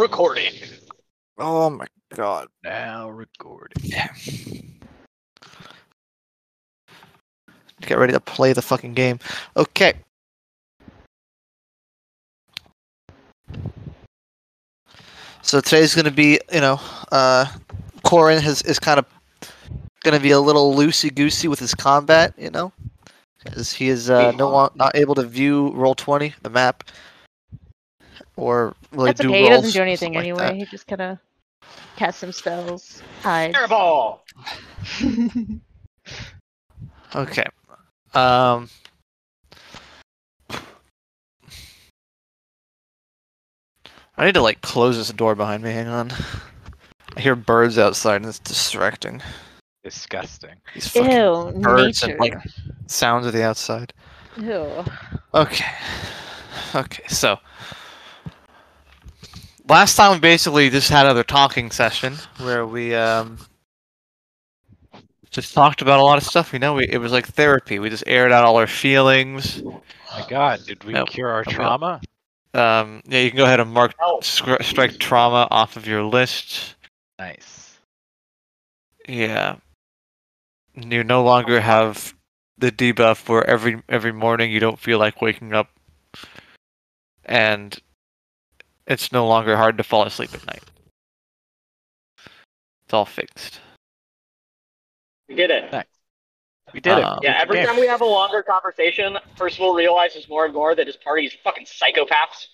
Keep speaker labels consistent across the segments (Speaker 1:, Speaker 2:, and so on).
Speaker 1: recording.
Speaker 2: Oh my god.
Speaker 3: Now recording.
Speaker 2: Get ready to play the fucking game. Okay. So today's gonna be, you know, uh Corin has is kind of gonna be a little loosey goosey with his combat, you know, as he is uh, no lo- not able to view roll twenty the map, or really
Speaker 4: That's
Speaker 2: do
Speaker 4: okay. He
Speaker 2: rolls.
Speaker 4: doesn't do
Speaker 2: something
Speaker 4: anything
Speaker 2: like
Speaker 4: anyway.
Speaker 2: that.
Speaker 4: He just kind of casts some spells. Hi.
Speaker 1: Fireball.
Speaker 2: Okay. Um. I need to like close this door behind me. Hang on. I hear birds outside, and it's distracting.
Speaker 3: Disgusting.
Speaker 2: These
Speaker 4: Ew,
Speaker 2: fucking birds
Speaker 4: nature.
Speaker 2: and like sounds of the outside.
Speaker 4: Ew.
Speaker 2: Okay. Okay. So last time we basically just had another talking session where we um just talked about a lot of stuff. You know, we, it was like therapy. We just aired out all our feelings.
Speaker 3: My God, did we
Speaker 2: Nope.
Speaker 3: cure our
Speaker 2: Nope.
Speaker 3: trauma?
Speaker 2: Um, yeah, you can go ahead and mark
Speaker 1: Oh.
Speaker 2: scr- strike trauma off of your list.
Speaker 3: Nice.
Speaker 2: Yeah, you no longer have the debuff where every every morning you don't feel like waking up, and it's no longer hard to fall asleep at night. It's all fixed.
Speaker 1: We did it.
Speaker 3: We did
Speaker 2: Um,
Speaker 3: it.
Speaker 1: Yeah, every
Speaker 3: Game.
Speaker 1: time we have a longer conversation, Percival realizes more and more that his party is fucking psychopaths.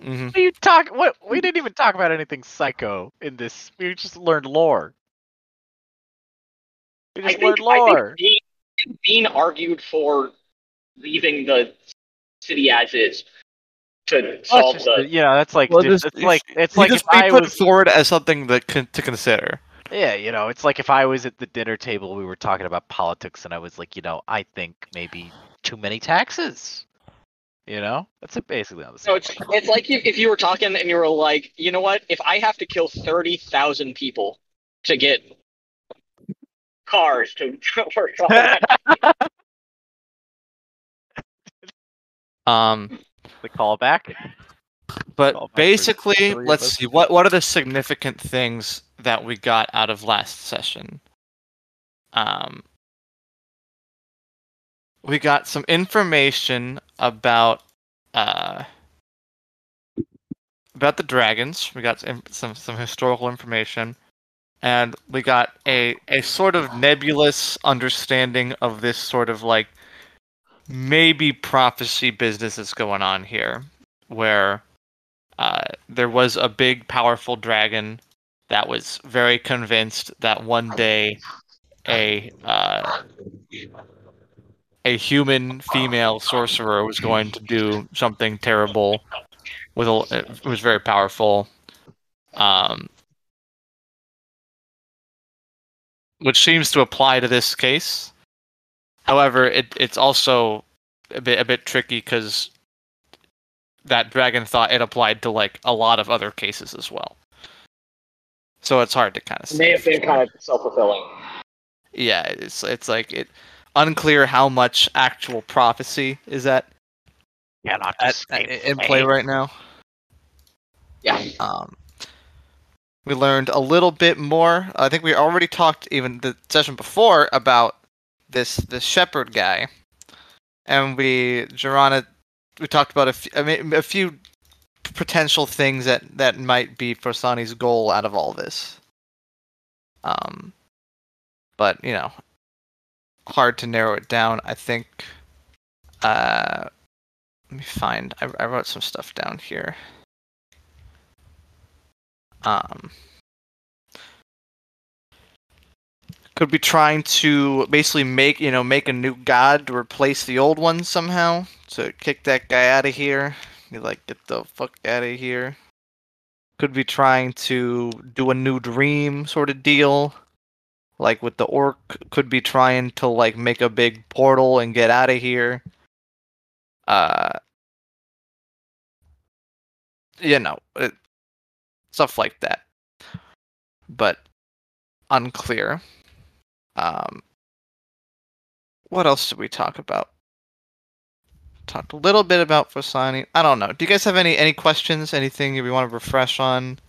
Speaker 2: hmm
Speaker 3: What are you talk? What we didn't even talk about anything psycho in this. We just learned lore. We just
Speaker 1: I
Speaker 3: learned
Speaker 1: think,
Speaker 3: lore.
Speaker 1: I think Dean, Dean argued for leaving the city as is to
Speaker 3: Well,
Speaker 1: solve
Speaker 3: it's just- uh,
Speaker 1: the.
Speaker 3: you know, that's like
Speaker 2: Well,
Speaker 3: di-
Speaker 2: just-
Speaker 3: it's like it's
Speaker 2: You
Speaker 3: like if
Speaker 2: just be
Speaker 3: I
Speaker 2: put
Speaker 3: was
Speaker 2: forward as something that con- to consider.
Speaker 3: yeah, you know, it's like if I was at the dinner table, we were talking about politics, and I was like, you know, I think maybe too many taxes. You know, that's basically how this.
Speaker 1: So it's it's like if, if you were talking and you were like, you know what? If I have to kill thirty thousand people to get cars to work on that,
Speaker 2: Um,
Speaker 3: the callback.
Speaker 2: But
Speaker 3: Twelve hours,
Speaker 2: basically,
Speaker 3: three of
Speaker 2: let's
Speaker 3: us.
Speaker 2: see what what are the significant things that we got out of last session. Um, we got some information about uh about the dragons. We got some some, some historical information, and we got a a sort of nebulous understanding of this sort of like maybe prophecy business that's going on here where uh, there was a big, powerful dragon that was very convinced that one day a uh, a human female sorcerer was going to do something terrible. With a, it was very powerful, um, which seems to apply to this case. However, it, it's also a bit a bit tricky because that dragon thought it applied to like a lot of other cases as well. So it's hard to kind of say.
Speaker 1: may have been kind of self fulfilling.
Speaker 2: Yeah, it's it's like it unclear how much actual prophecy is at,
Speaker 3: Cannot
Speaker 2: at, at- in play right now.
Speaker 1: Yeah.
Speaker 2: Um, we learned a little bit more. I think we already talked even the session before about this this shepherd guy, and we Gerana we talked about a few, I mean, a few potential things that that might be Forsani's goal out of all this. Um, but you know, hard to narrow it down. I think. Uh, let me find. I, I wrote some stuff down here. Um, could be trying to basically make you know make a new god to replace the old one somehow. So kick that guy out of here. You like get the fuck out of here. Could be trying to do a new dream sort of deal, like with the orc. Could be trying to like make a big portal and get out of here. Uh, you know, it, stuff like that. But unclear. Um, what else did we talk about? talked a little bit about Fasani. I don't know. Do you guys have any any questions? Anything you want to refresh on?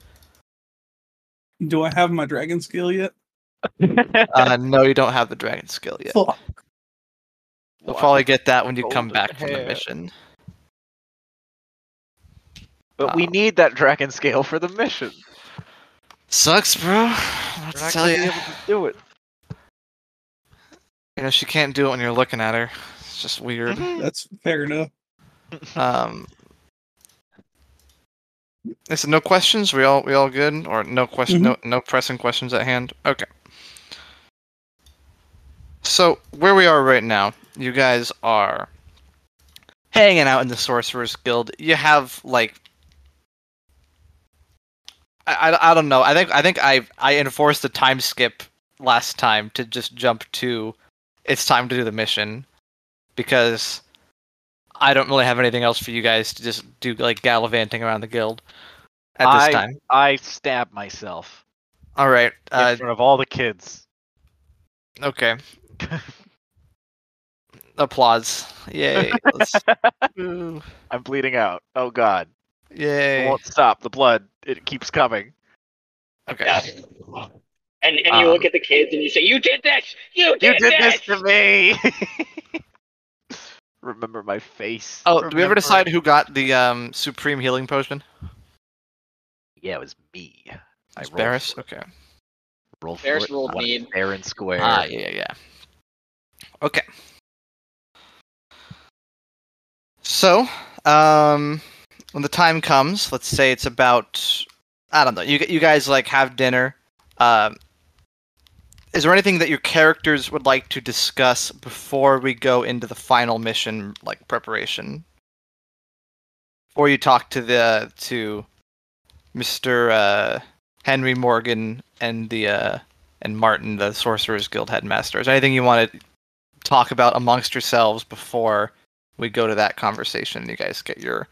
Speaker 5: Do I have my dragon skill yet?
Speaker 2: Uh, no, you don't have the dragon skill yet.
Speaker 5: Fuck.
Speaker 2: You'll
Speaker 3: Wow.
Speaker 2: probably get that when you come
Speaker 3: Golden
Speaker 2: back from the
Speaker 3: hair.
Speaker 2: mission.
Speaker 3: But we
Speaker 2: Oh.
Speaker 3: need that dragon scale for the mission.
Speaker 2: Sucks, bro. I'll
Speaker 3: We're not
Speaker 2: tell
Speaker 3: gonna
Speaker 2: you.
Speaker 3: be able to do it.
Speaker 2: You know she can't do it when you're looking at her. It's just weird.
Speaker 5: That's fair enough.
Speaker 2: Um, is it no questions? We all we all good, or no question? No no pressing questions at hand. Okay. So where we are right now, you guys are hanging out in the Sorcerer's Guild. You have like. I, I, I don't know. I think I think I I enforced the time skip last time to just jump to it's time to do the mission because I don't really have anything else for you guys to just do like gallivanting around the guild at this
Speaker 3: I-
Speaker 2: time.
Speaker 3: I stab myself
Speaker 2: All right. Uh,
Speaker 3: in front of all the kids.
Speaker 2: okay. Applause. Yay. Let's- Woo.
Speaker 3: I'm bleeding out. Oh God! It
Speaker 2: Yay.
Speaker 3: won't stop. The blood. It keeps coming.
Speaker 2: Okay.
Speaker 1: Yeah. And and you
Speaker 2: Um,
Speaker 1: look at the kids and you say, "You did this! You did,
Speaker 3: Uh, You did this
Speaker 1: this!"
Speaker 3: to me. Remember my face.
Speaker 2: Oh, do we ever
Speaker 3: Remember-
Speaker 2: decide who got the um, supreme healing potion?
Speaker 3: Yeah, it was me. I
Speaker 2: It's
Speaker 3: rolled
Speaker 2: Barris.
Speaker 3: for it.
Speaker 2: Okay.
Speaker 3: Rolled for
Speaker 1: Barris
Speaker 3: it.
Speaker 1: rolled
Speaker 3: I wanted
Speaker 1: need.
Speaker 3: Fair and square.
Speaker 2: Ah, yeah, yeah. Okay. So, um, when the time comes, let's say it's about, I don't know, you you guys like have dinner. Um, is there anything that your characters would like to discuss before we go into the final mission, like preparation? Or you talk to the to Mr. Uh, Henry Morgan and the uh, and Martin, the Sorcerer's Guild headmaster. Is there anything you want to talk about amongst yourselves before we go to that conversation? and You guys get your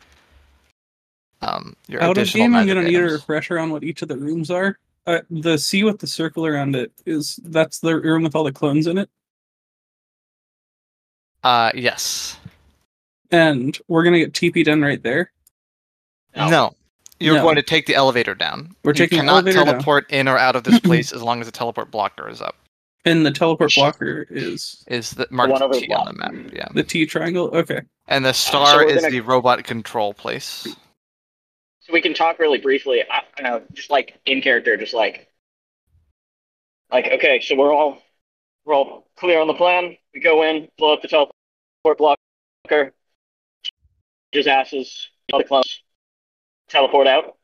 Speaker 2: um your
Speaker 5: Out of
Speaker 2: additional
Speaker 5: game, I'm
Speaker 2: magic
Speaker 5: gonna need a
Speaker 2: items.
Speaker 5: refresher on what each of the rooms are. Uh, the C with the circle around it is that's the room with all the clones in it,
Speaker 2: Uh, yes.
Speaker 5: and we're gonna get TP'd in right there.
Speaker 2: No.
Speaker 1: No.
Speaker 2: You're
Speaker 5: No.
Speaker 2: going to take the elevator down.
Speaker 5: We're
Speaker 2: you
Speaker 5: taking the
Speaker 2: cannot
Speaker 5: elevator down.
Speaker 2: teleport in or out of this place as long as the teleport blocker is up.
Speaker 5: And the teleport
Speaker 1: Shit.
Speaker 5: blocker is
Speaker 2: Is the marked
Speaker 1: one over
Speaker 2: T
Speaker 1: the
Speaker 2: on the map? Yeah.
Speaker 5: the T triangle. Okay.
Speaker 2: And the star
Speaker 1: we're
Speaker 2: is
Speaker 1: gonna-
Speaker 2: the robot control place.
Speaker 1: So we can talk really briefly. I, I know, just like in character, just like, like okay, so we're all we're all clear on the plan. We go in, blow up the teleport blocker, just asses, all the clones, teleport out.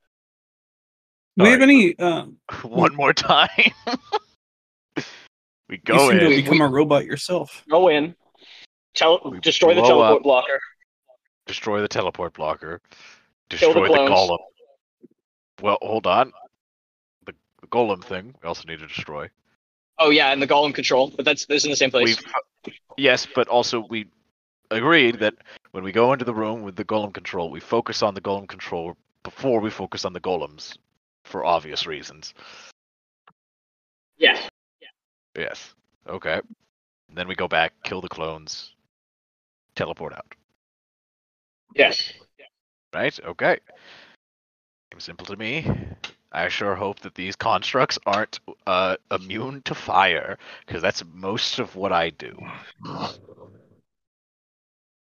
Speaker 5: Do we have
Speaker 3: Sorry.
Speaker 5: any? Um,
Speaker 3: One more time. we
Speaker 5: you
Speaker 3: go
Speaker 5: seem to
Speaker 3: in.
Speaker 5: become a robot yourself.
Speaker 1: Go in, tele-
Speaker 3: We
Speaker 1: destroy the
Speaker 3: blow
Speaker 1: teleport
Speaker 3: up.
Speaker 1: blocker.
Speaker 3: Destroy the teleport blocker.
Speaker 1: Kill the
Speaker 3: Destroy the,
Speaker 1: clones.
Speaker 3: golem. Well, hold on. The, the golem thing we also need to destroy.
Speaker 1: Oh yeah, and the golem control, but that's this in the same place.
Speaker 3: We've, yes, but also we agreed that when we go into the room with the golem control, we focus on the golem control before we focus on the golems, for obvious reasons.
Speaker 1: Yes.
Speaker 3: Yes. Okay. Then we go back, kill the clones, teleport out.
Speaker 1: Yes.
Speaker 3: Right? Okay. Seems simple to me. I sure hope that these constructs aren't uh, immune to fire, because that's most of what I do.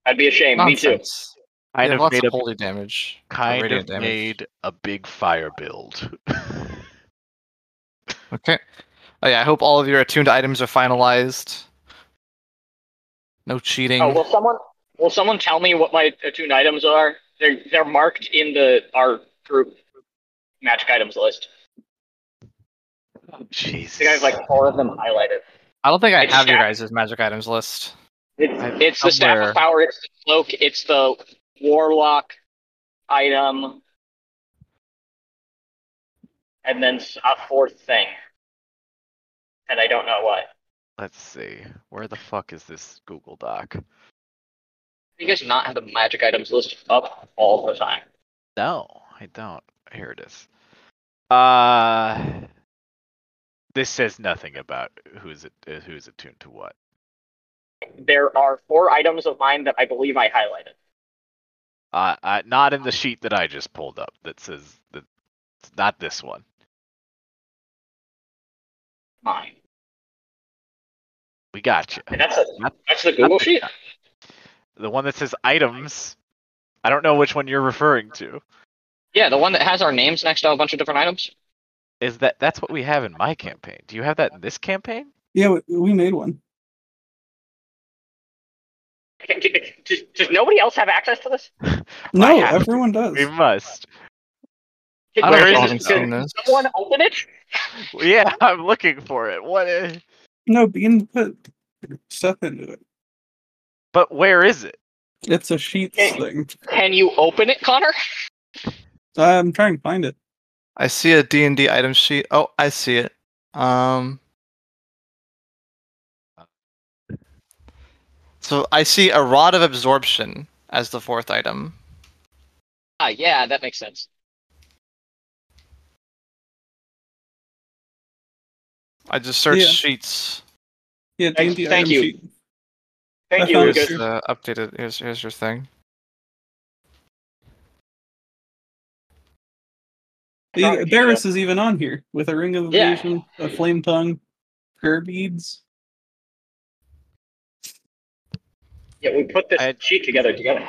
Speaker 1: I'd be ashamed. Me too.
Speaker 2: Nonsense. You
Speaker 3: Kind
Speaker 2: have
Speaker 3: of
Speaker 2: lots
Speaker 3: made
Speaker 2: of
Speaker 3: a
Speaker 2: holy damage.
Speaker 3: kind
Speaker 2: radiant
Speaker 3: of
Speaker 2: damage.
Speaker 3: made a big fire build.
Speaker 2: Okay. Oh yeah, I hope all of your attuned items are finalized. No cheating.
Speaker 1: Oh, will someone will someone tell me what my attuned items are? They're they're marked in the our group magic items list. I
Speaker 3: Jesus.
Speaker 1: think I have like four of them highlighted.
Speaker 2: I don't think I
Speaker 1: It's
Speaker 2: have your
Speaker 1: Jack.
Speaker 2: guys' magic items list.
Speaker 1: It's,
Speaker 3: I've
Speaker 1: it's the staff
Speaker 2: somewhere-
Speaker 1: of power. It's the cloak. It's the warlock item, and then s- a fourth thing, and I don't know what.
Speaker 3: Let's see. Where the fuck is this Google Doc?
Speaker 1: You guys not have the magic items list up all the time.
Speaker 3: No, I don't. Here it is. Uh this says nothing about who's it uh, who's attuned to what.
Speaker 1: There are four items of mine that I believe I highlighted.
Speaker 3: Uh, uh, not in the sheet that I just pulled up that says that it's not this one.
Speaker 1: Mine.
Speaker 3: We got you.
Speaker 1: And that's a,
Speaker 3: Not-
Speaker 1: that's the Google sheet.
Speaker 3: The one that says items. I don't know which one you're referring to.
Speaker 1: Yeah, the one that has our names next to a bunch of different items.
Speaker 3: Is that that's what we have in my campaign? Do you have that in this campaign?
Speaker 5: Yeah, we, we made one.
Speaker 1: Does, does nobody else have access to this?
Speaker 5: No,
Speaker 3: I have
Speaker 5: everyone does.
Speaker 3: We must.
Speaker 1: Did,
Speaker 3: I don't
Speaker 1: where
Speaker 3: know if
Speaker 1: is it?
Speaker 3: I've seen
Speaker 1: Did someone open it?
Speaker 3: Yeah, I'm looking for it. What? Is...
Speaker 5: No, Bean put stuff into it.
Speaker 3: But where is it?
Speaker 5: It's a sheets
Speaker 1: Okay.
Speaker 5: thing.
Speaker 1: Can you open it, Connor?
Speaker 5: I'm trying to find it.
Speaker 2: I see a D&D item sheet. Oh, I see it. Um So I see a rod of absorption as the fourth item.
Speaker 1: Ah, yeah, that makes sense.
Speaker 2: I just searched
Speaker 5: Yeah.
Speaker 2: sheets.
Speaker 5: Yeah,
Speaker 1: Thank-
Speaker 5: D&D
Speaker 1: thank
Speaker 5: item
Speaker 1: you.
Speaker 5: sheet.
Speaker 1: Thank
Speaker 5: I found
Speaker 1: you.
Speaker 5: it.
Speaker 2: Here's
Speaker 1: Because,
Speaker 2: the updated here's here's your thing.
Speaker 1: Sorry,
Speaker 5: The Barris is even on here with a ring of
Speaker 1: Yeah.
Speaker 5: illusion, a flame tongue, prayer beads.
Speaker 1: yeah, we put this
Speaker 3: I-
Speaker 1: sheet together together.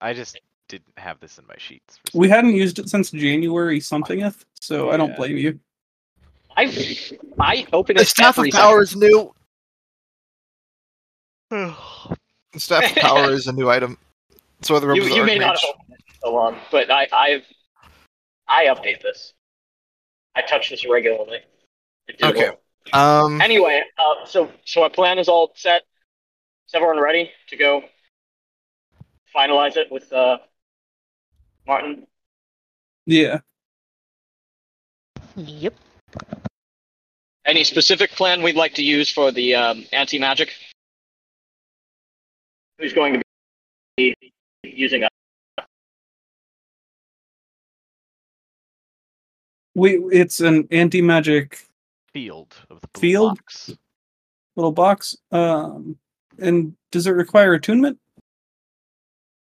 Speaker 3: I just didn't have this in my sheets. for
Speaker 5: We
Speaker 3: some-
Speaker 5: hadn't used it since January somethingeth, so I don't
Speaker 3: Yeah.
Speaker 5: blame you.
Speaker 1: I I open it every
Speaker 2: is new. The staff of power is a new item. So are the
Speaker 1: second.
Speaker 2: robes
Speaker 1: You,
Speaker 2: of
Speaker 1: you may
Speaker 2: Archmage.
Speaker 1: not have opened it so long, but I I've I update this. I touch this regularly. It did
Speaker 2: Okay.
Speaker 1: well.
Speaker 2: Um,
Speaker 1: Anyway, uh, so so our plan is all set. Is everyone ready to go? Finalize it with uh, Martin.
Speaker 5: Yeah.
Speaker 4: Yep.
Speaker 1: Any specific plan we'd like to use for the um, anti magic? Who's going to be using us?
Speaker 5: We it's an anti-magic
Speaker 3: field of the blue
Speaker 5: Field?
Speaker 3: box.
Speaker 5: little box. Um and does it require attunement?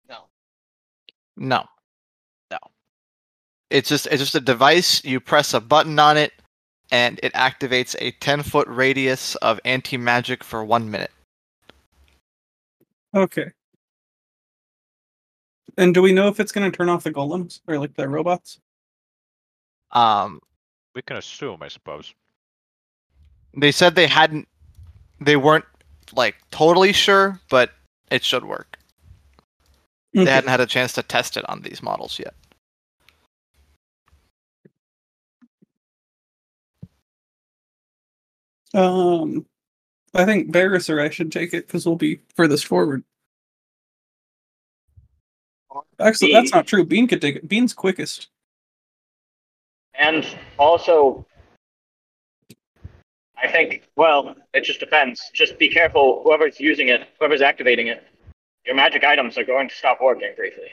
Speaker 1: No.
Speaker 2: no.
Speaker 3: No.
Speaker 2: It's just it's just a device. You press a button on it, and it activates a ten foot radius of anti magic for one minute.
Speaker 5: Okay. And do we know if it's gonna turn off the golems or like the robots?
Speaker 2: Um,
Speaker 3: We can assume, I suppose.
Speaker 2: they said they hadn't, they weren't like totally sure, but it should work. They
Speaker 5: Okay.
Speaker 2: hadn't had a chance to test it on these models yet.
Speaker 5: Um I think Barris or I should take it because we'll be furthest forward. Actually, that's not true. Bean could take it. Bean's quickest.
Speaker 1: And also, I think, well, it just depends. Just be careful, whoever's using it, whoever's activating it, your magic items are going to stop working briefly.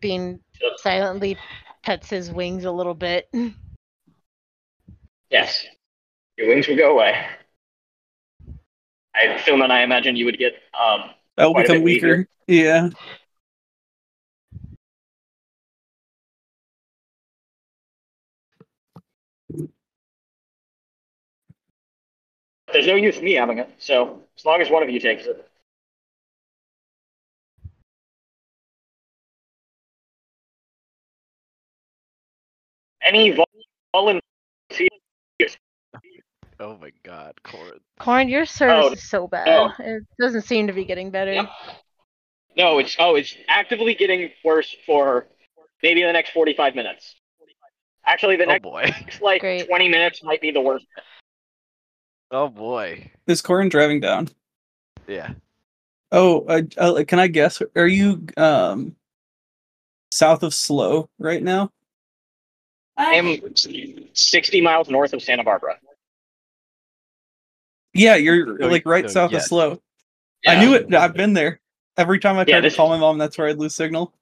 Speaker 4: Bean
Speaker 1: So,
Speaker 4: Hmm, silently pets his wings a little bit.
Speaker 1: yes, your wings will go away. I assume and I imagine you would get um,
Speaker 5: That'll
Speaker 1: Quite a
Speaker 5: become
Speaker 1: bit
Speaker 5: weaker.
Speaker 1: weaker.
Speaker 5: Yeah.
Speaker 1: There's no use me having it, so as long as one of you takes it. Any vol- volunteers?
Speaker 3: Oh my god, Corin.
Speaker 4: Corn, your service
Speaker 1: Oh,
Speaker 4: is so bad.
Speaker 1: no.
Speaker 4: It doesn't seem to be getting better.
Speaker 1: Yep. No, it's oh, it's actively getting worse for maybe the next 45 minutes. Actually, the
Speaker 3: Oh
Speaker 1: next
Speaker 3: boy.
Speaker 1: like
Speaker 4: Great.
Speaker 1: 20 minutes might be the worst.
Speaker 3: Oh boy.
Speaker 5: Is Corin driving down?
Speaker 3: Yeah.
Speaker 5: Oh, I, uh, can I guess? Are you um south of Slow right now?
Speaker 1: I'm 60 miles north of Santa Barbara.
Speaker 5: Yeah, you're
Speaker 3: So-
Speaker 5: like right
Speaker 3: so
Speaker 5: south of
Speaker 3: yes.
Speaker 5: Slow. I knew it. I've been there. Every time I
Speaker 1: Yeah,
Speaker 5: tried to
Speaker 1: this-
Speaker 5: call my mom, that's where I'd lose signal.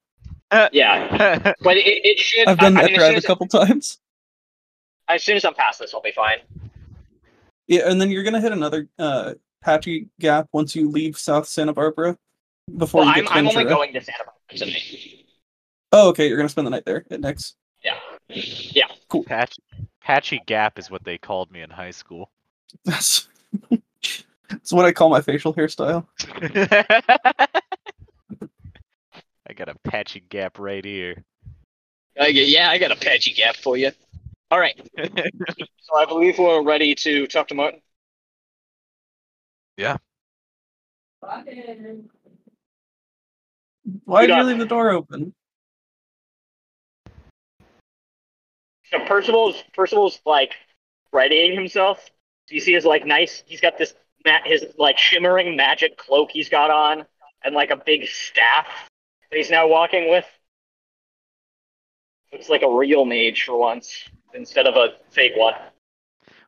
Speaker 1: Yeah, but it, it should.
Speaker 5: I've done
Speaker 1: I, I
Speaker 5: that
Speaker 1: mean, as
Speaker 5: drive
Speaker 1: soon
Speaker 5: a
Speaker 1: as-
Speaker 5: couple times.
Speaker 1: As soon as I'm past this, I'll be fine.
Speaker 5: Yeah, and then you're gonna hit another uh Patchy Gap once you leave South Santa Barbara? Before
Speaker 1: Well,
Speaker 5: you
Speaker 1: I'm,
Speaker 5: get to
Speaker 1: I'm only
Speaker 5: Ventura?
Speaker 1: going to Santa Barbara tonight.
Speaker 5: Oh, okay. You're gonna spend the night there at Nick's.
Speaker 1: Yeah. Yeah.
Speaker 3: Patch, patchy gap is what they called me in high school.
Speaker 5: That's that's what I call my facial hairstyle.
Speaker 3: I got a patchy gap right here.
Speaker 1: I get, yeah, I got a patchy gap for you. All right. So I believe we're ready to talk to Martin.
Speaker 5: Why
Speaker 1: Good
Speaker 5: did you
Speaker 1: eye.
Speaker 5: leave the door open?
Speaker 1: So Percival's Percival's like readying himself. So you see his like nice. He's got this ma- his like shimmering magic cloak he's got on, and like a big staff that he's now walking with. Looks like a real mage for once instead of a fake one.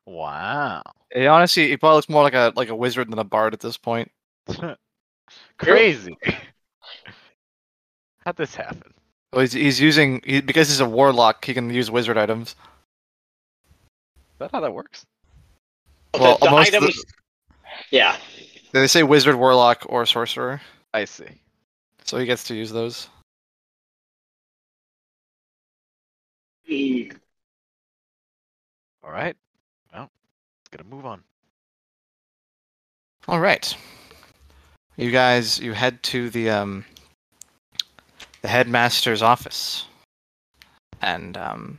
Speaker 3: Wow.
Speaker 2: It honestly, he probably looks more like a like a wizard than a bard at this point.
Speaker 3: Crazy. How'd this happen?
Speaker 2: Well, he's, he's using he, because he's a warlock. He can use wizard
Speaker 3: Is
Speaker 2: items.
Speaker 3: that how that works?
Speaker 2: Well,
Speaker 1: the, the
Speaker 2: most of
Speaker 1: items. Yeah.
Speaker 2: They say wizard, warlock, or sorcerer,
Speaker 3: I see.
Speaker 2: so he gets to use those.
Speaker 1: He-
Speaker 3: All right. Well, gonna move on.
Speaker 2: All right. You guys, you head to the um, the headmaster's office, and um,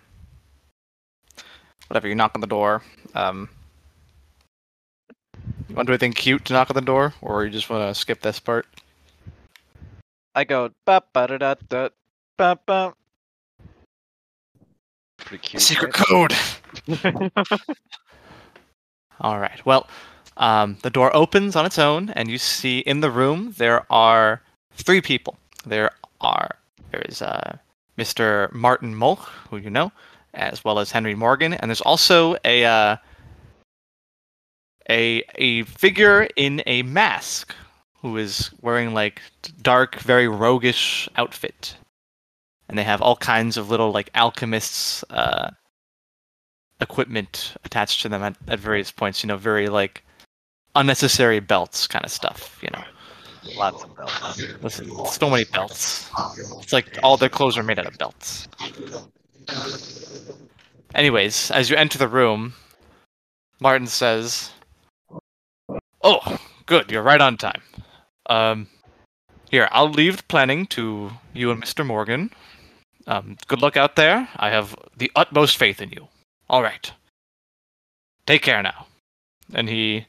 Speaker 2: whatever. You knock on the door. Um, you want to do anything cute to knock on the door, or you just want to skip this part?
Speaker 3: I go ba ba da da da ba ba. Pretty cute.
Speaker 2: Secret code.
Speaker 3: right?
Speaker 2: All right. Well, um, the door opens on its own, and you see in the room there are three people. There are there is uh, Mr. Martin Mulch, who you know, as well as Henry Morgan, and there's also a uh, a a figure in a mask who is wearing like dark, very roguish outfit, and they have all kinds of little like alchemists. Uh, equipment attached to them at, at various points. You know, very like unnecessary belts kind of stuff. You know,
Speaker 3: Lots of belts.
Speaker 2: There's so many belts. It's like all their clothes are made out of belts. Anyways, as you enter the room, Martin says, "Oh, good, you're right on time. Um, here, I'll leave the planning to you and Mr. Morgan. Um, good luck out there. I have the utmost faith in you. All right. Take care now." And he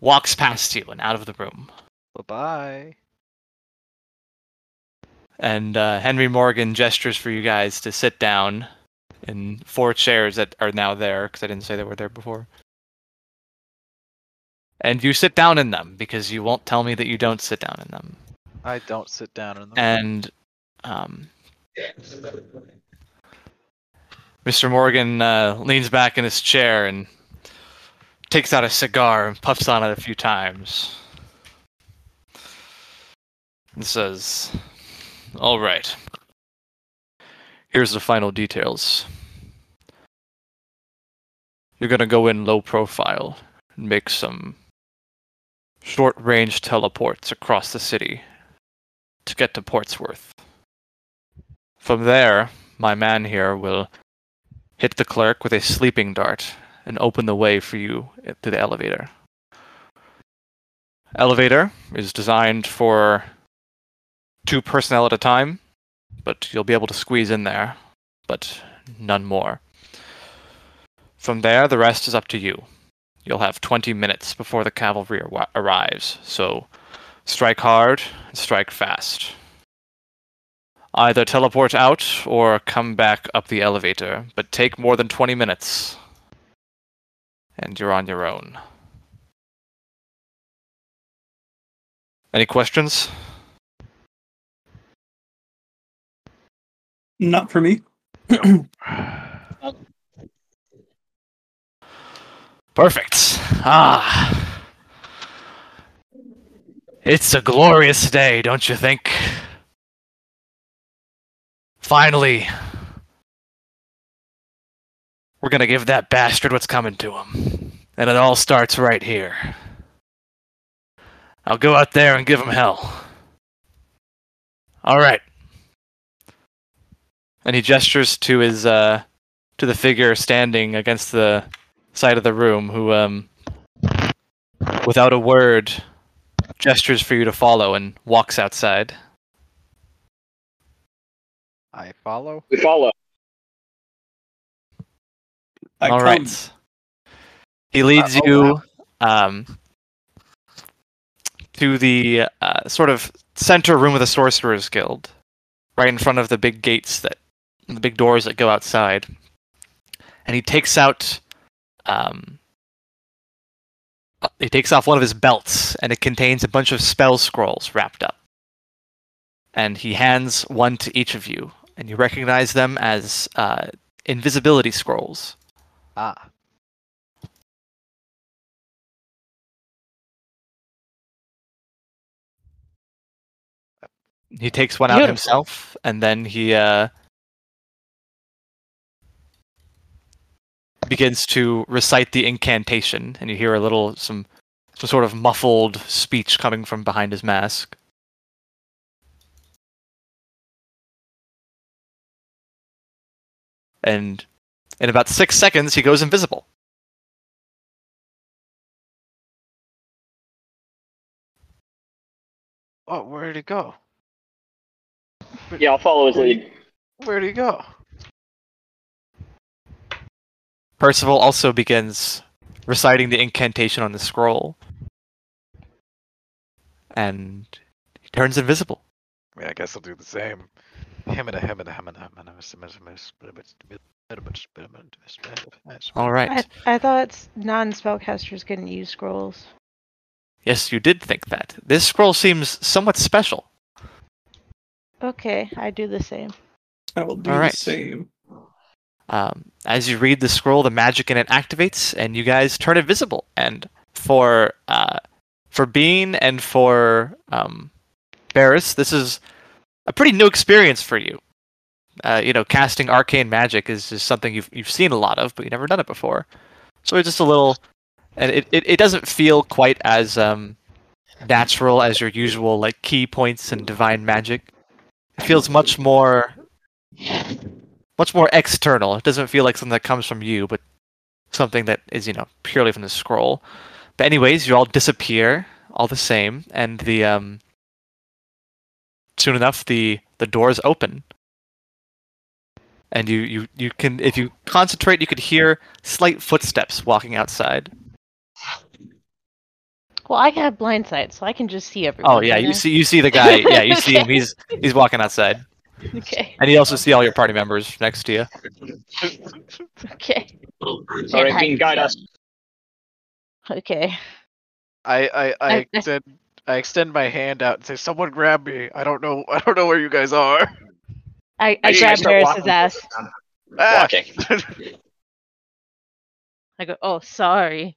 Speaker 2: walks past you and out of the room.
Speaker 3: Bye bye.
Speaker 2: and uh, Henry Morgan gestures for you guys to sit down in four chairs that are now there because I didn't say they were there before. And you sit down in them because you won't tell me that you don't sit down in them.
Speaker 3: I don't sit down in the.
Speaker 2: And um, Mr. Morgan uh, leans back in his chair and takes out a cigar and puffs on it a few times. And says, All right. Here's the final details. You're going to go in low profile and make some short range teleports across the city to get to Portsworth. From there, my man here will hit the clerk with a sleeping dart and open the way for you to the elevator. Elevator is designed for two personnel at a time, but you'll be able to squeeze in there, but none more. From there, the rest is up to you. You'll have 20 minutes before the cavalry arri- arrives, so strike hard and strike fast either teleport out or come back up the elevator, but take more than 20 minutes. And you're on your own. Any questions?
Speaker 5: Not for me.
Speaker 2: Perfect. Ah. It's a glorious day, don't you think? Finally. We're gonna give that bastard what's coming to him. And it all starts right here. I'll go out there and give him hell. All right. And he gestures to his uh, to the figure standing against the side of the room, who, um, without a word, gestures for you to follow and walks outside.
Speaker 3: I follow.
Speaker 1: We follow.
Speaker 5: I
Speaker 2: All
Speaker 5: come.
Speaker 2: right. He leads
Speaker 3: Uh, oh,
Speaker 2: you um, to the uh, sort of center room of the Sorcerer's Guild, right in front of the big gates that, the big doors that go outside. And he takes out, um, uh, he takes off one of his belts, and it contains a bunch of spell scrolls wrapped up. And he hands one to each of you, and you recognize them as uh, invisibility scrolls.
Speaker 3: Ah,
Speaker 2: he takes one out
Speaker 4: Beautiful.
Speaker 2: himself and then he uh, begins to recite the incantation and you hear a little some some sort of muffled speech coming from behind his mask and in about six seconds he goes invisible
Speaker 3: oh, where'd he go?
Speaker 1: Yeah, I'll follow his lead.
Speaker 3: Where'd he go?
Speaker 2: Percival also begins reciting the incantation on the scroll. And he turns invisible.
Speaker 3: I mean, I guess I'll do the same. Hemina, hemina, hemina, hemina, hemina, hemina, hemina, hemina.
Speaker 2: All right.
Speaker 6: I, I thought non spellcasters couldn't use scrolls.
Speaker 2: Yes, you did think that. This scroll seems somewhat special.
Speaker 6: Okay, I do the same.
Speaker 5: I will do
Speaker 2: All right.
Speaker 5: the same.
Speaker 2: Um, as you read the scroll, the magic in it activates, and you guys turn invisible. And for uh, for Bean and for um, Barris, this is a pretty new experience for you. Uh, you know, casting arcane magic is just something you've you've seen a lot of, but you've never done it before. So it's just a little, and it, it, it doesn't feel quite as um, natural as your usual like key points and divine magic. It feels much more much more external. It doesn't feel like something that comes from you, but something that is, you know, purely from the scroll. But anyways, you all disappear all the same, and the um soon enough the the doors open. And you, you, you can if you concentrate you could hear slight footsteps walking outside.
Speaker 4: Well, I have blind sight, so I can just see everything.
Speaker 2: Oh yeah, you see you see the guy yeah, you see him, he's he's walking outside.
Speaker 4: Okay.
Speaker 2: And you also see all your party members next to you.
Speaker 4: Okay.
Speaker 1: All right, Bean, guide us.
Speaker 4: Okay.
Speaker 3: I, I, I
Speaker 4: I-
Speaker 3: extend, I extend my hand out and say, "Someone grab me! I don't know, I don't know where you guys are."
Speaker 4: I,
Speaker 1: Are
Speaker 4: I
Speaker 1: you
Speaker 4: grab
Speaker 1: guys start
Speaker 4: Barris's ass.
Speaker 1: walking?
Speaker 3: Ah!
Speaker 1: Walking.
Speaker 4: I go, oh, sorry.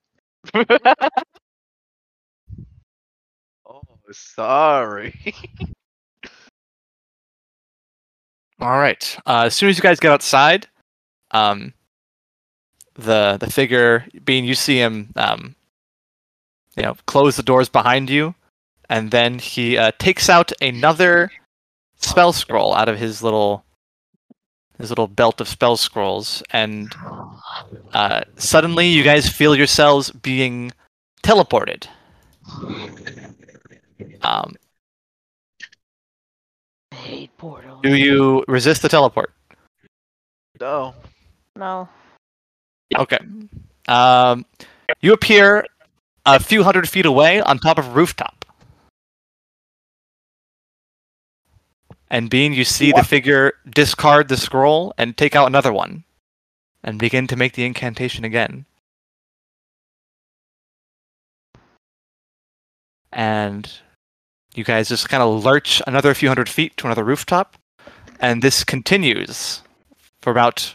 Speaker 3: oh, sorry.
Speaker 2: All right. Uh, as soon as you guys get outside, um, the the figure being you see him, um, you know, close the doors behind you, and then he uh, takes out another spell scroll out of his little his little belt of spell scrolls, and uh, suddenly you guys feel yourselves being teleported. Um,
Speaker 4: I hate portals.
Speaker 2: do you resist the teleport?
Speaker 3: No.
Speaker 4: No.
Speaker 2: Okay. Um, you appear a few hundred feet away on top of a rooftop. And Bean, you see the figure discard the scroll and take out another one and begin to make the incantation again. And you guys just kind of lurch another few hundred feet to another rooftop. And this continues for about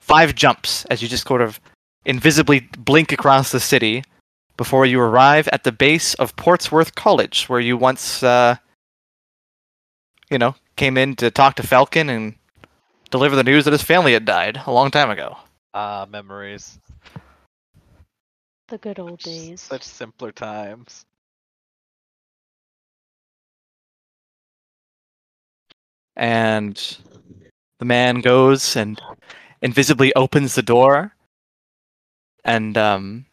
Speaker 2: five jumps as you just sort of invisibly blink across the city before you arrive at the base of Portsworth College, where you once, uh, you know, came in to talk to Falcon and deliver the news that his family had died a long time ago.
Speaker 3: Ah, memories.
Speaker 4: The good old days.
Speaker 3: Such simpler times.
Speaker 2: and the man goes and invisibly opens the door and um,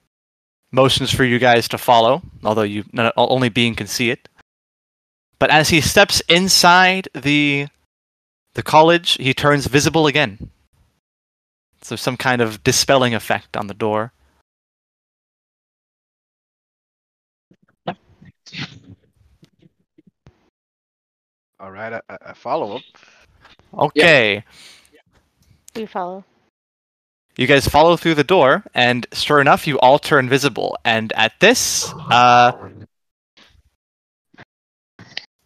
Speaker 2: motions for you guys to follow, although you no, o- only Bean can see it. But as he steps inside the the college, he turns visible again. So some kind of dispelling effect on the door.
Speaker 3: All right, I, I- I follow him.
Speaker 2: Okay.
Speaker 4: Do you follow?
Speaker 2: You guys follow through the door, and sure enough, you all turn visible. And at this, uh,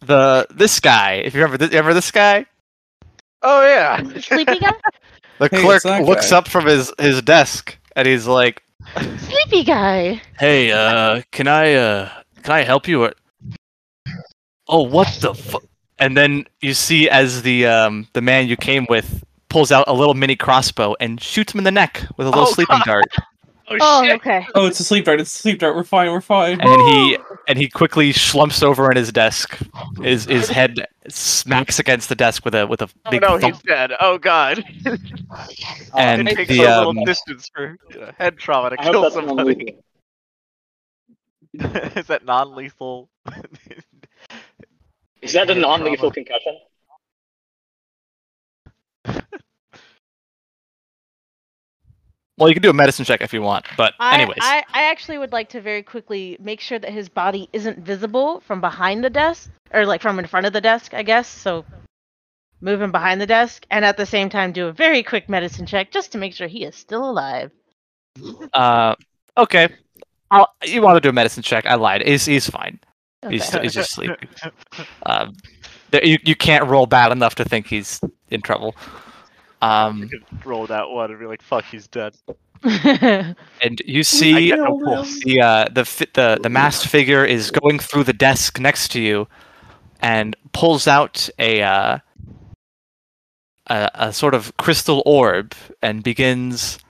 Speaker 2: the this guy, if you remember, this, remember this guy,
Speaker 3: Oh yeah.
Speaker 4: Sleepy guy?
Speaker 2: the
Speaker 5: Hey,
Speaker 2: clerk
Speaker 5: it's that
Speaker 2: looks
Speaker 5: guy.
Speaker 2: up from his his desk, and he's like,
Speaker 4: Sleepy guy.
Speaker 2: "Hey, uh, can I uh, can I help you?" Or... Oh, what the fu-? And then you see as the um the man you came with pulls out a little mini crossbow and shoots him in the neck with a little
Speaker 3: Oh,
Speaker 2: sleeping
Speaker 3: God.
Speaker 2: dart.
Speaker 4: Oh, okay.
Speaker 5: Oh, it's a sleep dart. It's a sleep dart. We're fine. We're fine.
Speaker 2: and he and he quickly slumps over in his desk. His his head smacks against the desk with a with a
Speaker 3: Oh
Speaker 2: big
Speaker 3: no,
Speaker 2: thump.
Speaker 3: he's dead. Oh god.
Speaker 2: And
Speaker 3: it takes
Speaker 2: the,
Speaker 3: a
Speaker 2: um,
Speaker 3: little distance for uh, head trauma to
Speaker 1: I hope
Speaker 3: kill
Speaker 1: that's not
Speaker 3: somebody.
Speaker 1: illegal.
Speaker 3: Is that non-lethal?
Speaker 1: Is that a
Speaker 3: Head
Speaker 1: non-lethal
Speaker 3: trauma.
Speaker 1: concussion?
Speaker 2: Well, you can do a medicine check if you want, but
Speaker 4: I,
Speaker 2: anyways,
Speaker 4: I, I actually would like to very quickly make sure that his body isn't visible from behind the desk, or like from in front of the desk, I guess. So move him behind the desk, and at the same time do a very quick medicine check just to make sure he is still alive.
Speaker 2: uh, okay. I'll, you want to do a medicine check? I lied. He's he's fine. He's he's just sleepy. Um, there, you you can't roll bad enough to think he's in trouble. Um,
Speaker 3: Roll that one and be like, "Fuck, he's dead."
Speaker 4: Okay.
Speaker 2: and you see
Speaker 3: got no
Speaker 5: Killed
Speaker 3: pulse.
Speaker 5: him.
Speaker 2: the uh, the fi- the the masked figure is going through the desk next to you, and pulls out a uh, a, a sort of crystal orb and begins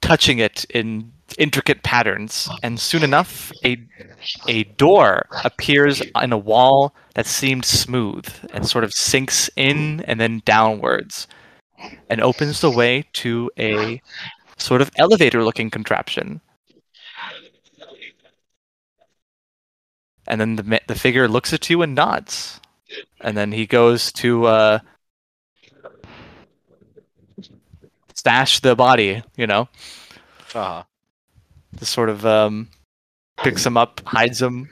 Speaker 2: touching it in intricate patterns. And soon enough, a a door appears in a wall that seemed smooth and sort of sinks in and then downwards, and opens the way to a sort of elevator-looking contraption. and then the ma- the figure looks at you and nods, and then he goes to uh, stash the body. You know,
Speaker 3: Uh-huh.
Speaker 2: just sort of um, picks him up, hides him,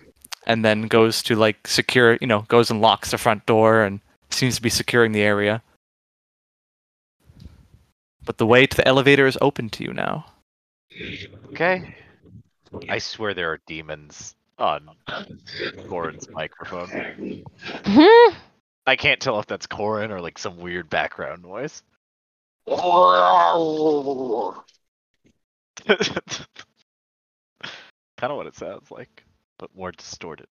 Speaker 2: and then goes to like secure. You know, goes and locks the front door and seems to be securing the area. But the way to the elevator is open to you now.
Speaker 3: Okay. I swear there are demons on Corin's microphone. I can't tell if that's Corin or like some weird background noise. kind of what it sounds like, but more distorted.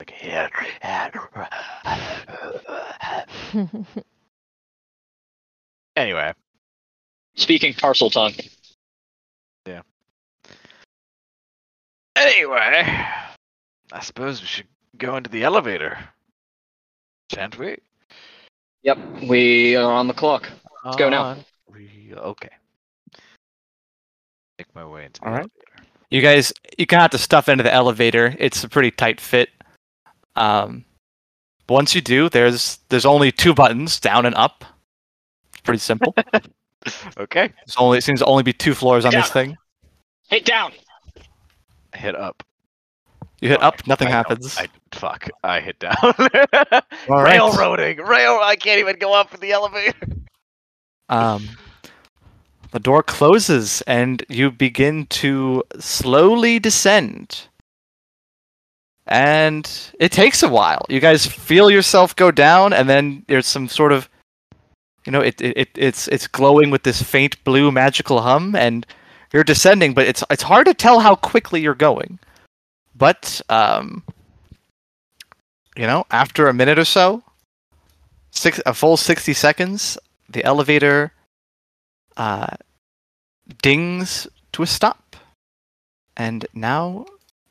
Speaker 3: Like yeah. Anyway,
Speaker 1: Speaking parcel tongue.
Speaker 3: anyway, I suppose we should go into the elevator, shan't we?
Speaker 1: Yep, we are on the clock. Let's go now.
Speaker 3: On Uh, We okay. Make my way into the
Speaker 2: All right.
Speaker 3: elevator.
Speaker 2: You guys, you kind of have to stuff into the elevator. It's a pretty tight fit. Um, but once you do, there's there's only two buttons, down and up. It's pretty simple.
Speaker 3: Okay.
Speaker 2: There's only it seems to only be two floors on this
Speaker 1: Yeah.
Speaker 2: thing.
Speaker 1: Hit down.
Speaker 3: Hit up.
Speaker 2: You hit
Speaker 3: Fuck,
Speaker 2: up, nothing
Speaker 3: I don't-
Speaker 2: happens.
Speaker 3: I, fuck. I hit down.
Speaker 2: All right.
Speaker 3: Railroading. Rail. I can't even go up in the elevator.
Speaker 2: Um, the door closes and you begin to slowly descend. And it takes a while. You guys feel yourself go down, and then there's some sort of, you know, it, it it- it's it's glowing with this faint blue magical hum, and you're descending, but it's it's hard to tell how quickly you're going. But um, you know, after a minute or so, six a full sixty seconds, the elevator uh, dings to a stop. And now,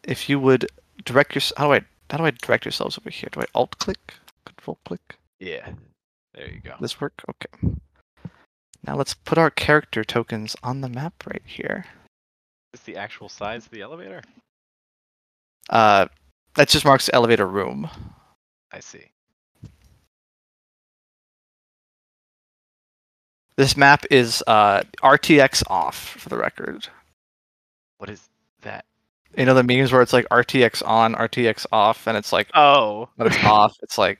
Speaker 2: if you would direct your how do I how do I direct yourselves over here? Do I alt click? Control click?
Speaker 3: Yeah. There you go.
Speaker 2: This work? Okay. Now let's put our character tokens on the map right here.
Speaker 3: Is the actual size of the elevator?
Speaker 2: Uh, that just marks the elevator room.
Speaker 3: I see.
Speaker 2: This map is uh, RTX off, for the record.
Speaker 3: What is that?
Speaker 2: You know the memes where it's like RTX on, RTX off, and it's like
Speaker 3: Oh.
Speaker 2: when it's off, it's like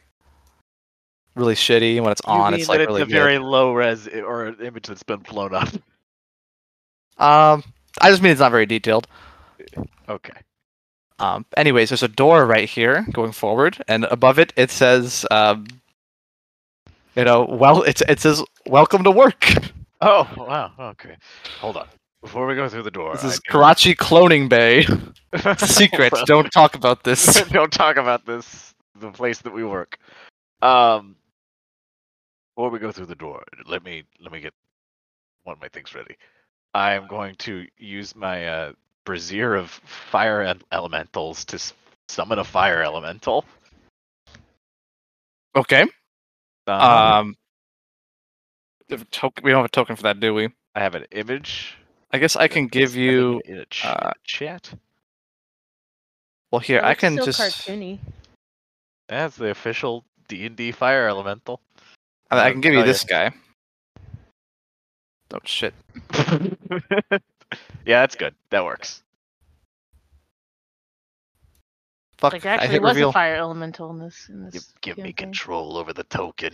Speaker 2: really shitty, and when it's on, it's like
Speaker 3: it's
Speaker 2: really
Speaker 3: a
Speaker 2: good.
Speaker 3: very low res i- or an image that's been blown up.
Speaker 2: Um, I just mean it's not very detailed.
Speaker 3: Okay.
Speaker 2: Um, anyways, there's a door right here going forward, and above it it says, um, you know, well, it's it says "Welcome to work."
Speaker 3: Oh wow. Okay. Hold on. Before we go through the door,
Speaker 2: This
Speaker 3: I
Speaker 2: is
Speaker 3: need-
Speaker 2: Karachi cloning bay. It's a secret. Don't talk about this.
Speaker 3: Don't talk about this. The place that we work. Um. Before we go through the door, let me let me get one of my things ready. I am going to use my uh, brazier of fire en- elementals to s- summon a fire elemental.
Speaker 2: Okay.
Speaker 3: Um,
Speaker 2: Um, we have a token- we don't have a token for that, do we?
Speaker 3: I have an image.
Speaker 2: I guess I can give you.
Speaker 3: in a
Speaker 2: uh,
Speaker 3: chat.
Speaker 2: Well, here
Speaker 4: Well,
Speaker 2: I
Speaker 4: it's
Speaker 2: can
Speaker 4: still
Speaker 2: just.
Speaker 4: cartoony.
Speaker 3: That's the official D and D fire elemental.
Speaker 2: I, I can give
Speaker 3: Oh,
Speaker 2: you
Speaker 3: yeah.
Speaker 2: this guy. Oh shit!
Speaker 3: yeah, that's good. That works.
Speaker 2: Fuck!
Speaker 4: Like, there
Speaker 2: I
Speaker 4: actually
Speaker 2: hit
Speaker 4: was
Speaker 2: reveal.
Speaker 4: a fire elemental in this. In this
Speaker 3: You give me
Speaker 4: campaign.
Speaker 3: control over the token.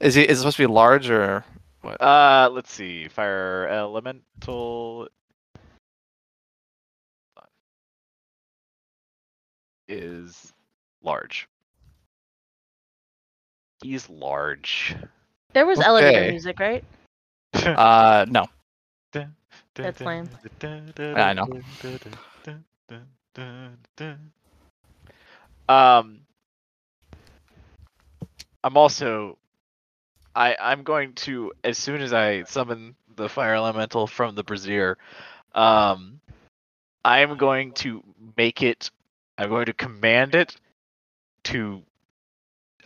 Speaker 2: Is he? Is it supposed to be large or?
Speaker 3: Uh, let's see. Fire elemental is large. He's large.
Speaker 4: There was elevator
Speaker 2: Okay.
Speaker 4: music, right?
Speaker 2: Uh, no.
Speaker 4: That's lame.
Speaker 2: I
Speaker 3: know. Um, I'm also, I I'm going to as soon as I summon the fire elemental from the brazier, um, I am going to make it. I'm going to command it to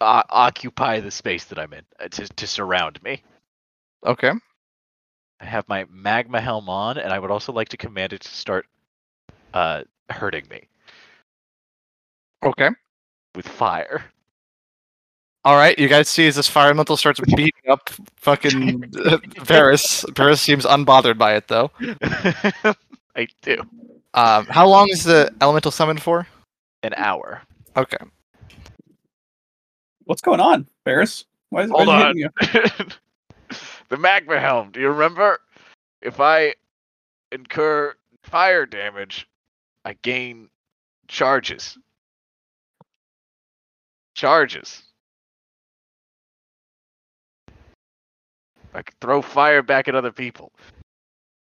Speaker 3: uh, occupy the space that I'm in uh, to to surround me.
Speaker 2: Okay.
Speaker 3: I have my magma helm on, and I would also like to command it to start uh, hurting me
Speaker 2: Okay.
Speaker 3: with fire.
Speaker 2: All right. You guys see as this fire elemental starts beating up fucking Varus. Varus seems unbothered by it though.
Speaker 3: I do.
Speaker 2: Um, how long is the elemental summoned for?
Speaker 3: An hour.
Speaker 2: Okay.
Speaker 5: What's going on, Ferris? Why is
Speaker 3: Hold
Speaker 5: why is it
Speaker 3: on.
Speaker 5: hitting you?
Speaker 3: the magma helm. Do you remember? If I incur fire damage, I gain charges. Charges. I can throw fire back at other people.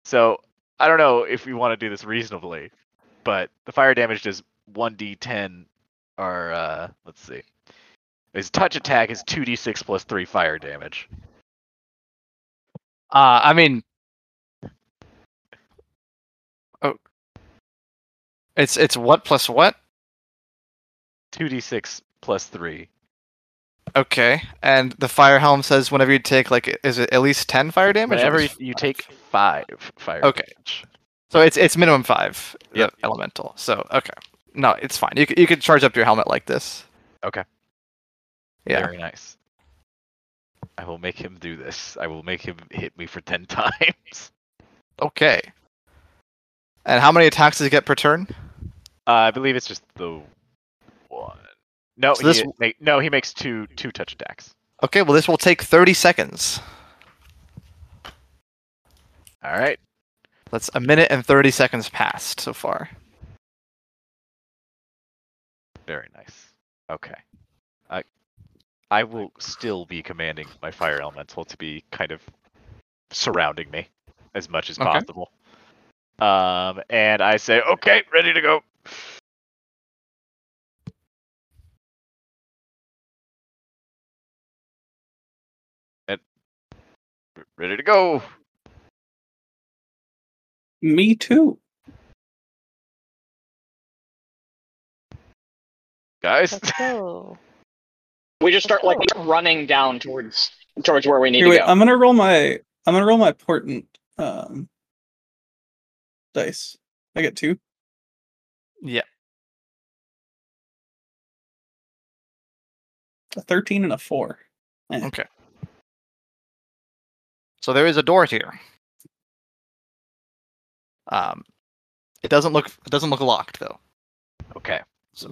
Speaker 3: So I don't know if we want to do this reasonably, but the fire damage does 1d10 or uh, let's see. His touch attack is 2d6 plus 3 fire damage.
Speaker 2: Uh, I mean, oh, it's it's what plus what?
Speaker 3: 2d6 plus 3.
Speaker 2: Okay, and the fire helm says whenever you take like, is it at least ten fire damage? or
Speaker 3: Whenever
Speaker 2: is-
Speaker 3: you take 5 fire
Speaker 2: Okay.
Speaker 3: damage.
Speaker 2: so it's it's minimum five. the
Speaker 3: Yep.
Speaker 2: elemental. So okay, no, it's fine. You c- you could charge up your helmet like this.
Speaker 3: Okay.
Speaker 2: Yeah.
Speaker 3: Very nice. I will make him do this. I will make him hit me for 10 times.
Speaker 2: Okay. And how many attacks does he get per turn?
Speaker 3: Uh, I believe it's just the one. No,
Speaker 2: So
Speaker 3: he,
Speaker 2: this
Speaker 3: didn't make- no, he makes two two touch attacks.
Speaker 2: Okay, well this will take thirty seconds.
Speaker 3: All right.
Speaker 2: That's a minute and thirty seconds passed so far.
Speaker 3: Very nice. Okay. I I will still be commanding my fire elemental to be kind of surrounding me as much as
Speaker 2: Okay.
Speaker 3: possible. Um and I say, "Okay, ready to go." And ready to go.
Speaker 5: Me too.
Speaker 3: Guys,
Speaker 4: Let's go.
Speaker 1: We just start like running down towards towards where we need
Speaker 5: Here, um
Speaker 1: to
Speaker 5: wait,
Speaker 1: go.
Speaker 5: I'm gonna roll my I'm gonna roll my portent um dice. I get two.
Speaker 2: Yeah.
Speaker 5: A thirteen and a four.
Speaker 2: So there is a door here. Um, it doesn't look it doesn't look locked though.
Speaker 3: Okay.
Speaker 2: So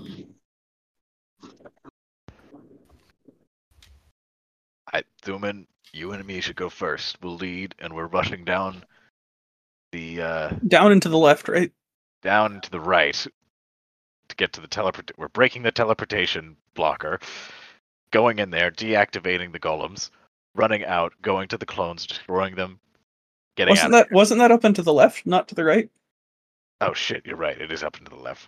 Speaker 3: I Thuman, you and me should go first. We'll lead, and we're rushing down the uh
Speaker 5: Down and to the left, right?
Speaker 3: down to the right to get to the teleport. We're breaking the teleportation blocker, going in there, deactivating the golems, running out, going to the clones, destroying them, getting
Speaker 5: Wasn't
Speaker 3: out.
Speaker 5: that wasn't that up and to the left, not to the right?
Speaker 3: Oh shit, you're right. It is up and to the left.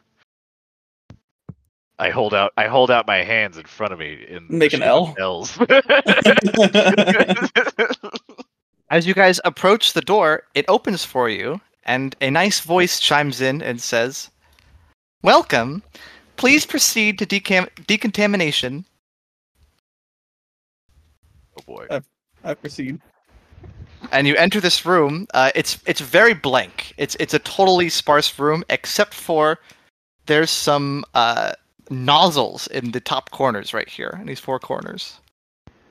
Speaker 3: I hold out. I hold out my hands in front of me in the
Speaker 5: Make an
Speaker 3: shape of L's.
Speaker 2: As you guys approach the door, it opens for you, and a nice voice chimes in and says, Welcome. Please proceed to decam- decontamination.
Speaker 3: oh boy.
Speaker 5: I proceed.
Speaker 2: And you enter this room. Uh, it's it's very blank. It's it's a totally sparse room, except for there's some uh, nozzles in the top corners right here, in these four corners.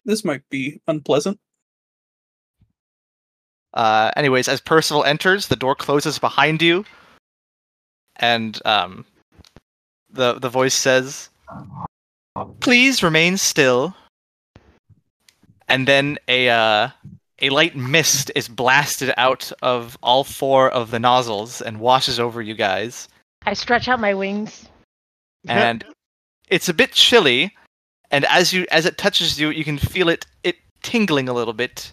Speaker 5: This might be unpleasant.
Speaker 2: Uh, anyways, as Percival enters, the door closes behind you, and um, the the voice says, "Please remain still." And then a uh, a light mist is blasted out of all four of the nozzles and washes over you guys,
Speaker 4: I stretch out my wings.
Speaker 2: and it's a bit chilly. And as you as it touches you, you can feel it it tingling a little bit.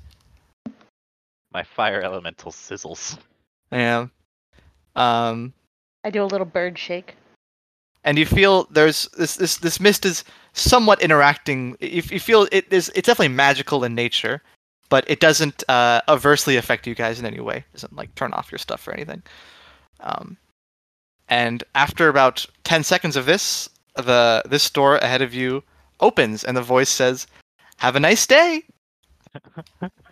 Speaker 3: my fire elemental sizzles.
Speaker 2: Yeah. Um,
Speaker 4: I do a little bird shake.
Speaker 2: and you feel there's this this this mist is somewhat interacting. You, you feel it is it's definitely magical in nature, but it doesn't uh, adversely affect you guys in any way. It doesn't like turn off your stuff or anything. Um, and after about ten seconds of this, the this door ahead of you opens, and the voice says, "Have a nice day."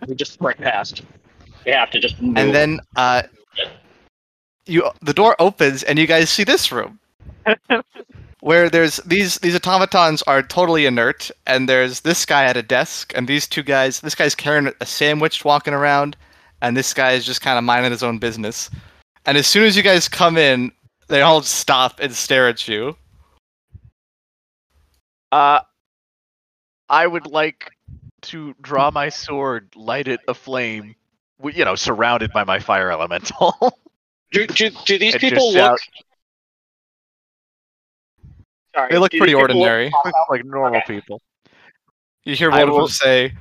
Speaker 1: We just sprint past. We have to just move.
Speaker 2: And then uh, you the door opens and you guys see this room. where there's these these automatons are totally inert and there's this guy at a desk and these two guys this guy's carrying a sandwich walking around and this guy is just kind of minding his own business. And as soon as you guys come in, they all stop and stare at you.
Speaker 3: Uh, I would like to draw my sword, light it aflame, w- you know, surrounded by my fire elemental.
Speaker 1: do, do, do these
Speaker 3: and just
Speaker 1: people look?
Speaker 3: shout-
Speaker 1: Sorry,
Speaker 2: They look
Speaker 1: do these
Speaker 2: pretty
Speaker 1: people
Speaker 2: ordinary.
Speaker 3: like normal people.
Speaker 2: You hear
Speaker 3: I
Speaker 2: one of them
Speaker 3: will-
Speaker 2: say,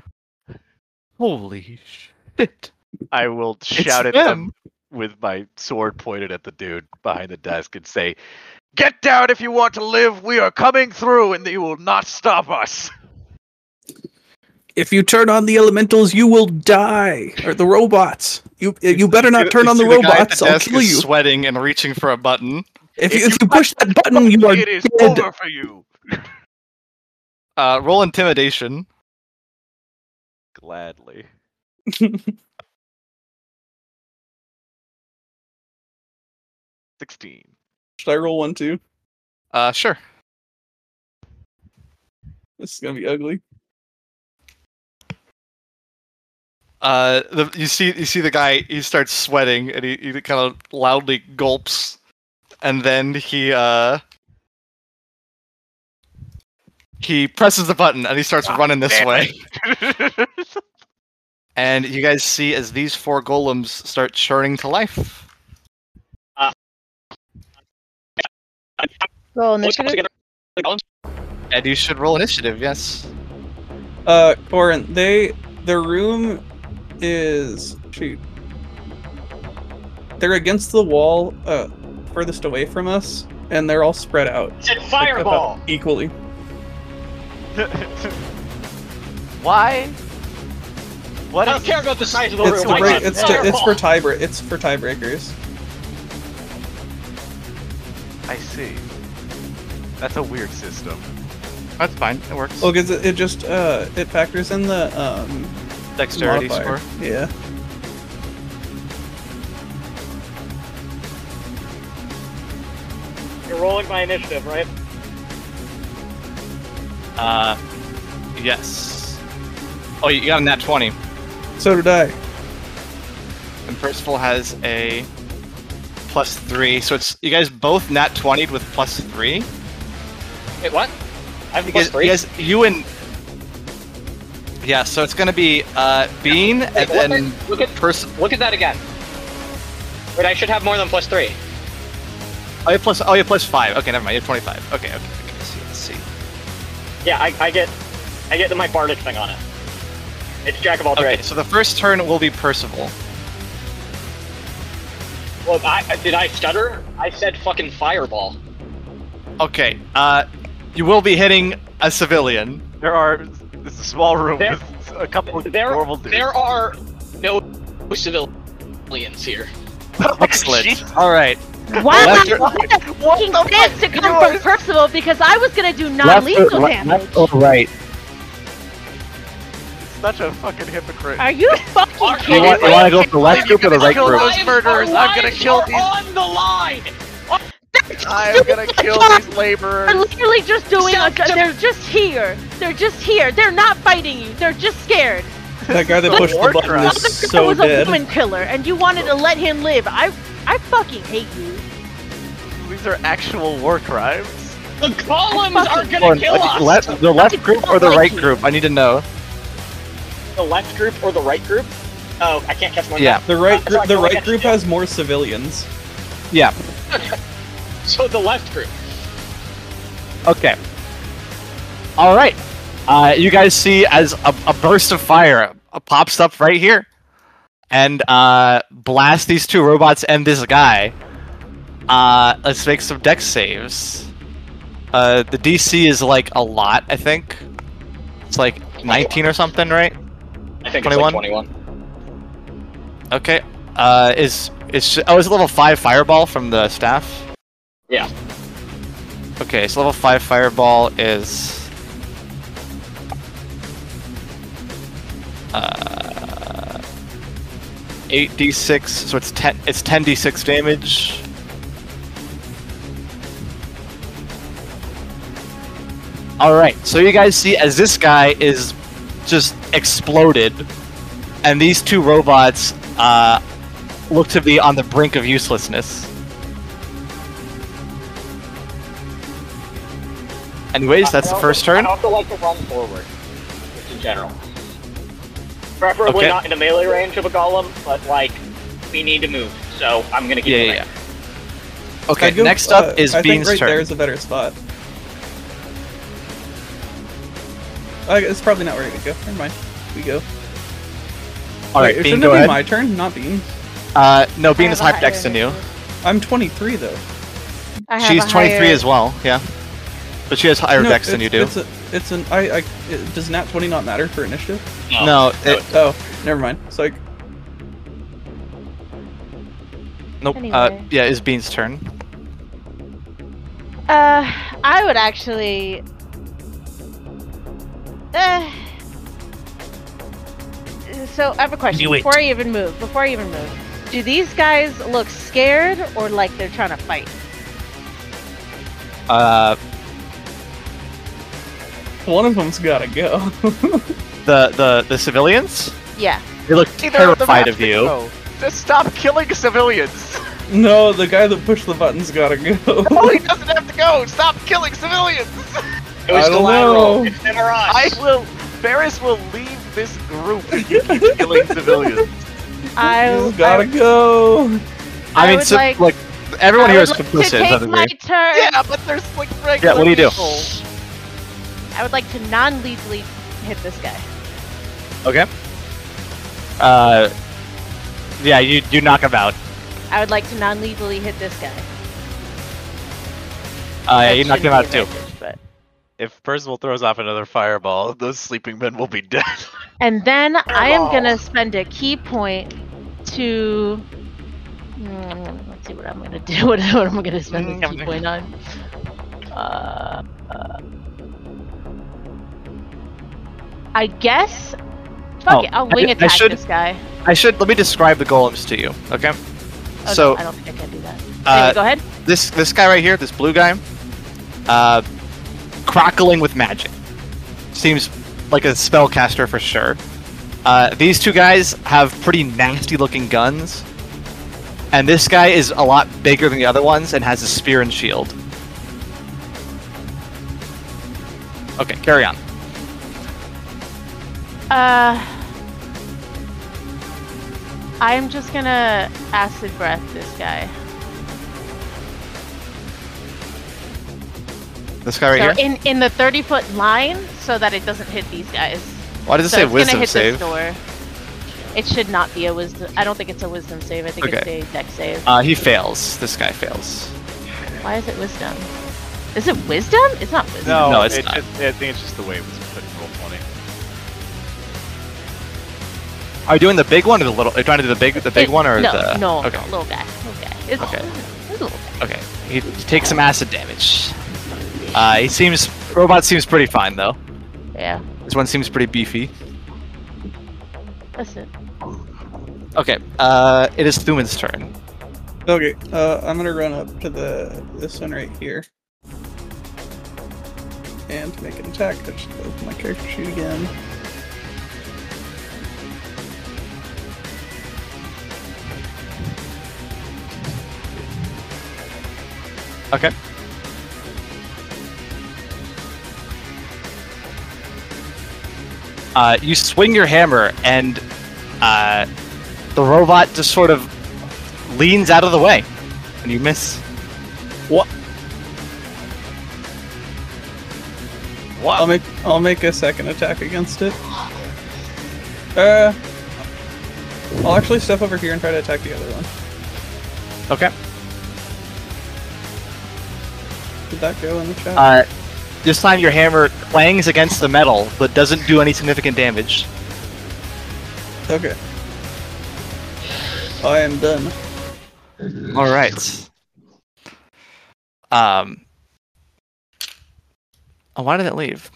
Speaker 2: "Holy shit!"
Speaker 3: I will shout at
Speaker 2: them.
Speaker 3: them with my sword pointed at the dude behind the desk and say, "Get down if you want to live. We are coming through, and you will not stop us."
Speaker 5: If you turn on the elementals, you will die. Or the robots. You uh, you better not turn on the
Speaker 2: see guy at
Speaker 5: robots. I'll
Speaker 2: desk
Speaker 5: kill
Speaker 2: is
Speaker 5: you.
Speaker 2: Sweating and reaching for a button.
Speaker 5: If
Speaker 3: if
Speaker 5: you, if
Speaker 3: you
Speaker 5: you push that button, you are
Speaker 3: It is
Speaker 5: dead.
Speaker 3: over for you.
Speaker 2: Uh, roll intimidation.
Speaker 3: Gladly. Sixteen.
Speaker 5: Should I roll one too?
Speaker 2: Uh, sure.
Speaker 5: This is gonna be ugly.
Speaker 2: Uh, the, you see, you see the guy. He starts sweating and he, he kind of loudly gulps, and then he uh he presses the button and he starts running this
Speaker 3: damn
Speaker 2: way. And you guys see as these four golems start churning to life.
Speaker 4: Roll
Speaker 1: Let's come
Speaker 4: initiative.
Speaker 1: together.
Speaker 2: And you should roll initiative. Yes.
Speaker 5: Uh, Corin, they their room is shoot. They're against the wall, uh, furthest away from us, and they're all spread out.
Speaker 1: It's a
Speaker 5: like, about
Speaker 1: fireball.
Speaker 5: equally.
Speaker 3: Why? What
Speaker 1: I don't
Speaker 3: is
Speaker 1: care about the size of the
Speaker 5: It's,
Speaker 1: room.
Speaker 5: for
Speaker 1: I
Speaker 5: break,
Speaker 1: want
Speaker 5: it's, to,
Speaker 1: fireball.
Speaker 5: it's for tiebreak. It's for tiebreakers.
Speaker 3: I see. That's a weird system.
Speaker 7: That's fine. It works.
Speaker 5: Well, because it, it just uh, it factors in the um,
Speaker 7: Dexterity
Speaker 5: modifier.
Speaker 7: score.
Speaker 5: Yeah.
Speaker 1: You're rolling my initiative, right?
Speaker 2: Uh, yes. Oh, you got a nat 20.
Speaker 5: So did I.
Speaker 2: And Percival has a plus 3. So it's you guys both nat 20 with plus 3.
Speaker 1: Wait, what? I have
Speaker 2: You
Speaker 1: plus
Speaker 2: guys,
Speaker 1: three.
Speaker 2: you guys- you and. Yeah, so it's going to be uh, Bean
Speaker 1: Wait,
Speaker 2: and
Speaker 1: what?
Speaker 2: then
Speaker 1: look at
Speaker 2: Percival.
Speaker 1: look at that again. Wait, I should have more than plus three.
Speaker 2: Oh, you plus. Oh, you plus five. Okay, never mind. You have twenty-five. Okay, okay. okay. Let's see. Let's see.
Speaker 1: Yeah, I, I get I get my bardic thing on it. It's jack of all
Speaker 2: Okay,
Speaker 1: trades.
Speaker 2: so the first turn will be Percival.
Speaker 1: Well, I, did I stutter? I said fucking fireball.
Speaker 2: Okay. Uh, you will be hitting a civilian.
Speaker 3: There are. It's a small room
Speaker 1: There-
Speaker 3: with a couple of
Speaker 1: There,
Speaker 3: normal dudes.
Speaker 1: there are no civilians here. Oh,
Speaker 2: Excellent. All right.
Speaker 4: Wow!
Speaker 2: Left or-
Speaker 4: what a fucking chance to come from Percival because I was gonna do
Speaker 8: Left
Speaker 4: non-lethal
Speaker 8: or,
Speaker 4: damage.
Speaker 8: left or right?
Speaker 3: Such a fucking hypocrite.
Speaker 4: Are you fucking
Speaker 8: You
Speaker 4: kidding
Speaker 8: want, you
Speaker 4: me?
Speaker 8: want to go for the left group or the right
Speaker 3: kill
Speaker 8: group?
Speaker 3: those murderers. I'm gonna kill these.
Speaker 1: on the line.
Speaker 3: I'm gonna kill these laborers.
Speaker 4: They're literally just doing. A,
Speaker 1: Suck to-
Speaker 4: they're just here. They're just here. They're not fighting you. They're just scared.
Speaker 5: That guy that
Speaker 3: is a
Speaker 5: pushed the
Speaker 3: war
Speaker 5: button
Speaker 3: crime.
Speaker 5: is
Speaker 4: Motherfucker
Speaker 5: so
Speaker 4: was a
Speaker 5: dead.
Speaker 4: woman killer, and you wanted to let him live. I, I fucking hate you.
Speaker 3: These are actual war crimes.
Speaker 1: The columns are
Speaker 8: Or
Speaker 1: gonna kill us.
Speaker 8: the left, the left group or the right group?
Speaker 2: I need to know.
Speaker 1: The left group or the right group? Oh, I can't catch one.
Speaker 2: Yeah.
Speaker 5: The right,
Speaker 1: That's
Speaker 5: gr-
Speaker 1: like
Speaker 5: the
Speaker 1: all I
Speaker 5: right
Speaker 1: got
Speaker 5: group
Speaker 1: to do.
Speaker 5: has more civilians.
Speaker 1: So the left group.
Speaker 2: Okay. All right. Uh, you guys see as a, a burst of fire uh, pops up right here, and uh, blast these two robots and this guy. Uh, let's make some deck saves. Uh, the DC is like a lot, I think. It's like 19 or something, right?
Speaker 1: I
Speaker 2: 21?
Speaker 1: think it's like 21.
Speaker 2: Okay. Uh, is is oh, is it level five fireball from the staff?
Speaker 1: Yeah.
Speaker 2: Okay, so level five fireball is. Uh, eight d6, so it's ten. It's ten d6 damage. All right, so you guys see as this guy is just exploded, and these two robots uh, look to be on the brink of uselessness. Anyways, that's the first turn.
Speaker 1: I also like to run forward, just in general. Preferably
Speaker 2: Okay.
Speaker 1: not in the melee range of a golem, but like we need to move, so I'm gonna keep
Speaker 2: Yeah, yeah,
Speaker 1: moving.
Speaker 2: yeah. Okay,
Speaker 5: I'd go-
Speaker 2: next
Speaker 5: uh,
Speaker 2: up is
Speaker 5: I think
Speaker 2: Bean's
Speaker 5: right
Speaker 2: turn.
Speaker 5: there is a better spot. Uh, it's probably not where we go. Never mind. We go.
Speaker 2: All right, Bean,
Speaker 5: Wait, shouldn't
Speaker 2: go
Speaker 5: it be
Speaker 2: ahead.
Speaker 5: my turn, not Bean.
Speaker 2: Uh, no, Bean
Speaker 4: have
Speaker 2: is
Speaker 4: a
Speaker 2: high
Speaker 4: higher
Speaker 2: next than you.
Speaker 5: I'm 23 though.
Speaker 4: I have
Speaker 2: She's
Speaker 4: a
Speaker 2: 23
Speaker 4: higher-
Speaker 2: as well. Yeah, but she has higher
Speaker 5: No,
Speaker 2: dex than you
Speaker 5: it's-
Speaker 2: do.
Speaker 5: It's, a, it's an I. I it, does nat 20 not matter for initiative?
Speaker 2: no, it,
Speaker 5: Oh, never mind. It's like
Speaker 2: nope. Uh,
Speaker 4: Anyway.
Speaker 2: yeah, it's Bean's turn.
Speaker 4: Uh, I would actually. Uh, so I have a question. Before I even move, before I even move, do these guys look scared or like they're trying to fight?
Speaker 2: Uh,
Speaker 5: one of them's gotta go.
Speaker 2: the the the civilians.
Speaker 4: Yeah.
Speaker 2: They look
Speaker 3: Either of them
Speaker 2: terrified
Speaker 3: have
Speaker 2: of
Speaker 3: to
Speaker 2: you.
Speaker 3: go. Just stop killing civilians.
Speaker 5: no, the guy that pushed the button's gotta go.
Speaker 3: No, Oh, he doesn't have to go. Stop killing civilians.
Speaker 1: It was
Speaker 5: I don't
Speaker 1: collateral.
Speaker 5: know.
Speaker 1: It's them or us.
Speaker 3: I will. Ferris will leave this group killing civilians.
Speaker 4: I,
Speaker 5: He's gotta go.
Speaker 2: I
Speaker 4: I
Speaker 2: mean,
Speaker 4: would
Speaker 2: so, like,
Speaker 4: like-
Speaker 2: everyone
Speaker 4: I
Speaker 2: here
Speaker 4: would
Speaker 2: is
Speaker 4: like
Speaker 2: complicit.
Speaker 4: To
Speaker 2: I
Speaker 4: take
Speaker 2: think
Speaker 4: my
Speaker 2: we-
Speaker 4: turn.
Speaker 3: Yeah, but there's like regular
Speaker 2: Yeah, what do you do?
Speaker 3: people.
Speaker 4: I would like to non-lethally hit this guy.
Speaker 2: Uh, yeah, you you knock him out.
Speaker 4: I would like to non-lethally hit this guy.
Speaker 2: Uh,
Speaker 4: That
Speaker 2: you knocked him out
Speaker 4: shouldn't be
Speaker 2: too.
Speaker 4: advantage, But...
Speaker 3: If Percival throws off another fireball, those sleeping men will be dead.
Speaker 4: And then I am gonna spend a key point to. Mm, let's see what I'm gonna do. What, what I'm gonna spend a key point on. Uh, uh, I guess. Fuck
Speaker 2: Oh,
Speaker 4: it, I'll
Speaker 2: I-
Speaker 4: wing
Speaker 2: I
Speaker 4: attack
Speaker 2: should-
Speaker 4: this guy.
Speaker 2: I should let me describe the golems to you. Okay.
Speaker 4: Oh,
Speaker 2: so
Speaker 4: no, I don't think I can do that. Anyway,
Speaker 2: uh,
Speaker 4: go ahead.
Speaker 2: this this guy right here, this blue guy, uh, crockling with magic. Seems like a spellcaster for sure. Uh, these two guys have pretty nasty looking guns, and this guy is a lot bigger than the other ones and has a spear and shield. Okay, carry on.
Speaker 4: Uh, I'm just gonna acid breath this guy.
Speaker 2: This guy right
Speaker 4: so
Speaker 2: here.
Speaker 4: in in the 30 foot line, so that it doesn't hit these guys.
Speaker 2: Why does it
Speaker 4: so
Speaker 2: say
Speaker 4: it's gonna
Speaker 2: wisdom
Speaker 4: hit
Speaker 2: save?
Speaker 4: this door. It should not be a wisdom. I don't think it's a wisdom save. I think
Speaker 2: Okay.
Speaker 4: it's a deck save.
Speaker 2: Uh, he fails. This guy fails.
Speaker 4: Why is it wisdom? Is it wisdom? It's not wisdom.
Speaker 3: No,
Speaker 2: No, it's
Speaker 3: it's
Speaker 2: not.
Speaker 3: just- I think it's just the way it was put in roll twenty.
Speaker 2: Are you doing the big one or the little? Are you trying to do the big, the big
Speaker 4: It-
Speaker 2: one or
Speaker 4: no,
Speaker 2: the?
Speaker 4: No,
Speaker 2: Okay.
Speaker 4: no, little guy, little guy. It's,
Speaker 2: Okay.
Speaker 4: it's a little guy.
Speaker 2: Okay, he takes some acid damage. Uh, he seems robot seems pretty fine though.
Speaker 4: Yeah,
Speaker 2: This one seems pretty beefy.
Speaker 4: that's it.
Speaker 2: Okay, uh, it is Thuman's turn.
Speaker 5: Okay, uh, I'm gonna run up to the this one right here and make an attack. I should open my character sheet again.
Speaker 2: Okay. Uh, you swing your hammer, and uh, the robot just sort of leans out of the way, and you miss.
Speaker 5: I'll make I'll make a second attack against it. Uh, I'll actually step over here and try to attack the other one.
Speaker 2: Okay.
Speaker 5: Did that go in the chat?
Speaker 2: Uh, this time your hammer clangs against the metal, but doesn't do any significant damage.
Speaker 5: okay. I am done.
Speaker 2: All right. Um. Oh, why did it leave?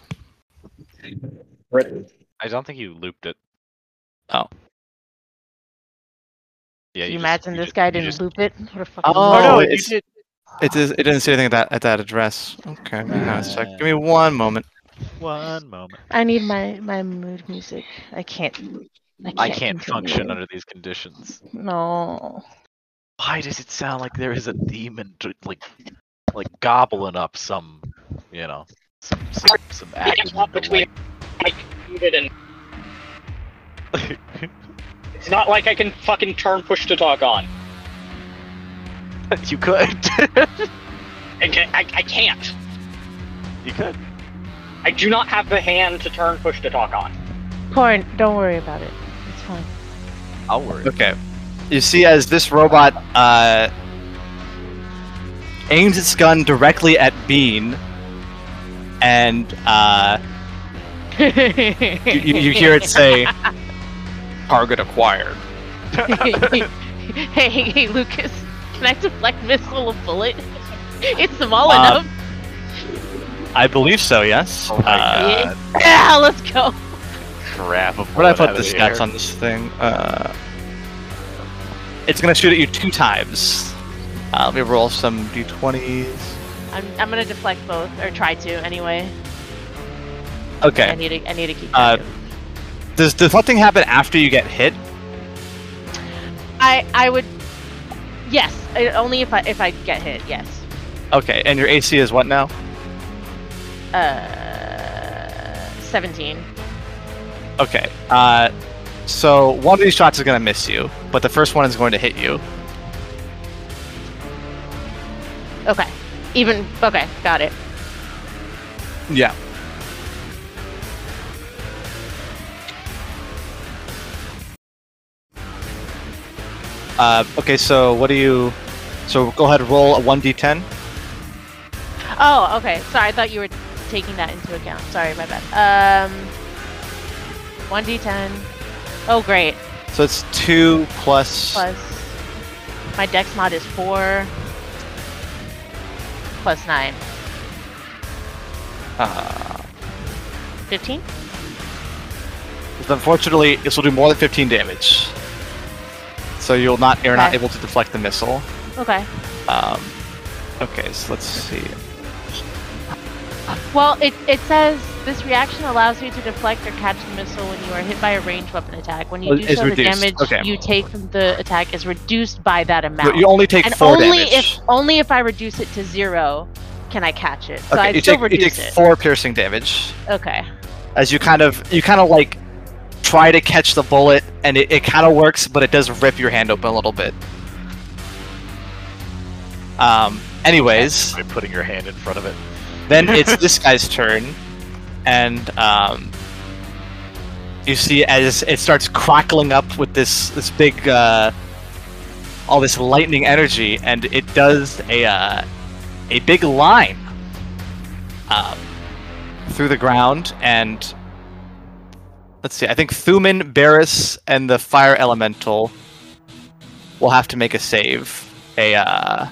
Speaker 3: I don't think you looped it.
Speaker 2: Oh.
Speaker 3: Yeah.
Speaker 4: Can you
Speaker 3: just-
Speaker 4: imagine this
Speaker 3: just-
Speaker 4: guy
Speaker 3: you
Speaker 4: didn't
Speaker 3: just-
Speaker 4: loop it? What a fucking
Speaker 2: Oh,
Speaker 3: Oh,
Speaker 4: loser.
Speaker 3: no, you
Speaker 2: it's-
Speaker 3: did.
Speaker 2: It is. It didn't say anything at that at that address. Okay, hang on a sec. Give me one moment.
Speaker 3: One moment.
Speaker 4: I need my my mood music. I can't. I can't,
Speaker 3: I can't
Speaker 4: continue.
Speaker 3: function under these conditions.
Speaker 4: No.
Speaker 3: Why does it sound like there is a demon dr- like like gobbling up some, you know, some some, some
Speaker 1: It's not
Speaker 3: acronym to
Speaker 1: between like muted and
Speaker 3: like-
Speaker 1: it's not like I can fucking turn push to talk on.
Speaker 3: you could.
Speaker 1: I, can, I, I can't.
Speaker 3: you could.
Speaker 1: I do not have the hand to turn push to talk on.
Speaker 4: Corn, don't worry about it. It's fine.
Speaker 3: I'll worry.
Speaker 2: Okay. You see, as this robot uh, aims its gun directly at Bean, and uh, you, you you hear it say, "Target acquired."
Speaker 4: hey, hey, hey, Lucas. Can I deflect missile a bullet? It's small
Speaker 2: Uh,
Speaker 4: enough.
Speaker 2: I believe so. Yes. Uh,
Speaker 4: yeah, let's go.
Speaker 3: Crap. I'm
Speaker 2: Where did I
Speaker 3: running
Speaker 2: put
Speaker 3: out
Speaker 2: the
Speaker 3: of
Speaker 2: stats
Speaker 3: air.
Speaker 2: on this thing? Uh, it's gonna shoot at you two times. Uh, let me roll some d20s.
Speaker 4: I'm, I'm gonna deflect both, or try to anyway. I
Speaker 2: Okay.
Speaker 4: need to, I need to keep.
Speaker 2: Uh,
Speaker 4: track of-
Speaker 2: Does deflecting happen after you get hit?
Speaker 4: I, I would. Yes, I- only if I, if I get hit. Yes.
Speaker 2: Okay, and your AC is what now?
Speaker 4: Uh, seventeen.
Speaker 2: Okay. Uh, so one of these shots is gonna miss you, but the first one is going to hit you.
Speaker 4: Okay. Even. Okay, got it.
Speaker 2: Yeah. Uh, okay, so what do you? So go ahead, roll a one d10.
Speaker 4: Oh, okay. Sorry, I thought you were taking that into account. Sorry, my bad. Um, one d10. Oh, great.
Speaker 2: So it's two plus.
Speaker 4: Plus, my dex mod is four. Plus nine.
Speaker 2: Uh,
Speaker 4: Fifteen.
Speaker 2: unfortunately, this will do more than 15 damage. So you'll not you're not
Speaker 9: Okay.
Speaker 2: able to deflect the missile.
Speaker 9: Okay.
Speaker 2: Um, okay, so let's see.
Speaker 9: Well, it, it says this reaction allows you to deflect or catch the missile when you are hit by a ranged weapon attack. When you
Speaker 2: Oh,
Speaker 9: do
Speaker 2: it's
Speaker 9: so,
Speaker 2: reduced.
Speaker 9: the damage
Speaker 2: Okay.
Speaker 9: you take from the attack is reduced by that amount.
Speaker 2: You, you only take
Speaker 9: and
Speaker 2: four
Speaker 9: only
Speaker 2: damage.
Speaker 9: if only if I reduce it to zero can I catch it. So
Speaker 2: okay,
Speaker 9: I
Speaker 2: you
Speaker 9: still
Speaker 2: take, you
Speaker 9: reduce
Speaker 2: take
Speaker 9: it.
Speaker 2: four piercing damage
Speaker 9: Okay.
Speaker 2: as you kind of you kind of like try to catch the bullet, and it, it kind of works, but it does rip your hand open a little bit. Um. Anyways.
Speaker 3: by putting your hand in front of it.
Speaker 2: Then it's this guy's turn, and um, you see as it starts crackling up with this this big uh, all this lightning energy, and it does a uh, a big line um, through the ground, and let's see. I think Thuman, Barris, and the fire elemental will have to make a save, a uh,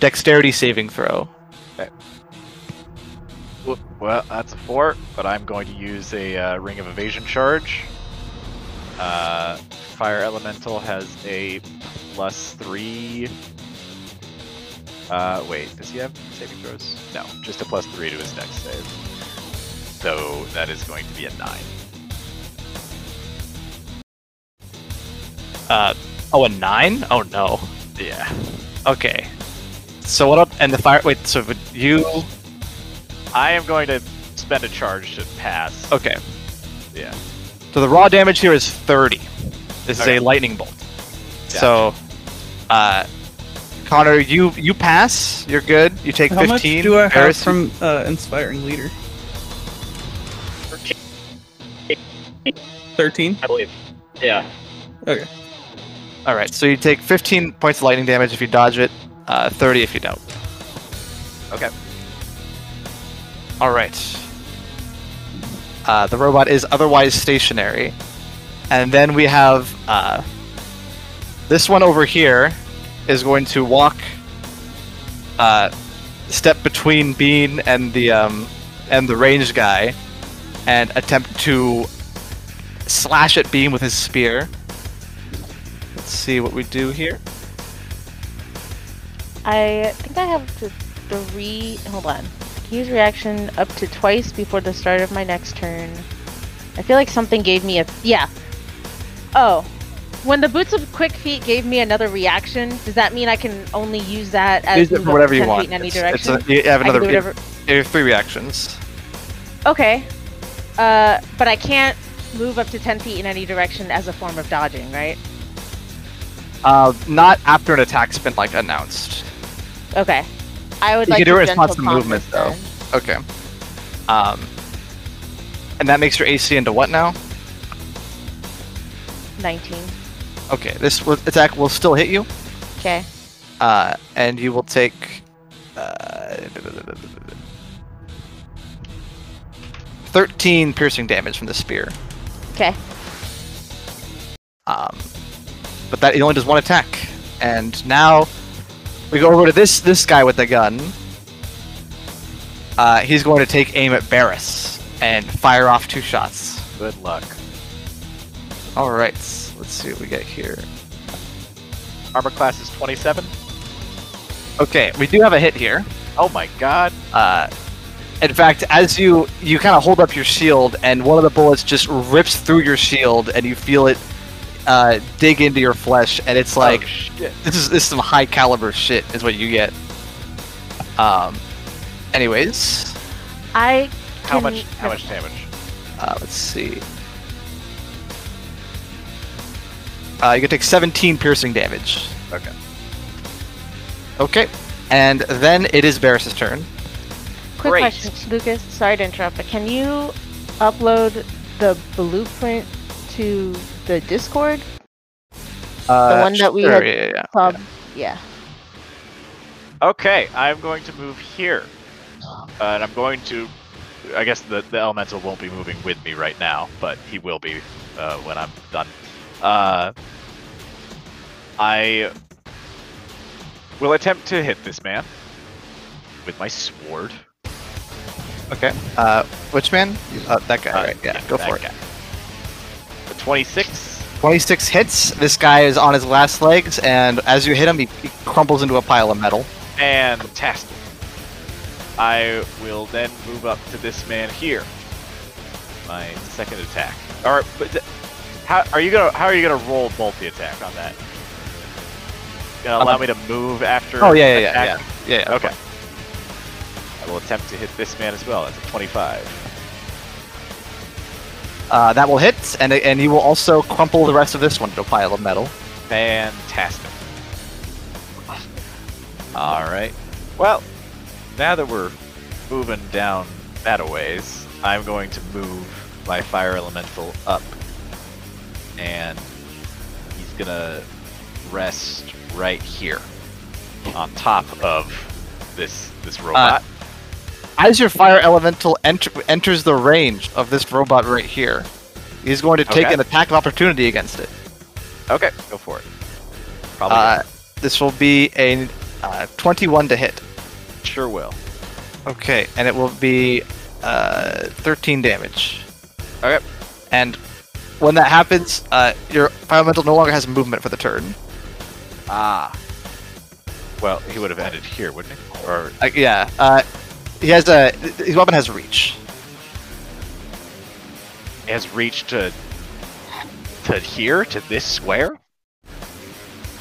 Speaker 2: dexterity saving throw.
Speaker 3: Wh- Well, that's a four, but I'm going to use a uh, Ring of Evasion charge. Uh, Fire Elemental has a plus three. Uh, wait, does he have saving throws? No, just a plus three to his next save. So that is going to be a nine.
Speaker 2: Uh, oh, a nine? Oh no.
Speaker 3: Yeah.
Speaker 2: Okay. So what up? And the fire. Wait. So would you?
Speaker 3: I am going to spend a charge to pass.
Speaker 2: Okay.
Speaker 3: Yeah.
Speaker 2: So the raw damage here is thirty. This
Speaker 3: Okay.
Speaker 2: is a lightning bolt.
Speaker 3: Yeah.
Speaker 2: So, uh, Connor, you you pass. You're good. You take
Speaker 5: How much
Speaker 2: fifteen.
Speaker 5: do I have
Speaker 2: Barris,
Speaker 5: from uh, inspiring leader? Thirteen.
Speaker 1: I believe. Yeah.
Speaker 5: Okay.
Speaker 2: All right. So you take fifteen points of lightning damage if you dodge it. Uh, thirty if you don't.
Speaker 3: Okay.
Speaker 2: All right. Uh, the robot is otherwise stationary, and then we have uh, this one over here is going to walk, uh, step between Bean and the um, and the ranged guy, and attempt to slash at Bean with his spear. Let's see what we do here.
Speaker 4: I think I have to three. Hold on. Use reaction up to twice before the start of my next turn. I feel like something gave me a yeah. Oh,
Speaker 9: When the boots of quick feet gave me another reaction, does that mean I can only use that as
Speaker 2: Use it
Speaker 9: move
Speaker 2: for
Speaker 9: up
Speaker 2: whatever you
Speaker 9: 10
Speaker 2: want.
Speaker 9: feet in any
Speaker 2: It's- it's
Speaker 9: direction?
Speaker 2: a- you have
Speaker 9: I can
Speaker 2: another.
Speaker 9: do whatever-
Speaker 2: You have three reactions.
Speaker 9: Okay. Uh, but I can't move up to 10 feet in any direction as a form of dodging, right?
Speaker 2: Uh, not after an attack's been like announced.
Speaker 9: Okay.
Speaker 4: I would
Speaker 2: You
Speaker 4: like
Speaker 2: can do
Speaker 4: to
Speaker 2: it in response
Speaker 4: gentle
Speaker 2: to movement,
Speaker 4: calmness
Speaker 2: though.
Speaker 4: then.
Speaker 2: Okay. Um, and that makes your AC into what now?
Speaker 4: 19.
Speaker 2: Okay, this will, attack will still hit you,
Speaker 4: Okay.
Speaker 2: uh, and you will take uh, thirteen piercing damage from the spear.
Speaker 4: Okay.
Speaker 2: Um, but that it only does one attack, and now we go over to this this guy with the gun. Uh, he's going to take aim at Barris and fire off two shots.
Speaker 3: Good luck.
Speaker 2: All right, let's see what we get here.
Speaker 3: Armor class is 27.
Speaker 2: Okay, we do have a hit here.
Speaker 3: Oh my god.
Speaker 2: Uh, in fact, as you you kind of hold up your shield, and one of the bullets just rips through your shield, and you feel it uh, dig into your flesh, and it's like
Speaker 3: Oh, shit.
Speaker 2: this is this is some high caliber shit, is what you get. Um. Anyways,
Speaker 9: I
Speaker 3: How
Speaker 9: Can-
Speaker 3: much? How much damage?
Speaker 2: uh, let's see. Uh, you can take 17 piercing damage.
Speaker 3: Okay.
Speaker 2: Okay, and then it is Barris's turn.
Speaker 4: Quick
Speaker 2: Great.
Speaker 4: question, Lucas. Sorry to interrupt, but can you upload the blueprint to the Discord?
Speaker 2: Uh,
Speaker 4: one that we
Speaker 2: sure,
Speaker 4: had-
Speaker 2: yeah, yeah, yeah.
Speaker 4: Um, yeah.
Speaker 3: Okay, I'm going to move here. Uh, and I'm going to. I guess the, the elemental won't be moving with me right now, but he will be uh, when I'm done. Uh, I will attempt to hit this man with my sword.
Speaker 2: Okay. Uh, which man? Uh, that guy. right? Yeah. Go for it.
Speaker 3: it. Twenty-six.
Speaker 2: 26 hits. This guy is on his last legs, and as you hit him, he, he crumples into a pile of metal.
Speaker 3: Fantastic. I will then move up to this man here. My second attack. Or but th- how are you gonna how are you gonna roll multi attack on that? Gonna allow
Speaker 2: Um,
Speaker 3: me to move after?
Speaker 2: Oh yeah, yeah, yeah,
Speaker 3: attack?
Speaker 2: yeah, yeah. yeah.
Speaker 3: Okay. I will attempt to hit this man as well. That's a twenty-five.
Speaker 2: Uh, that will hit, and and he will also crumple the rest of this one into a pile of metal.
Speaker 3: Fantastic. All right. Well, now that we're moving down that a ways, I'm going to move my fire elemental up, and he's gonna rest right here, on top of this this robot.
Speaker 2: As your fire elemental enter, enters the range of this robot right here, he's going to take
Speaker 3: Okay.
Speaker 2: an attack of opportunity against it.
Speaker 3: okay, go for it. Probably
Speaker 2: Uh, this will be a uh, 21 to hit.
Speaker 3: sure will.
Speaker 2: Okay, and it will be uh, 13 damage.
Speaker 3: Okay.
Speaker 2: And when that happens, uh, your fire elemental no longer has movement for the turn.
Speaker 3: Ah. Well, he would have ended here, wouldn't he? Or
Speaker 2: Uh, yeah. Uh, he has a his weapon has reach.
Speaker 3: has reached to to here to this square.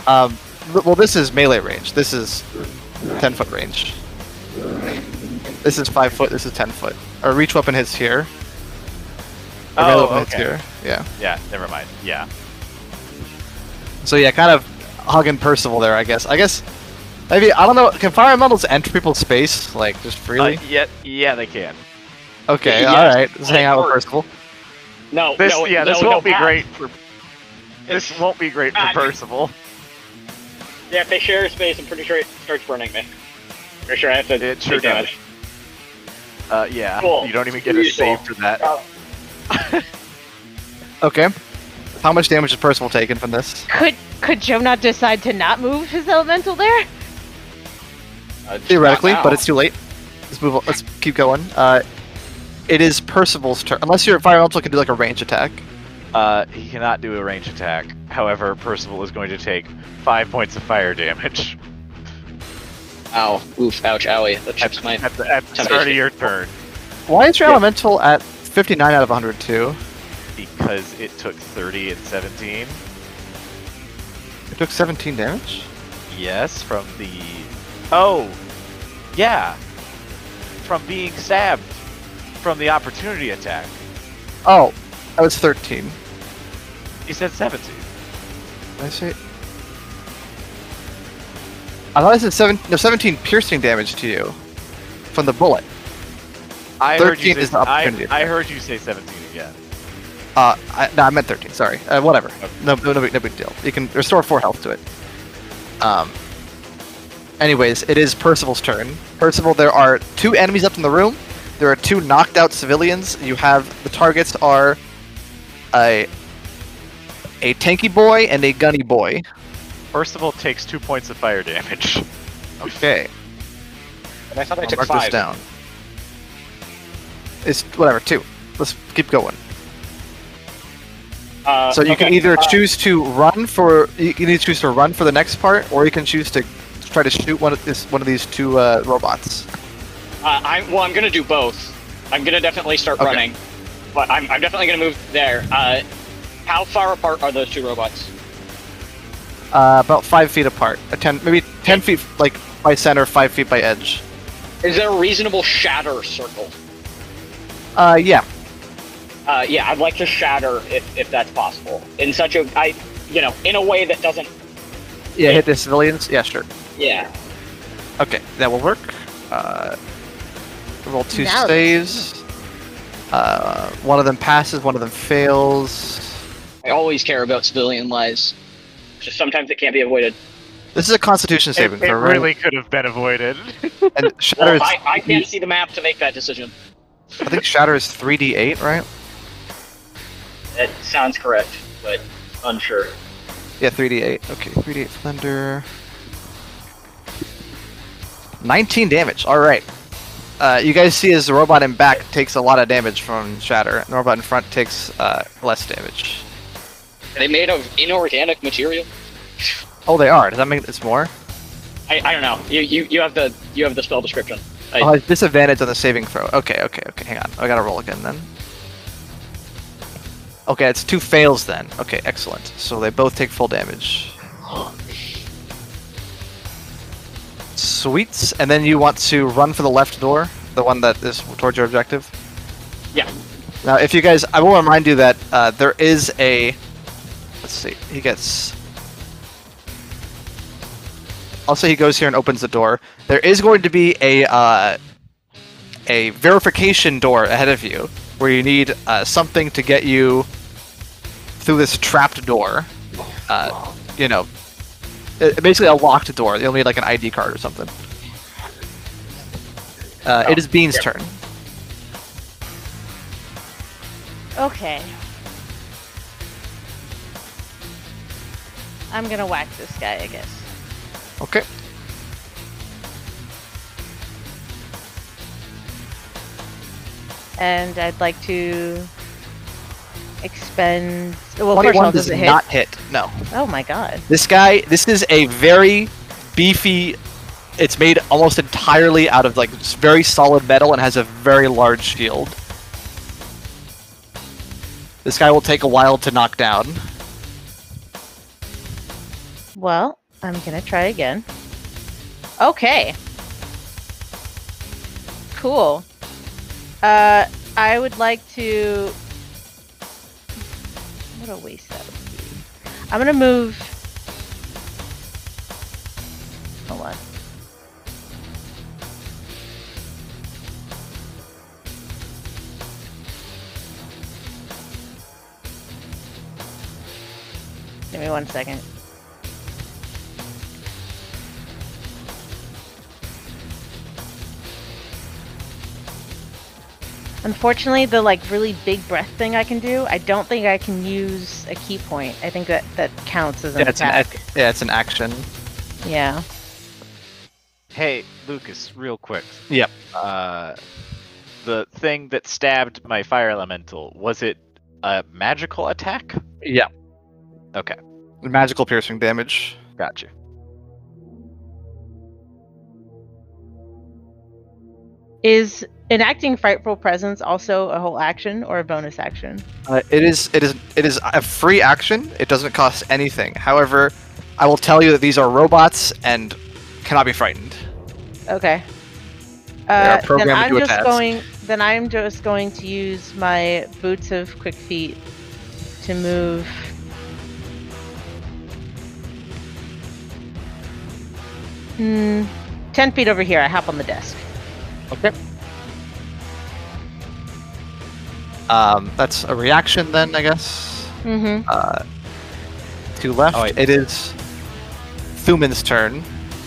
Speaker 2: Um, th- well, this is melee range. This is ten foot range. This is five foot. This is ten foot. Our reach weapon hits here. Our
Speaker 1: Oh,
Speaker 2: melee weapon hits here. Yeah.
Speaker 3: Yeah, never mind. Yeah, Uh,
Speaker 2: So yeah, kind of hugging Percival there, I guess. I guess maybe I don't know. Can fire elementals enter people's space like just freely?
Speaker 3: Uh, yeah, yeah, they can.
Speaker 2: okay.
Speaker 1: yeah.
Speaker 2: All right. Let's hang out with
Speaker 1: Or-
Speaker 2: Percival.
Speaker 1: No,
Speaker 3: This,
Speaker 1: no,
Speaker 3: yeah,
Speaker 1: no,
Speaker 3: this
Speaker 1: no,
Speaker 3: won't be
Speaker 1: ah.
Speaker 3: great for. This won't be great for
Speaker 1: Ah,
Speaker 3: Percival.
Speaker 1: Yeah, if they share space, I'm pretty sure it starts burning me. Pretty sure I have to
Speaker 3: It sure
Speaker 1: take damage.
Speaker 3: Uh, yeah,
Speaker 1: Cool.
Speaker 3: you don't even get a
Speaker 1: Usual.
Speaker 3: save for that.
Speaker 2: Okay. How much damage is Percival taking from this?
Speaker 4: Could could Joe not decide to not move his elemental there?
Speaker 1: Uh,
Speaker 2: Theoretically,
Speaker 1: not now.
Speaker 2: but it's too late. Let's move. Let's keep going. Uh, it is Percival's turn, unless your fire elemental can do like a range attack.
Speaker 3: Uh, he cannot do a range attack. However, Percival is going to take five points of fire damage
Speaker 1: Ow. Oof. Ouch. Owie. That chips my.
Speaker 3: at the, at the
Speaker 1: Temptation.
Speaker 3: start of your turn
Speaker 2: Why is your elemental at 59 out of 102?
Speaker 3: because it took 30 and 17.
Speaker 2: It took 17 damage.
Speaker 3: Yes, from the. Oh, yeah, from being stabbed, from the opportunity attack.
Speaker 2: Oh, that was 13.
Speaker 3: He said seventeen.
Speaker 2: Did I say? I thought I said seven. No, 17 piercing damage to you from the bullet.
Speaker 3: I heard you
Speaker 2: 13
Speaker 3: say,
Speaker 2: is the opportunity
Speaker 3: I, I heard you say seventeen again.
Speaker 2: Uh, I, no, I meant 13. Sorry. Uh, whatever. No, no, no, big, no big deal. You can restore four health to it. Um. Anyways, it is Percival's turn. Percival, there are two enemies up in the room. There are two knocked out civilians. You have the targets are a a tanky boy and a gunny boy.
Speaker 3: Percival takes two points of fire damage.
Speaker 2: Okay,
Speaker 1: And I thought I
Speaker 2: I'll
Speaker 1: took
Speaker 2: mark this
Speaker 1: five.
Speaker 2: down. It's whatever two. Let's keep going.
Speaker 1: Uh,
Speaker 2: so you can
Speaker 1: okay,
Speaker 2: either
Speaker 1: uh,
Speaker 2: choose to run for you can either choose to run for the next part, or you can choose to try to shoot one of this one of these two uh, robots.
Speaker 1: Uh, I'm, well, I'm gonna do both. I'm gonna definitely start
Speaker 2: Okay.
Speaker 1: running, but I'm, I'm definitely gonna move there. Uh, how far apart are those two robots?
Speaker 2: Uh, about five feet apart, a ten maybe ten feet like by center, five feet by edge.
Speaker 1: Is there a reasonable shatter circle?
Speaker 2: Uh, yeah,
Speaker 1: Uh, yeah, I'd like to shatter if, if that's possible. In such a, I, you know, in a way that doesn't.
Speaker 2: yeah, hit the civilians. Yeah, sure.
Speaker 1: Yeah.
Speaker 2: Okay, that will work. Uh, roll two
Speaker 9: Now-
Speaker 2: saves. Uh, one of them passes, one of them fails.
Speaker 10: I always care about civilian lives.
Speaker 1: Just sometimes it can't be avoided.
Speaker 2: This is a Constitution saving
Speaker 3: it it
Speaker 2: throw, right?
Speaker 3: really could have been avoided.
Speaker 2: And shatter
Speaker 1: Well,
Speaker 2: is,
Speaker 1: I,
Speaker 2: I,
Speaker 1: I can't see the map to make that decision.
Speaker 2: think shatter is 3d8, right?
Speaker 1: That sounds correct, but unsure.
Speaker 2: Yeah, 3d8. Okay, 3d8 thunder. 19 damage. All right. Uh, you guys see as the robot in back takes a lot of damage from shatter, and the robot in front takes uh, less damage.
Speaker 1: They made of inorganic material.
Speaker 2: Oh, they are. Does that mean it's more?
Speaker 1: I, I don't know. You, you you have the you have the spell description. I-
Speaker 2: Oh, it's disadvantage on the saving throw. Okay, okay, okay. Hang on. I gotta roll again then. Okay, it's two fails then. Okay, excellent. So they both take full damage. Sweets, and then you want to run for the left door, the one that is towards your objective.
Speaker 1: Yeah.
Speaker 2: Now, if you guys, I will remind you that uh, there is a. Let's see. He gets. I'll say he goes here and opens the door. There is going to be a uh, a verification door ahead of you, where you need uh, something to get you through this trapped door. Uh, you know, it- basically a locked door. You'll need like an ID card or something. Uh, it is Bean's turn.
Speaker 4: Okay. I'm gonna whack this guy, I guess.
Speaker 2: Okay.
Speaker 4: And I'd like to expend. Well, first of all,
Speaker 2: 21
Speaker 4: does
Speaker 2: does
Speaker 4: it hit?
Speaker 2: not hit. No.
Speaker 4: Oh my god.
Speaker 2: This guy, this is a very beefy. It's made almost entirely out of like s- very solid metal and has a very large shield. This guy will take a while to knock down.
Speaker 4: Well, I'm gonna try again. Okay. Cool. Uh, I would like to. What a waste that would be. I'm gonna move. Hold on. Give me one second. Unfortunately, the like really big breath thing I can do, I don't think I can use a key point. I think that that counts as an
Speaker 2: Yeah, it's an
Speaker 4: attack.
Speaker 2: ac- yeah, it's an action.
Speaker 4: yeah.
Speaker 3: Hey, Lucas, real quick.
Speaker 2: Yep.
Speaker 3: Uh, the thing that stabbed my fire elemental was it a magical attack?
Speaker 2: Yeah.
Speaker 3: Okay.
Speaker 2: Magical piercing damage.
Speaker 3: Gotcha.
Speaker 4: Is enacting frightful presence also a whole action or a bonus action?
Speaker 2: Uh, it is it is it is a free action. It doesn't cost anything. However, I will tell you that these are robots and cannot be frightened.
Speaker 4: Okay.
Speaker 2: are
Speaker 4: Uh,
Speaker 2: programmed
Speaker 4: then
Speaker 2: to
Speaker 4: I'm
Speaker 2: do a
Speaker 4: just
Speaker 2: task.
Speaker 4: going. Then I'm just going to use my boots of quick feet to move. Hmm. Ten feet over here. I hop on the desk.
Speaker 2: Um, that's a reaction then, I guess.
Speaker 4: Mm-hmm.
Speaker 2: Two left.
Speaker 3: Oh, wait.
Speaker 2: It is Thuman's turn.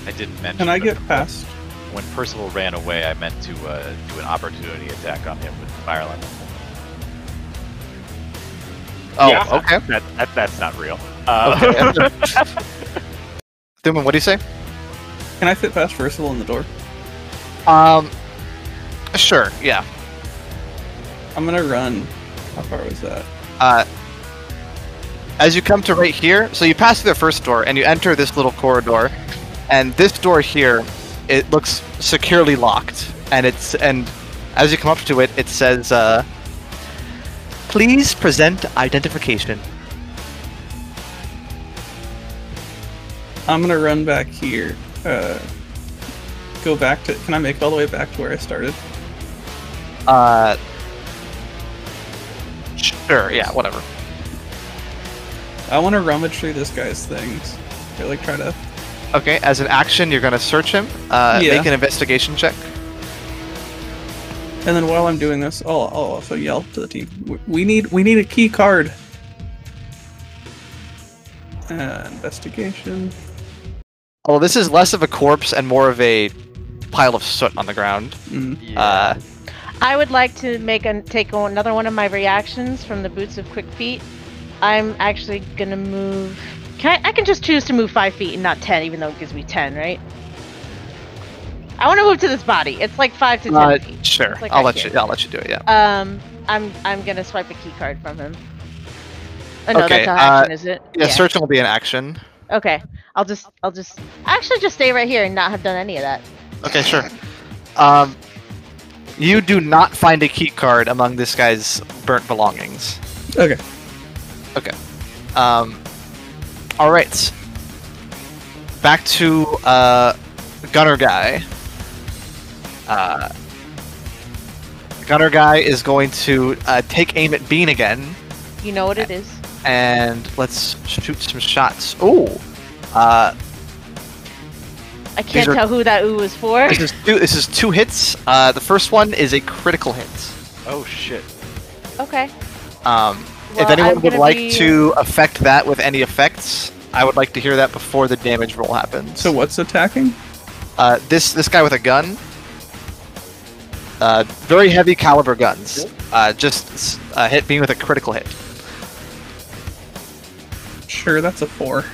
Speaker 3: I didn't mention.
Speaker 5: Can I
Speaker 3: but
Speaker 5: get past?
Speaker 3: When Percival ran away, I meant to uh, do an opportunity attack on him with the fire elemental.
Speaker 2: Oh,
Speaker 1: Yeah.
Speaker 2: okay.
Speaker 3: That, that that's not real. Uh,
Speaker 2: Thuman, what do you say?
Speaker 5: Can I fit past Versatile in the door?
Speaker 2: Um, sure. Yeah.
Speaker 5: I'm gonna run. How far was that?
Speaker 2: Uh, as you come to right here, so you pass through the first door and you enter this little corridor, and this door here, it looks securely locked, and it's and as you come up to it, it says, uh, "Please present identification."
Speaker 5: I'm gonna run back here. Uh, go back to. Can I make it all the way back to where I started?
Speaker 2: Uh, sure. Yeah. Whatever.
Speaker 5: I want to rummage through this guy's things. Or like try to.
Speaker 2: Okay, as an action, you're gonna search him. Uh,
Speaker 5: Yeah.
Speaker 2: Make an investigation check.
Speaker 5: And then while I'm doing this, I'll, I'll also yell to the team. "We- We need we need a key card. Uh, investigation.
Speaker 2: Although this is less of a corpse and more of a pile of soot on the ground.
Speaker 5: Mm.
Speaker 2: Uh,
Speaker 4: I would like to make an take on- another one of my reactions from the boots of quick feet. I'm actually gonna move. Can I, I can just choose to move five feet and not ten, even though it gives me ten, right? I want to move to this body. It's like five to ten
Speaker 2: Uh,
Speaker 4: feet.
Speaker 2: sure,
Speaker 4: It's like
Speaker 2: I'll
Speaker 4: right
Speaker 2: let
Speaker 4: here.
Speaker 2: you. I'll let you do it. Yeah.
Speaker 4: Um, I'm I'm gonna swipe a key card from him. Oh, no,
Speaker 2: Okay,
Speaker 4: that's a
Speaker 2: uh,
Speaker 4: action, is it?
Speaker 2: Yeah, searching will be an action.
Speaker 4: Okay, I'll just I'll just actually just stay right here and not have done any of that.
Speaker 2: Okay, sure. Um, you do not find a key card among this guy's burnt belongings.
Speaker 5: Okay.
Speaker 2: Um, all right. Back to uh, Gunner Guy. Uh, Gunner Guy is going to uh, take aim at Bean again,
Speaker 4: You know what it is.
Speaker 2: and let's shoot some shots. Ooh. Uh,
Speaker 4: I can't
Speaker 2: are-
Speaker 4: tell who that ooh was for.
Speaker 2: this is two. This is two hits. Uh, the first one is a critical hit.
Speaker 3: Oh shit.
Speaker 4: Okay.
Speaker 2: Um, if
Speaker 4: Well,
Speaker 2: anyone
Speaker 4: I'm
Speaker 2: would
Speaker 4: gonna
Speaker 2: like
Speaker 4: be-
Speaker 2: to affect that with any effects, I would like to hear that before the damage roll happens.
Speaker 5: So what's attacking?
Speaker 2: Uh, this this guy with a gun. Uh, very heavy caliber guns. Uh, just s- a hit being with a critical hit.
Speaker 5: Sure, that's a four.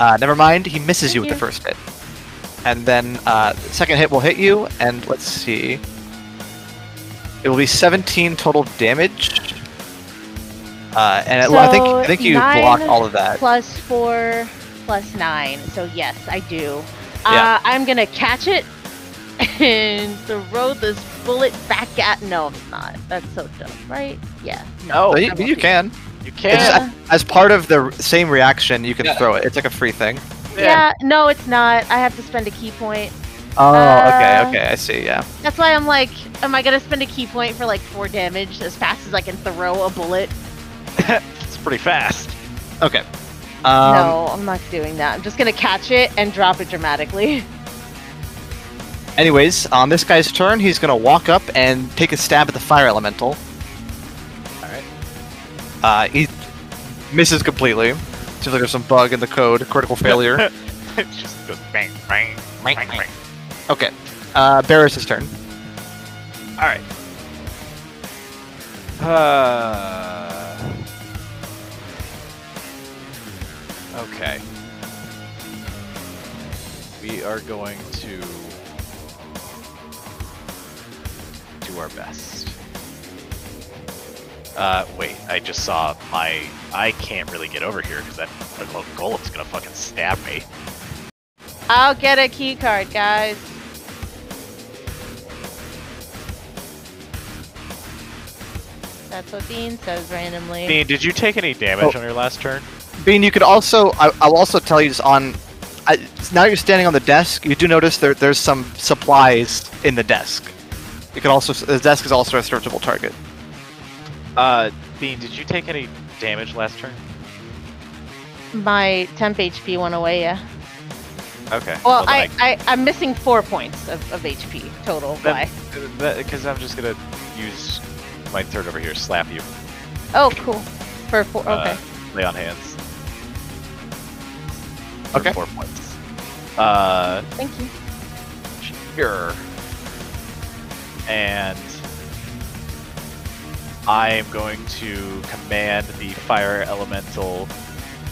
Speaker 2: Uh, never mind. He misses you with
Speaker 4: Thank
Speaker 2: the first hit, and then uh, the second hit will hit you. And let's see. It will be 17 total damage. Uh, and it, well, I think I
Speaker 4: So,
Speaker 2: think you
Speaker 4: nine
Speaker 2: block all of that.
Speaker 4: Plus four, plus nine. So yes, I
Speaker 2: Yeah.
Speaker 4: do. Uh, I'm gonna catch it and throw this bullet back at. No, I'm not. That's so dumb, right? Yeah. No.
Speaker 2: But
Speaker 4: I
Speaker 2: you,
Speaker 4: won't
Speaker 2: you
Speaker 4: do
Speaker 2: can.
Speaker 3: You
Speaker 2: It's
Speaker 3: can't.
Speaker 2: just as part of the r- same reaction, you can
Speaker 10: Yeah.
Speaker 2: throw it. It's like a free thing.
Speaker 4: that. Yeah. No, it's not. I have to spend a key point.
Speaker 2: Oh,
Speaker 4: Uh,
Speaker 2: okay, okay, I see. Yeah.
Speaker 4: That's why I'm like, am I gonna spend a key point for like four damage as fast as I can throw a bullet?
Speaker 3: It's pretty fast.
Speaker 2: Okay. Um,
Speaker 4: no, I'm not doing that. I'm just gonna catch it and drop it dramatically.
Speaker 2: Anyways, on this guy's turn, he's gonna walk up and take a stab at the fire elemental. All right. Uh, he misses completely. Seems like there's some bug in the code. Critical failure.
Speaker 3: It's just goes bang, bang, bang, bang.
Speaker 2: okay. Uh, Barris's turn.
Speaker 3: All right. Uh, okay. We are going to do our best. Uh, wait, I just saw my. I can't really get over here because that little golem's gonna fucking stab me.
Speaker 4: I'll get a key card, guys. That's what Bean says randomly.
Speaker 3: Dean, did you take any damage on your last turn?
Speaker 2: Bean, you could also. I, I'll also tell you just on. I, now that you're standing on the desk, you do notice there, there's some supplies in the desk. You could also. The desk is also a searchable target.
Speaker 3: Uh, Bean, did you take any damage last turn?
Speaker 4: My temp HP went away, yeah.
Speaker 3: Okay.
Speaker 4: Well,
Speaker 3: then
Speaker 4: I, I, I'm missing four points of, of HP total.
Speaker 3: Then-
Speaker 4: Why?
Speaker 3: Because I'm just gonna use my turn over here, slap you.
Speaker 4: Oh, cool. For four, okay.
Speaker 3: Uh, lay on hands. For
Speaker 2: Okay.
Speaker 3: Four points. Uh,
Speaker 4: Thank you.
Speaker 3: here. And I am going to command the fire elemental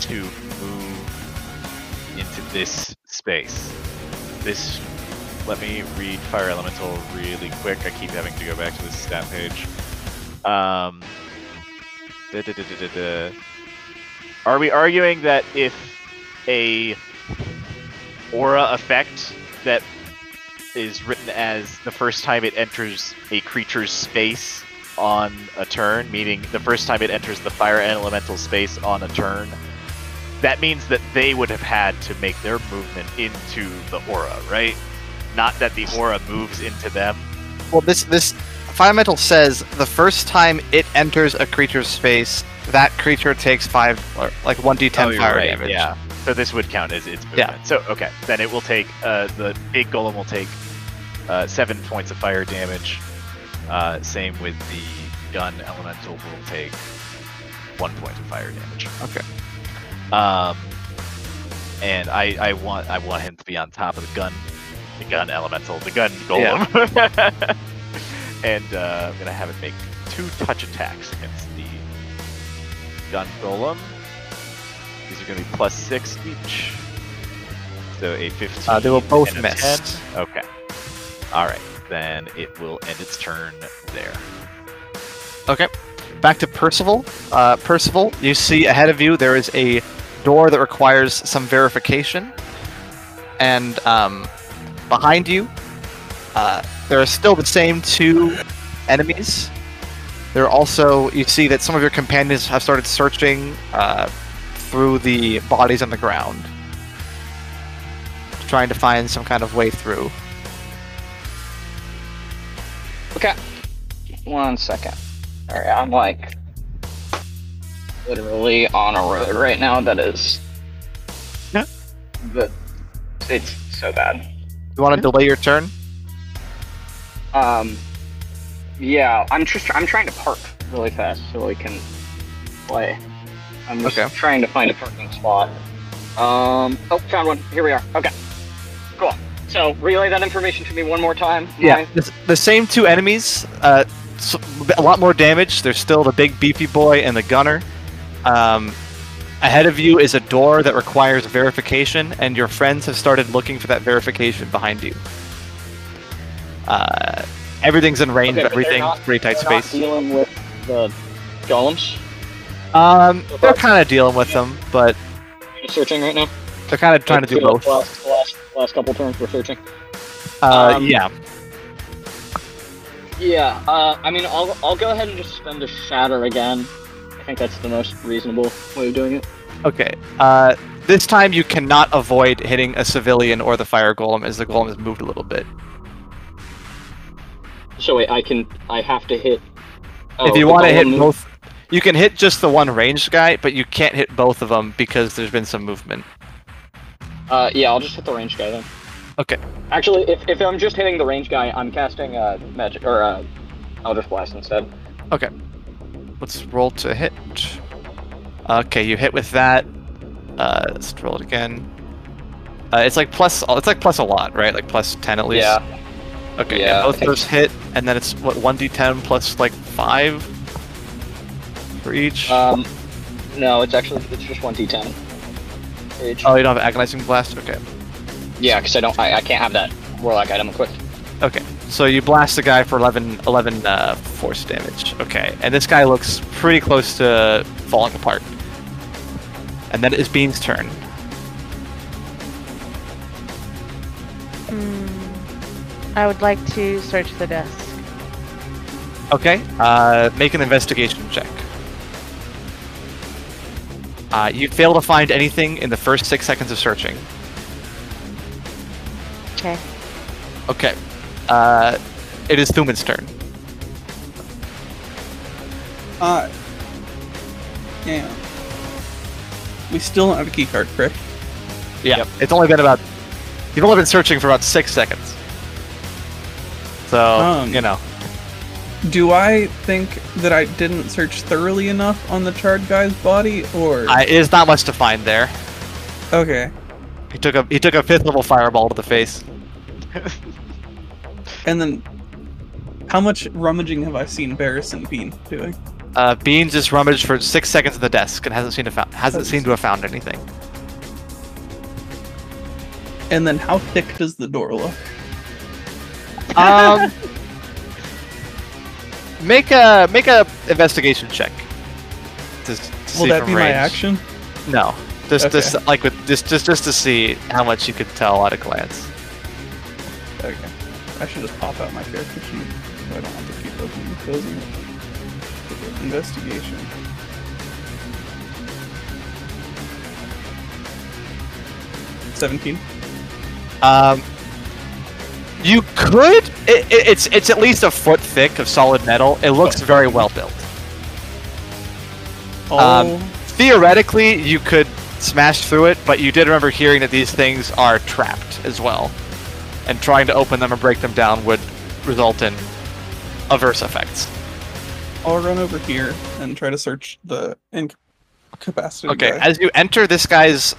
Speaker 3: to move into this space. This. Let me read fire elemental really quick. I keep having to go back to this stat page. Um. da, da, da, da, da, da. Are we arguing that if a aura effect that is written as the first time it enters a creature's space on a turn, meaning the first time it enters the fire elemental space on a turn. That means that they would have had to make their movement into the aura, right? Not that the aura moves into them.
Speaker 2: Well, this this fundamental says the first time it enters a creature's space, that creature takes five or like one d ten fire damage.
Speaker 3: Oh, Yeah. So this would count as its movement.
Speaker 2: Yeah.
Speaker 3: So okay, then it will take uh, the big golem will take uh, seven points of fire damage. Uh, same with the gun elemental will take one point of fire damage.
Speaker 2: Okay.
Speaker 3: Um, and I, I want I want him to be on top of the gun, the gun elemental, the gun golem. and uh, I'm gonna have it make two touch attacks against the gun golem. These are gonna be plus six each. So a 15.
Speaker 2: Uh, they will both
Speaker 3: and a
Speaker 2: miss.
Speaker 3: 10. Okay. All right. Then it will end its turn there.
Speaker 2: Okay. Back to Percival. Uh, Percival, you see ahead of you there is a door that requires some verification, and um, behind you uh, there are still the same two enemies. There are also you see that some of your companions have started searching uh, through the bodies on the ground, trying to find some kind of way through.
Speaker 10: Okay. One second. Alright, I'm like literally on a road right now that is.
Speaker 2: Yeah.
Speaker 10: The, it's so bad.
Speaker 2: You want to delay your turn?
Speaker 10: Um. Yeah, I'm just I'm trying to park really fast so I can play. I'm just
Speaker 2: Okay.
Speaker 10: trying to find a parking spot. Um. Oh, found one. Here we are. Okay. Cool. So relay that information to me one more time.
Speaker 2: Yeah,
Speaker 10: Mike.
Speaker 2: the, the same two enemies. Uh, s a a lot more damage. There's still the big beefy boy and the gunner. Um, ahead of you is a door that requires verification, and your friends have started looking for that verification behind you. Uh, everything's in range.
Speaker 10: Okay,
Speaker 2: of
Speaker 10: but they're
Speaker 2: everything.
Speaker 10: not-
Speaker 2: pretty tight
Speaker 10: We're not
Speaker 2: space.
Speaker 10: dealing with the golems.
Speaker 2: um, they're kind of dealing with them, but
Speaker 10: We're searching right now.
Speaker 2: they're kind of trying to do
Speaker 10: Like,
Speaker 2: both.
Speaker 10: Last, last, last couple turns we're searching.
Speaker 2: Uh,
Speaker 10: um,
Speaker 2: yeah.
Speaker 10: Yeah, uh, I mean, I'll, I'll go ahead and just spend a shatter again. I think that's the most reasonable way of doing it.
Speaker 2: Okay. Uh, this time you cannot avoid hitting a civilian or the fire golem, as the golem has moved a little bit.
Speaker 10: So wait, I can, I have to hit. Oh,
Speaker 2: if you
Speaker 10: the
Speaker 2: want to
Speaker 10: golem
Speaker 2: hit
Speaker 10: move-
Speaker 2: both, you can hit just the one ranged guy, but you can't hit both of them because there's been some movement.
Speaker 10: Uh, yeah, I'll just hit the range guy then.
Speaker 2: Okay.
Speaker 10: Actually, if, if I'm just hitting the range guy, I'm casting uh, magic or uh, Eldritch Blast instead.
Speaker 2: Let's roll to hit. Okay, you hit with that. Uh, let's roll it again. Uh, it's like plus. It's like plus a lot, right? Like plus ten at least.
Speaker 10: Yeah.
Speaker 2: Okay.
Speaker 10: yeah,
Speaker 2: Yeah.
Speaker 10: I
Speaker 2: Both
Speaker 10: think
Speaker 2: those hit, and then it's what one d10 plus like five for each.
Speaker 10: Um, no, it's actually it's just one d10. for each.
Speaker 2: oh, you don't have agonizing blast. Okay.
Speaker 10: Yeah, because I don't, I, I can't have that warlock item equipped.
Speaker 2: Okay, so you blast the guy for 11, 11 uh, force damage. Okay, and this guy looks pretty close to falling apart. And then it is Bean's turn.
Speaker 9: Hmm. I would like to search the desk.
Speaker 2: Okay, uh, make an investigation check. Uh, you fail to find anything in the first six seconds of searching.
Speaker 9: Okay.
Speaker 2: Okay, uh, it is Thuman's turn.
Speaker 5: Uh, yeah. We still don't have a keycard, correct?
Speaker 2: Yeah, it's only been about. You've only been searching for about six seconds. So,
Speaker 5: Um,
Speaker 2: you know.
Speaker 5: Do I think that I didn't search thoroughly enough on the charred guy's body, or
Speaker 2: Uh, it is not much to find there.
Speaker 5: okay?
Speaker 2: He took a he took a fifth level fireball to the face.
Speaker 5: And then, how much rummaging have I seen Barris and Bean doing?
Speaker 2: Uh, Beans just rummaged for six seconds at the desk and hasn't seen to found, hasn't seemed to have found anything.
Speaker 5: And then, how thick does the door look?
Speaker 2: Um, make a make a investigation check. Just to
Speaker 5: Will
Speaker 2: see
Speaker 5: that
Speaker 2: from
Speaker 5: be my
Speaker 2: range.
Speaker 5: action?
Speaker 2: No, just
Speaker 5: Okay.
Speaker 2: just like with just just just to see how much you could tell at a glance.
Speaker 5: Okay. I should just pop out my character sheet so I don't have to keep opening and closing it. Okay, Investigation. Seventeen.
Speaker 2: Um, you could. It, it, it's it's at least a foot thick of solid metal. It looks very well built.
Speaker 5: Oh,
Speaker 2: Um, theoretically you could smash through it but you did remember hearing that these things are trapped as well and trying to open them or break them down would result in adverse effects
Speaker 5: I'll run over here and try to search the incapacity.
Speaker 2: okay
Speaker 5: guy.
Speaker 2: as you enter this guy's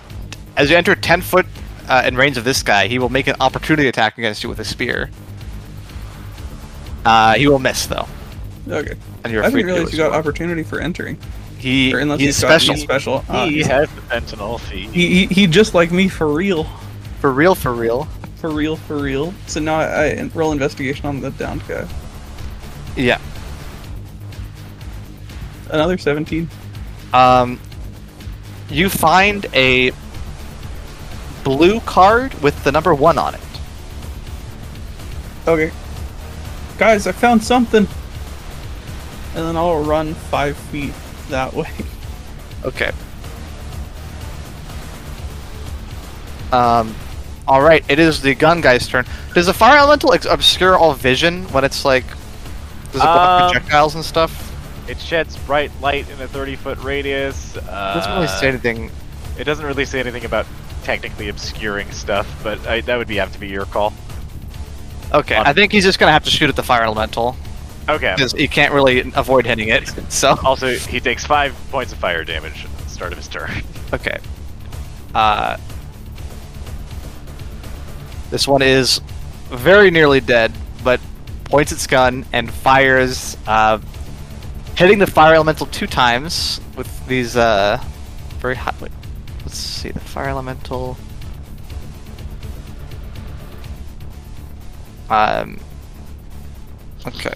Speaker 2: as you enter 10 foot uh, in range of this guy he will make an opportunity attack against you with a spear uh, he will miss though
Speaker 5: okay.
Speaker 2: and you're
Speaker 5: I
Speaker 2: free to
Speaker 5: didn't
Speaker 2: do
Speaker 5: realize
Speaker 2: as
Speaker 5: you
Speaker 2: you
Speaker 5: got
Speaker 2: want.
Speaker 5: opportunity for entering,
Speaker 2: he,
Speaker 5: or unless
Speaker 2: he's
Speaker 5: he's got-
Speaker 2: special
Speaker 5: He's special. Ah,
Speaker 3: he
Speaker 5: he's-
Speaker 3: has the Sentinel fee.
Speaker 5: he, he he just like me for real.
Speaker 2: For real, for real.
Speaker 5: For real, for real. So now I, I roll investigation on the downed guy.
Speaker 2: Yeah.
Speaker 5: Another 17.
Speaker 2: Um, you find a blue card with the number one on it.
Speaker 5: Okay. Guys, I found something! And then I'll run five feet that way.
Speaker 2: Okay. Um, all right. It is the gun guy's turn. Does the fire elemental ex- obscure all vision when it's like? Does it block
Speaker 3: Um,
Speaker 2: projectiles and stuff?
Speaker 3: It sheds bright light in a 30 foot radius. Uh,
Speaker 2: It doesn't really say anything.
Speaker 3: It doesn't really say anything about technically obscuring stuff, but I, that would be have to be your call.
Speaker 2: Okay, I think he's just gonna have to shoot at the fire elemental
Speaker 3: Okay.
Speaker 2: because he can't really avoid hitting it. So
Speaker 3: Also, he takes five points of fire damage at the start of his turn.
Speaker 2: okay. Uh, this one is very nearly dead, but points its gun and fires, uh, hitting the fire elemental two times with these uh, very hot. Wait, let's see the fire elemental. Um. Okay.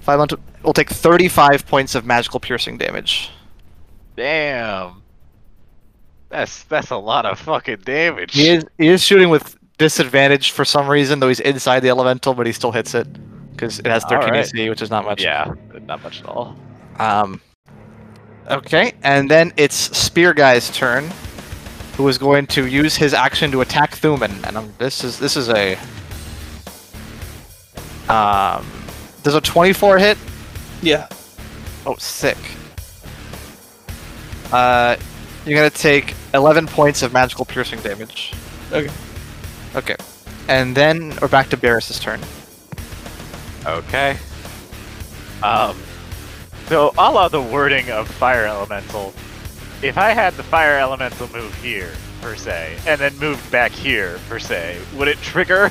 Speaker 2: Five hundred. We'll take thirty-five points of magical piercing damage.
Speaker 3: Damn. That's that's a lot of fucking damage.
Speaker 2: He is, he is shooting with disadvantage for some reason, though he's inside the elemental, but he still hits it because it has 13
Speaker 3: Alright.
Speaker 2: AC, which is not much.
Speaker 3: Yeah, not much at all.
Speaker 2: Um, okay, and then it's Spear Guy's turn, who is going to use his action to attack Thuman. And um this is this is a um, there's a 24 hit.
Speaker 5: Yeah.
Speaker 2: Oh, sick. Uh, you're gonna take 11 points of magical piercing damage.
Speaker 5: Okay.
Speaker 2: Okay. And then we're back to Barris's turn.
Speaker 3: Okay. Um, so, a la the wording of Fire Elemental, if I had the Fire Elemental move here, per se, and then moved back here, per se, would it trigger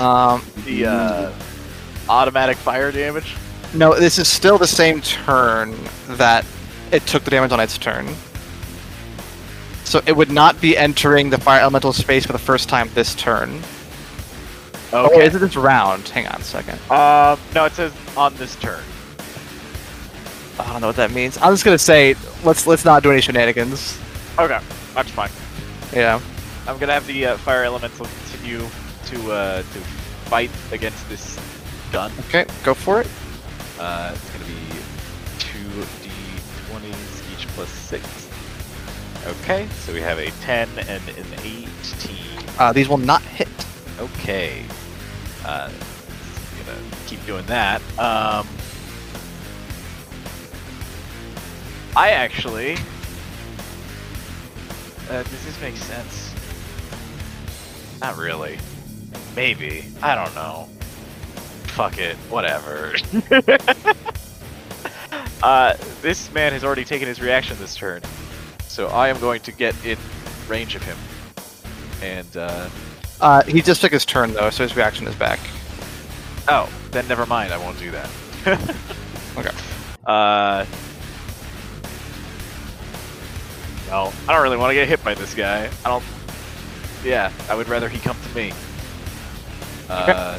Speaker 2: Um,
Speaker 3: the uh, automatic fire damage?
Speaker 2: no, this is still the same turn that it took the damage on its turn. So it would not be entering the fire elemental space for the first time this turn. Oh,
Speaker 3: Okay.
Speaker 2: is it this round? Hang on a second.
Speaker 3: um, no, it says on this turn.
Speaker 2: I don't know what that means. I'm just gonna say let's let's not do any shenanigans.
Speaker 3: Okay, that's fine.
Speaker 2: Yeah.
Speaker 3: I'm gonna have the uh, Fire Elemental continue to, uh, to fight against this gun.
Speaker 2: Okay, go for it.
Speaker 3: Uh, it's gonna be two d20s each plus six. Okay, so we have a 10 and an 18.
Speaker 2: Uh, these will not hit.
Speaker 3: Okay. Uh, gonna keep doing that. Um, I actually. Uh, does this make sense? Not really. Maybe. I don't know. Fuck it. Whatever. uh, this man has already taken his reaction this turn, so I am going to get in range of him. And, uh.
Speaker 2: Uh, he just took his turn though, so his reaction is back.
Speaker 3: Oh, then never mind. I won't do that.
Speaker 2: Okay.
Speaker 3: Uh. No, I don't really want to get hit by this guy. I don't. Yeah, I would rather he come to me. Uh.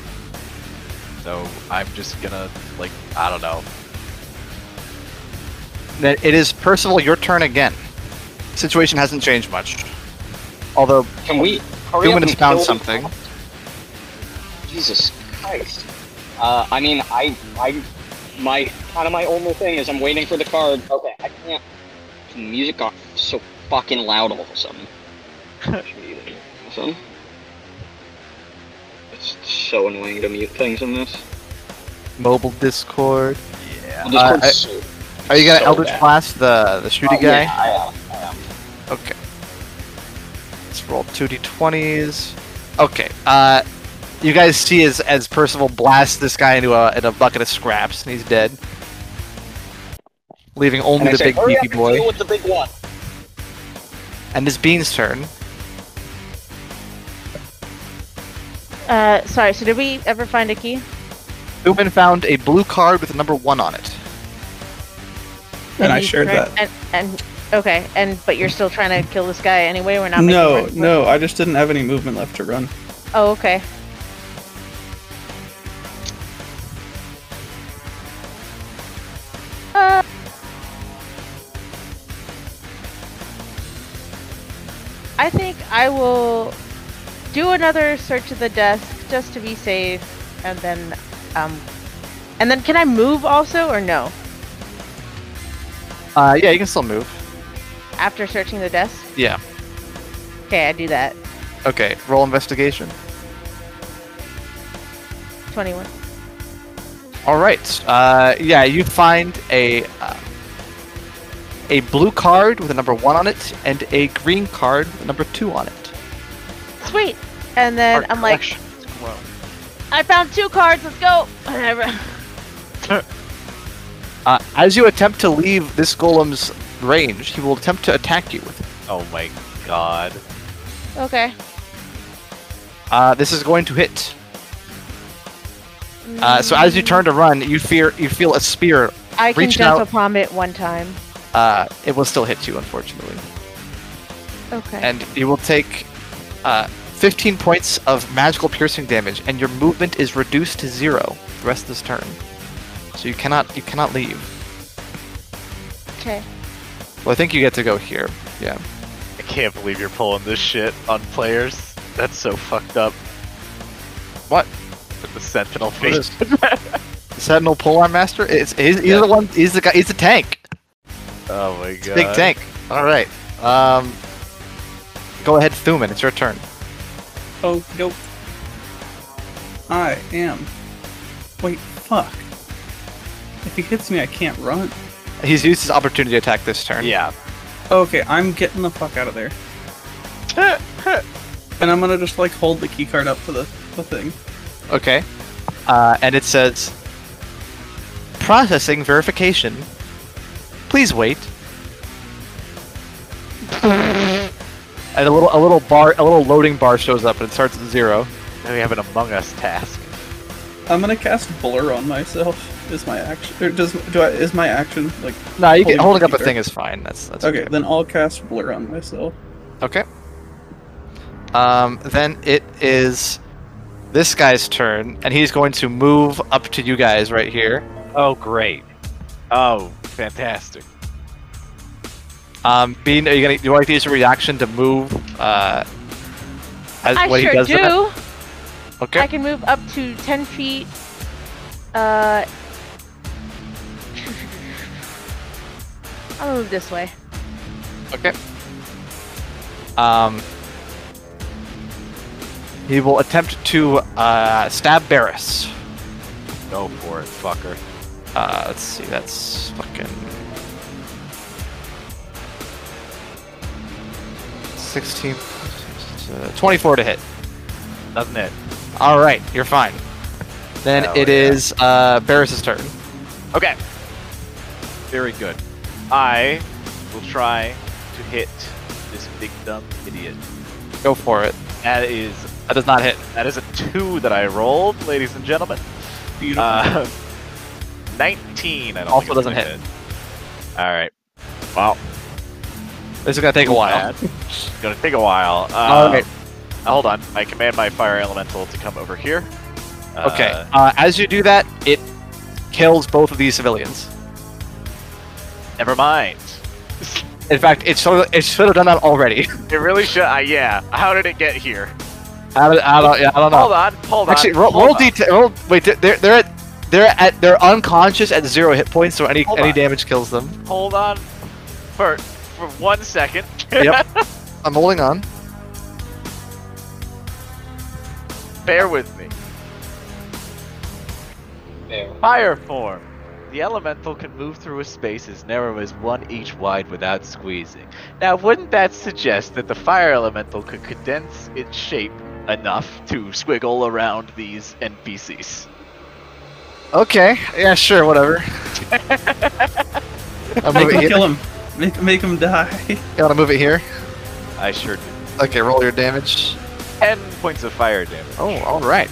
Speaker 3: So I'm just gonna like I don't know.
Speaker 2: Then it is Percival, your turn again. Situation hasn't changed much. Although
Speaker 10: Can Oh, we hurry
Speaker 2: Thuman
Speaker 10: up
Speaker 2: has
Speaker 10: and
Speaker 2: found
Speaker 10: kill-
Speaker 2: something.
Speaker 10: Jesus Christ. Uh, I mean, I, I, my kind of my only thing is I'm waiting for the card. Okay, I can't. The music got so fucking loud all of a sudden. Listen. It's so annoying to mute things in this.
Speaker 2: Mobile Discord.
Speaker 3: Yeah.
Speaker 10: Discord's
Speaker 2: Uh, I-
Speaker 10: so-
Speaker 2: Are you gonna
Speaker 10: so
Speaker 2: Eldritch
Speaker 10: bad.
Speaker 2: Blast the the shooty
Speaker 10: Oh,
Speaker 2: guy?
Speaker 10: yeah, I am, I am.
Speaker 2: Okay. Let's roll two d20s. Okay. Uh, you guys see as as Percival blasts this guy into a in a bucket of scraps, and he's dead, leaving
Speaker 10: And
Speaker 2: only
Speaker 10: I
Speaker 2: the
Speaker 10: say,
Speaker 2: big
Speaker 10: hurry up
Speaker 2: beefy
Speaker 10: and
Speaker 2: boy.
Speaker 10: Deal with the big one.
Speaker 2: And it's Bean's turn.
Speaker 9: Uh, sorry. So did we ever find a key?
Speaker 2: Newman found a blue card with the number one on it.
Speaker 5: And I
Speaker 4: he's
Speaker 5: shared
Speaker 4: trying-
Speaker 5: that.
Speaker 4: And, and okay, and but you're still trying to kill this guy anyway. We're not. making
Speaker 5: No,
Speaker 4: friends with-
Speaker 5: no, I just didn't have any movement left to run.
Speaker 4: Oh, okay. Uh, I think I will do another search of the desk just to be safe, and then, um, and then can I move also or no?
Speaker 2: Uh, yeah, you can still move.
Speaker 4: After searching the desk?
Speaker 2: Yeah.
Speaker 4: Okay, I do that.
Speaker 2: Okay, roll investigation.
Speaker 4: 21.
Speaker 2: All right. Uh, yeah, you find a uh, a blue card with a number one on it, and a green card with a number two on it.
Speaker 4: Sweet. And then
Speaker 2: Our
Speaker 4: I'm like,
Speaker 2: collection has grown.
Speaker 4: I found two cards, let's go! And I run-
Speaker 2: Uh, as you attempt to leave this golem's range, he will attempt to attack you with it.
Speaker 3: Oh my god.
Speaker 4: okay.
Speaker 2: Uh, this is going to hit. Uh, so as you turn to run, you fear you feel a spear.
Speaker 4: I can
Speaker 2: reaching
Speaker 4: jump
Speaker 2: out-
Speaker 4: upon it one time.
Speaker 2: Uh, it will still hit you, unfortunately,
Speaker 4: Okay.
Speaker 2: and you will take uh, 15 points of magical piercing damage, and your movement is reduced to zero the rest of this turn. So you cannot you cannot leave.
Speaker 4: okay.
Speaker 2: Well, I think you get to go here. Yeah.
Speaker 3: I can't believe you're pulling this shit on players. That's so fucked up.
Speaker 2: What?
Speaker 3: The sentinel
Speaker 2: What
Speaker 3: face.
Speaker 2: is- Sentinel Polearm Master. It's he's, he's
Speaker 3: Yeah.
Speaker 2: the one. He's the guy. He's the tank.
Speaker 3: Oh my god.
Speaker 2: Big tank. All right. Um, go ahead, Thuman. It's your turn.
Speaker 5: Oh, nope. I am. Wait, fuck. If he hits me, I can't run.
Speaker 2: He's used his opportunity attack this turn.
Speaker 3: Yeah.
Speaker 5: Oh, Okay, I'm getting the fuck out of there. and I'm gonna just like hold the key card up to the, the thing.
Speaker 2: Okay. Uh, and it says, processing verification. Please wait. and a little, a little bar, a little loading bar shows up, and it starts at zero.
Speaker 3: Now we have an Among Us task.
Speaker 5: I'm gonna cast blur on myself. Is my action? Or does do I? Is my action like?
Speaker 2: No, you
Speaker 5: Holding
Speaker 2: can,
Speaker 5: the
Speaker 2: holding up a
Speaker 5: keyboard.
Speaker 2: thing is fine. That's that's
Speaker 5: Okay, then I'll cast blur on myself.
Speaker 2: Okay. Um, then it is this guy's turn, and he's going to move up to you guys right here.
Speaker 3: Oh great. Oh, fantastic.
Speaker 2: Um, Bean, are you gonna? Do you want to use a reaction to move? Uh, as,
Speaker 4: I
Speaker 2: when
Speaker 4: sure
Speaker 2: he does
Speaker 4: do.
Speaker 2: that? Okay.
Speaker 4: I can move up to 10 feet. Uh. I'll move this way.
Speaker 2: Okay. Um, he will attempt to uh, stab Barris.
Speaker 3: Go for it, fucker.
Speaker 2: Uh, let's see, that's fucking. 16. uh, 24 to hit.
Speaker 3: Doesn't it?
Speaker 2: Alright, you're fine. Then
Speaker 3: Hell
Speaker 2: it
Speaker 3: yeah.
Speaker 2: is uh, Barris's turn.
Speaker 3: Okay. Very good. I will try to hit this big dumb idiot.
Speaker 2: Go for it.
Speaker 3: That is
Speaker 2: That does not hit.
Speaker 3: that is a two that I rolled, ladies and gentlemen.
Speaker 5: Beautiful.
Speaker 3: Uh, Nineteen. I don't
Speaker 2: Also
Speaker 3: think
Speaker 2: doesn't
Speaker 3: it's
Speaker 2: hit. Oh.
Speaker 3: All right. Well,
Speaker 2: This is gonna take a while.
Speaker 3: bad. It's gonna take a while. Um,
Speaker 2: Alright.
Speaker 3: Hold on. I command my fire elemental to come over here.
Speaker 2: Okay.
Speaker 3: Uh,
Speaker 2: Uh, as you do that, it kills both of these civilians.
Speaker 3: never mind.
Speaker 2: In fact, it should, it should have done that already.
Speaker 3: It really should. Uh, yeah. How did it get here?
Speaker 2: I don't, I don't, yeah, I don't know.
Speaker 3: Hold on. Hold
Speaker 2: Actually,
Speaker 3: on.
Speaker 2: roll,
Speaker 3: hold
Speaker 2: roll
Speaker 3: on.
Speaker 2: d roll, Wait, they're- they're they're at they're at they're unconscious at zero hit points, so any
Speaker 3: Hold
Speaker 2: any
Speaker 3: on.
Speaker 2: damage kills them.
Speaker 3: hold on for for one second.
Speaker 2: Yep. I'm holding on.
Speaker 3: Bear with me.
Speaker 10: There.
Speaker 3: Fire form. The elemental can move through a space as narrow as one each wide without squeezing. Now, wouldn't that suggest that the fire elemental could condense its shape enough to squiggle around these NPCs?
Speaker 2: Okay. Yeah. Sure. Whatever. I'll move it
Speaker 5: Make him
Speaker 2: here.
Speaker 5: kill him. Make make him die.
Speaker 2: You want to move it here?
Speaker 3: I sure do.
Speaker 2: Okay. Roll your damage.
Speaker 3: Oh, Ten points of fire damage.
Speaker 2: Oh, all right.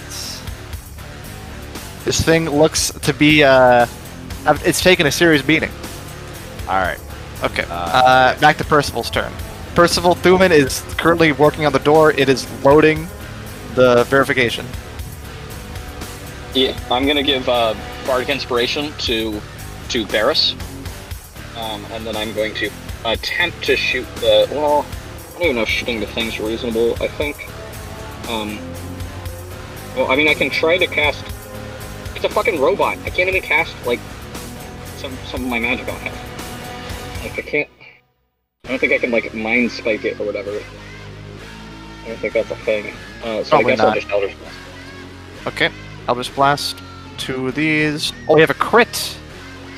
Speaker 2: This thing looks to be. Uh, have- it's taken a serious beating.
Speaker 3: All right.
Speaker 2: Okay. Uh, back to Percival's turn. Percival Thuman is currently working on the door. It is loading the verification.
Speaker 10: Yeah, I'm gonna give uh, bardic inspiration to to Varus, um, and then I'm going to attempt to shoot the. Well, I don't even know if shooting the thing's reasonable. I think. Um, well, I mean, I can try to cast. It's a fucking robot. I can't even cast like some some of my magic on it. Like I can't. I don't think I can like mind spike it or whatever. I don't think that's a thing. Uh, so
Speaker 2: Probably
Speaker 10: I guess I'll
Speaker 2: not.
Speaker 10: just Elder Scrolls.
Speaker 2: Okay. Elder's Blast. Two of these. Oh, we have a crit.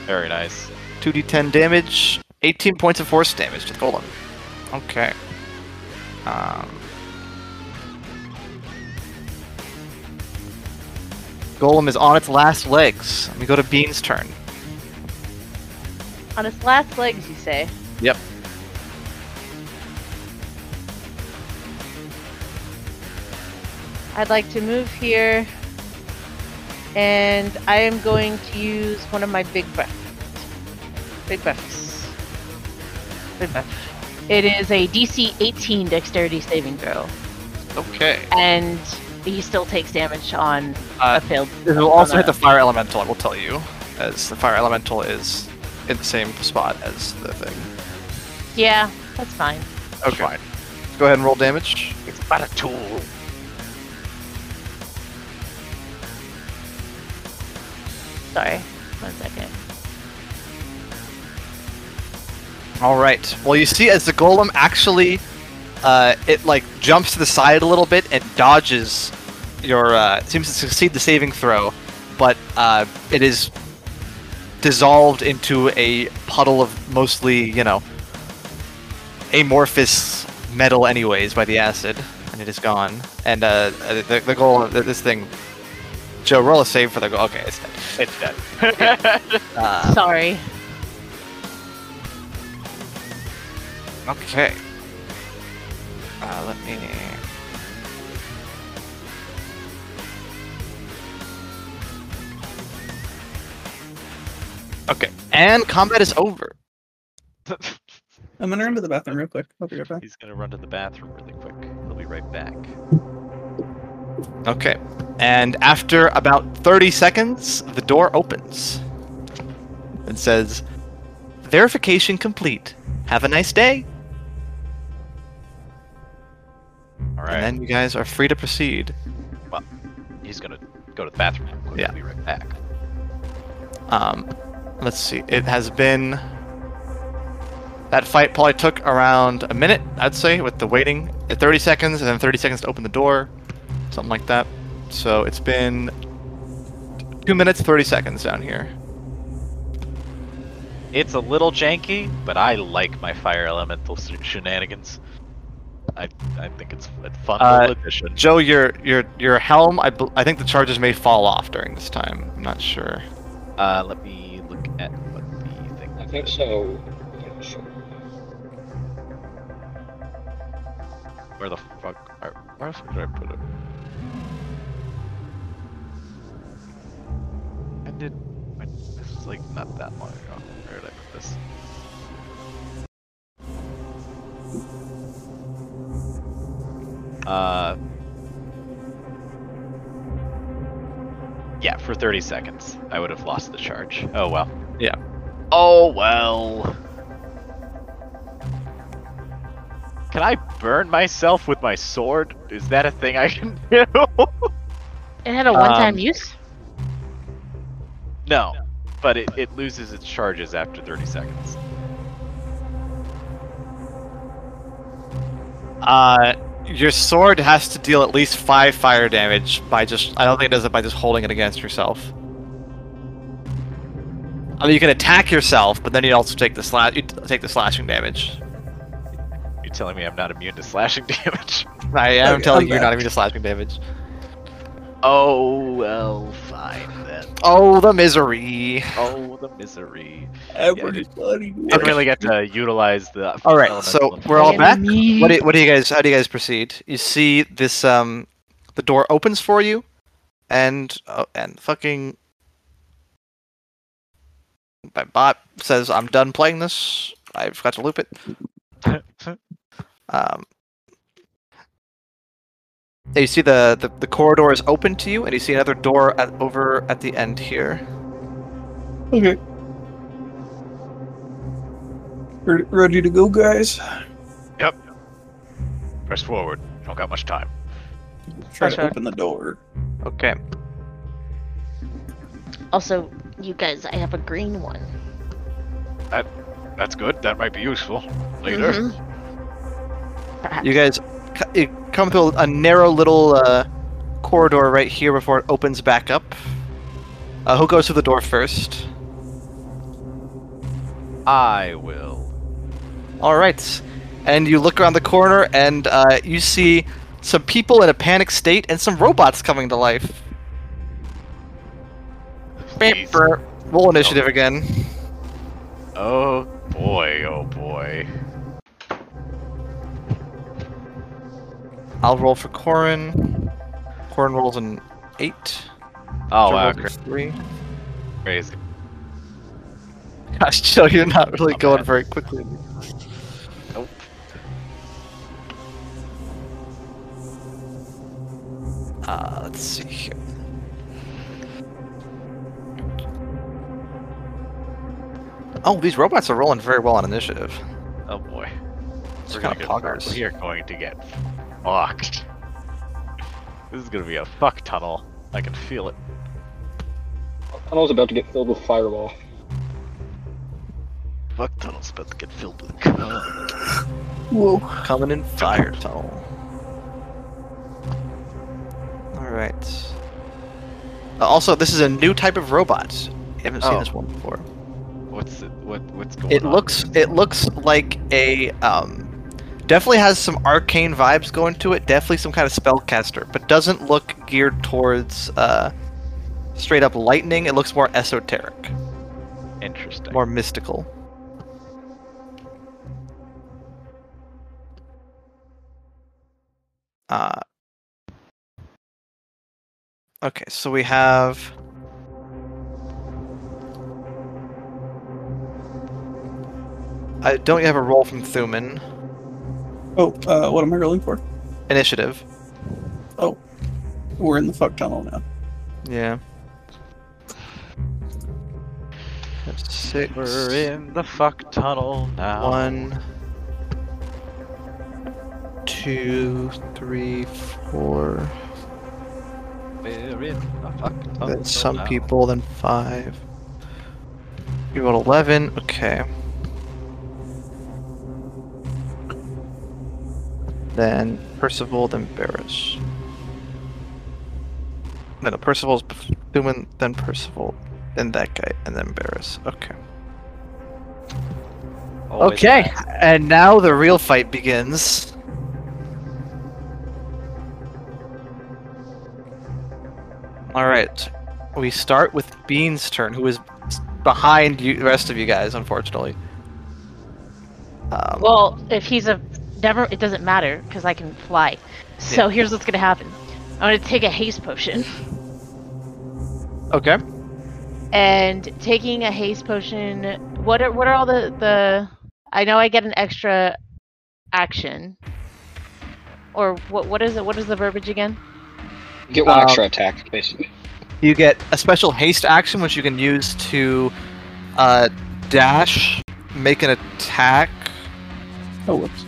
Speaker 3: Very nice.
Speaker 2: 2d10 damage. 18 points of force damage to the golem. Okay. Um. Golem is on its last legs. We go to Bean's turn.
Speaker 9: On its last legs, you say?
Speaker 2: Yep.
Speaker 9: I'd like to move here, and I am going to use one of my big buffs. Big buffs. Big buff. It is a DC 18 Dexterity saving throw,
Speaker 2: Okay.
Speaker 9: and he still takes damage on
Speaker 2: Uh,
Speaker 9: a failed.
Speaker 2: This will also
Speaker 9: Uh,
Speaker 2: hit the fire elemental, I will tell you, as the fire elemental is in the same spot as the thing.
Speaker 9: Yeah, that's fine.
Speaker 2: Okay. Go ahead and roll damage.
Speaker 3: It's about a tool.
Speaker 9: Sorry. One second.
Speaker 2: All right. Well, you see, as the golem actually, uh, it like jumps to the side a little bit and dodges your. Uh, seems to succeed the saving throw, but uh, it is dissolved into a puddle of mostly, you know, amorphous metal, anyways, by the acid, and it is gone. And uh, the, the golem, this thing. Joe, roll a save for the golem. Okay, it's dead.
Speaker 3: It's dead.
Speaker 2: Uh,
Speaker 9: Sorry.
Speaker 2: Okay. Uh, let me. Okay, and combat is over.
Speaker 5: I'm gonna run to the bathroom real quick. I'll be right back.
Speaker 3: He's gonna run to the bathroom really quick. He'll be right back.
Speaker 2: Okay, and after about 30 seconds, the door opens and says, Verification complete. Have a nice day.
Speaker 3: All right.
Speaker 2: And then you guys are free to proceed.
Speaker 3: He's gonna go to the bathroom. real quick.
Speaker 2: Yeah.
Speaker 3: He'll be right back.
Speaker 2: Um, let's see. It has been that fight probably took around a minute, I'd say, with the waiting, uh, 30 seconds, and then 30 seconds to open the door, something like that. So it's been two minutes, 30 seconds down here.
Speaker 3: It's a little janky, but I like my fire elemental sh- shenanigans. I I think it's a fun
Speaker 2: Uh,
Speaker 3: little addition.
Speaker 2: Joe, your your your helm, I, bel- I think the charges may fall off during this time. I'm not sure.
Speaker 3: Uh, let me look at what the thing.
Speaker 10: I think so. Yeah, sure.
Speaker 3: Where the fuck? Are, where the fuck did I put it? I did. I, this is like not that long ago. Where did I put this? Uh. Yeah, for 30 seconds, I would have lost the charge. Oh well.
Speaker 2: Yeah.
Speaker 3: Oh well. Can I burn myself with my sword? Is that a thing I can do?
Speaker 9: It had a one-time
Speaker 2: Um,
Speaker 9: use.
Speaker 3: no, but it, it loses its charges after 30 seconds.
Speaker 2: Uh, your sword has to deal at least five fire damage by just. I don't think it does it by just holding it against yourself. I mean, you can attack yourself, but then you also take the slash. You t- take the slashing damage.
Speaker 3: You're telling me I'm not immune to slashing damage?
Speaker 2: I am
Speaker 5: Okay,
Speaker 2: telling
Speaker 5: I'm
Speaker 2: you, you're not
Speaker 5: back.
Speaker 2: even to slashing damage.
Speaker 3: Oh, well, fine then.
Speaker 2: Oh, the misery!
Speaker 3: Oh, the misery.
Speaker 5: Everybody, bloody
Speaker 3: I didn't really get to utilize the.
Speaker 2: All right,
Speaker 3: elemental
Speaker 2: so
Speaker 3: attack.
Speaker 2: we're all back.
Speaker 9: Me.
Speaker 2: What do, what do you guys? How do you guys proceed? You see this. Um, the door opens for you, and uh, and fucking my bot says I'm done playing this. I forgot to loop it. Um, you see the, the the corridor is open to you, and you see another door at, over at the end here.
Speaker 5: Okay. Re- Ready to go, guys?
Speaker 3: Press forward. Don't got much time.
Speaker 5: Try to
Speaker 9: Sure.
Speaker 5: open the door.
Speaker 2: Okay.
Speaker 11: Also, you guys, I have a green one.
Speaker 3: That's good. That might be useful later.
Speaker 2: Mm-hmm. You guys c- you come through a narrow little uh, corridor right here before it opens back up. Uh, who goes through the door first?
Speaker 3: I will.
Speaker 2: All right. And you look around the corner, and uh, you see some people in a panic state and some robots coming to life.
Speaker 3: Please.
Speaker 2: Brr. Roll initiative again.
Speaker 3: Oh boy. Oh boy.
Speaker 2: I'll roll for Corin. Corin rolls an eight.
Speaker 3: Oh
Speaker 2: Joe
Speaker 3: wow.
Speaker 2: rolls a three.
Speaker 3: Crazy.
Speaker 2: Gosh, Joe, you're not really going very quickly.
Speaker 3: Nope.
Speaker 2: Uh, let's see here. Oh, these robots are rolling very well on initiative.
Speaker 3: Oh boy.
Speaker 2: It's
Speaker 3: We're
Speaker 2: kind
Speaker 3: gonna
Speaker 2: of
Speaker 3: get
Speaker 2: poggers.
Speaker 3: We are going to get fucked. This is gonna be a fuck tunnel. I can feel it.
Speaker 10: Tunnel's about to get filled with fireball.
Speaker 3: Fuck tunnel's about to get filled with cum.
Speaker 2: Coming in fire tunnel. Alright. Uh, Also, this is a new type of robot. I haven't seen
Speaker 3: Oh.
Speaker 2: this one before.
Speaker 3: What's it, what what's going
Speaker 2: It
Speaker 3: on?
Speaker 2: looks it looks like a um definitely has some arcane vibes going to it, definitely some kind of spellcaster, but doesn't look geared towards uh straight up lightning. It looks more esoteric,
Speaker 3: interesting.
Speaker 2: more mystical. Uh Okay, so we have I don't you have a roll from Thuman
Speaker 5: Oh, uh, what am I rolling for? Oh.
Speaker 2: initiative.
Speaker 5: We're in the fuck tunnel now.
Speaker 2: Yeah. That's Six,
Speaker 3: We're in the fuck tunnel now.
Speaker 2: one, two, three, four.
Speaker 3: We're in the fuck tunnel.
Speaker 2: Then some
Speaker 3: now.
Speaker 2: people, then five. You rolled eleven. Okay. Then Percival, then Barris. No, no, Percival's bef- Thuman, then Percival, then that guy, and then Barris. Okay.
Speaker 3: Always
Speaker 12: Okay,
Speaker 3: last.
Speaker 2: And now the real fight begins. Alright. We start with Bean's turn, who is behind you, the rest of you guys, unfortunately. Um,
Speaker 9: Well, if he's a never, it doesn't matter because I can fly. So here's what's gonna happen. I'm gonna take a haste potion,
Speaker 2: okay.
Speaker 9: and taking a haste potion, what are what are all the the? I know I get an extra action, or what what is it? What is the verbiage again?
Speaker 10: You get one
Speaker 2: Um,
Speaker 10: extra attack, basically.
Speaker 2: You get a special haste action, which you can use to uh, dash, make an attack,
Speaker 5: Oh, whoops.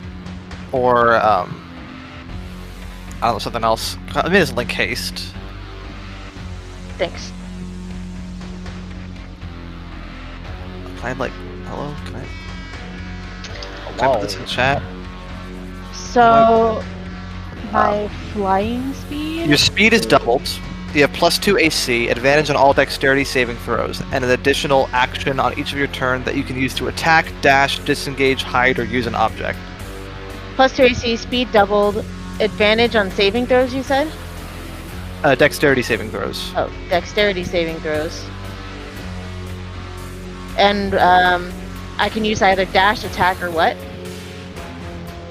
Speaker 2: or um, I don't know something else. I mean, it's link haste.
Speaker 9: Thanks.
Speaker 2: Can I like hello? Can I? Can I put this in chat?
Speaker 9: So my flying speed.
Speaker 2: Your speed is doubled. You have plus two AC, advantage on all dexterity saving throws, and an additional action on each of your turn that you can use to attack, dash, disengage, hide, or use an object.
Speaker 9: Plus two AC, speed doubled, advantage on saving throws. You said?
Speaker 2: Uh, dexterity saving throws.
Speaker 9: Oh, dexterity saving throws. And um, I can use either dash attack or what?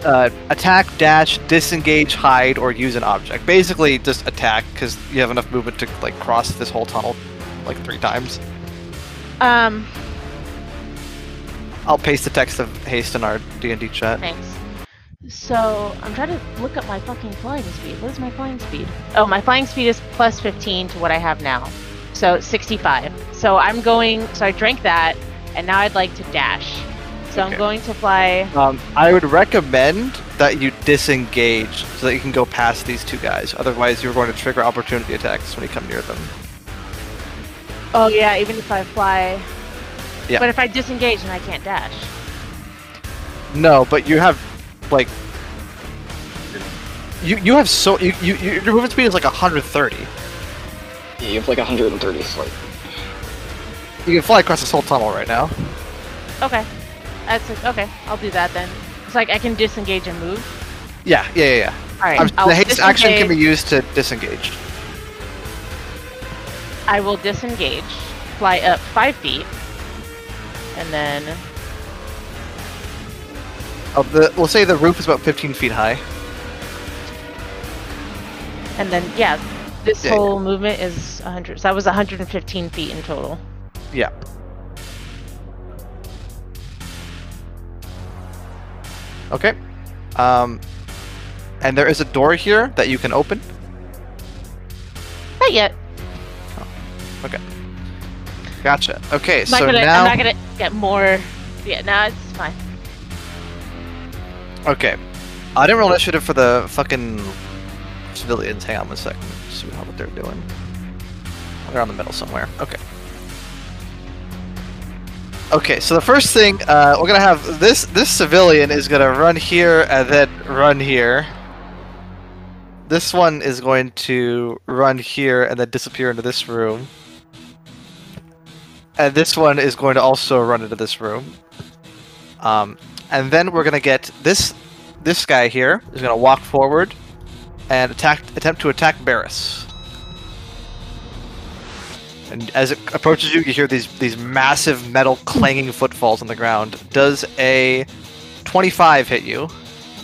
Speaker 2: uh, attack, dash, disengage, hide, or use an object. Basically, just attack because you have enough movement to like cross this whole tunnel like three times.
Speaker 4: Um,
Speaker 2: I'll paste the text of haste in our D and D chat.
Speaker 4: thanks. So I'm trying to look up my fucking flying speed. What is my flying speed? Oh, my flying speed is plus 15 to what I have now, so 65. So I'm going. So I drank that, and now I'd like to dash. So
Speaker 2: Okay.
Speaker 4: I'm going to fly.
Speaker 2: Um, I would recommend that you disengage so that you can go past these two guys. Otherwise, you're going to trigger opportunity attacks when you come near them.
Speaker 4: Oh yeah, even if I fly.
Speaker 2: Yeah.
Speaker 4: But if I disengage and I can't dash.
Speaker 2: No, but you have like you you have so you, you you- your movement speed is like 130.
Speaker 10: Yeah, you have like 130 flight.
Speaker 2: You can fly across this whole tunnel right now.
Speaker 4: Okay. That's like, okay. I'll do that then. It's like I can disengage and move.
Speaker 2: Yeah, yeah, yeah. yeah.
Speaker 4: All right.
Speaker 2: I'm-
Speaker 4: I'll
Speaker 2: the haste action can be
Speaker 4: disengage-
Speaker 2: used to disengage.
Speaker 4: I will disengage, fly up five feet, and then
Speaker 2: Uh, the, we'll say the roof is about 15 feet high.
Speaker 4: and then yeah, this
Speaker 2: Yeah, yeah.
Speaker 4: whole movement is 100. So that was 115 feet in total.
Speaker 2: Yeah. Okay. Um, and there is a door here that you can open.
Speaker 4: Not yet.
Speaker 2: Gotcha. Okay,
Speaker 4: I'm not
Speaker 2: so
Speaker 4: gonna.
Speaker 2: now.
Speaker 4: I'm not gonna get more. Yeah. No, it's fine.
Speaker 2: Okay. I didn't roll initiative for the fucking civilians. Hang on one second. See how what they're doing. They're on the middle somewhere. Okay. Okay, so the first thing uh, we're gonna have this this civilian is gonna run here and then run here. This one is going to run here and then disappear into this room. And this one is going to also run into this room. Um, and then we're gonna get this this guy here is gonna walk forward and attack attempt to attack Barris. And as it approaches you, you hear these these massive metal clanging footfalls on the ground. Does a 25 hit you?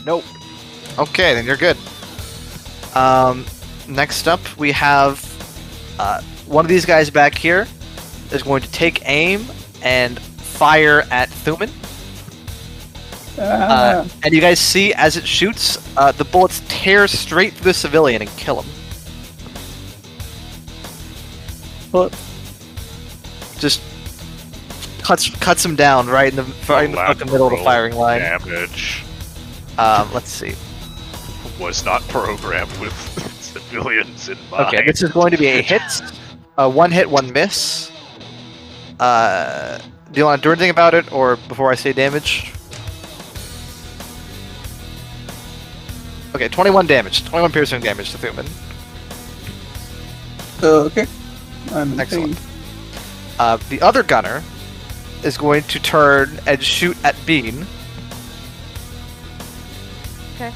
Speaker 2: Nope. Okay, then you're good. Um, next up, we have uh, one of these guys back here is going to take aim and fire at Thuman.
Speaker 5: Ah.
Speaker 2: Uh, and you guys see as it shoots, uh, the bullets tear straight through the civilian and kill him.
Speaker 5: Well-
Speaker 2: Just cuts cuts him down right in the,
Speaker 3: Oh,
Speaker 2: right in the fucking middle of the
Speaker 3: Collateral
Speaker 2: firing line.
Speaker 3: Damage
Speaker 2: Um, let's see.
Speaker 3: was not programmed with civilians in mind.
Speaker 2: Okay, this is going to be a hit. Uh, one hit, one miss. Uh, do you want to do anything about it, or before I say damage? Okay, 21 damage. 21 piercing damage to Thuman.
Speaker 5: okay. I'm in
Speaker 2: Excellent. Uh, the other gunner is going to turn and shoot at Bean.
Speaker 5: pain.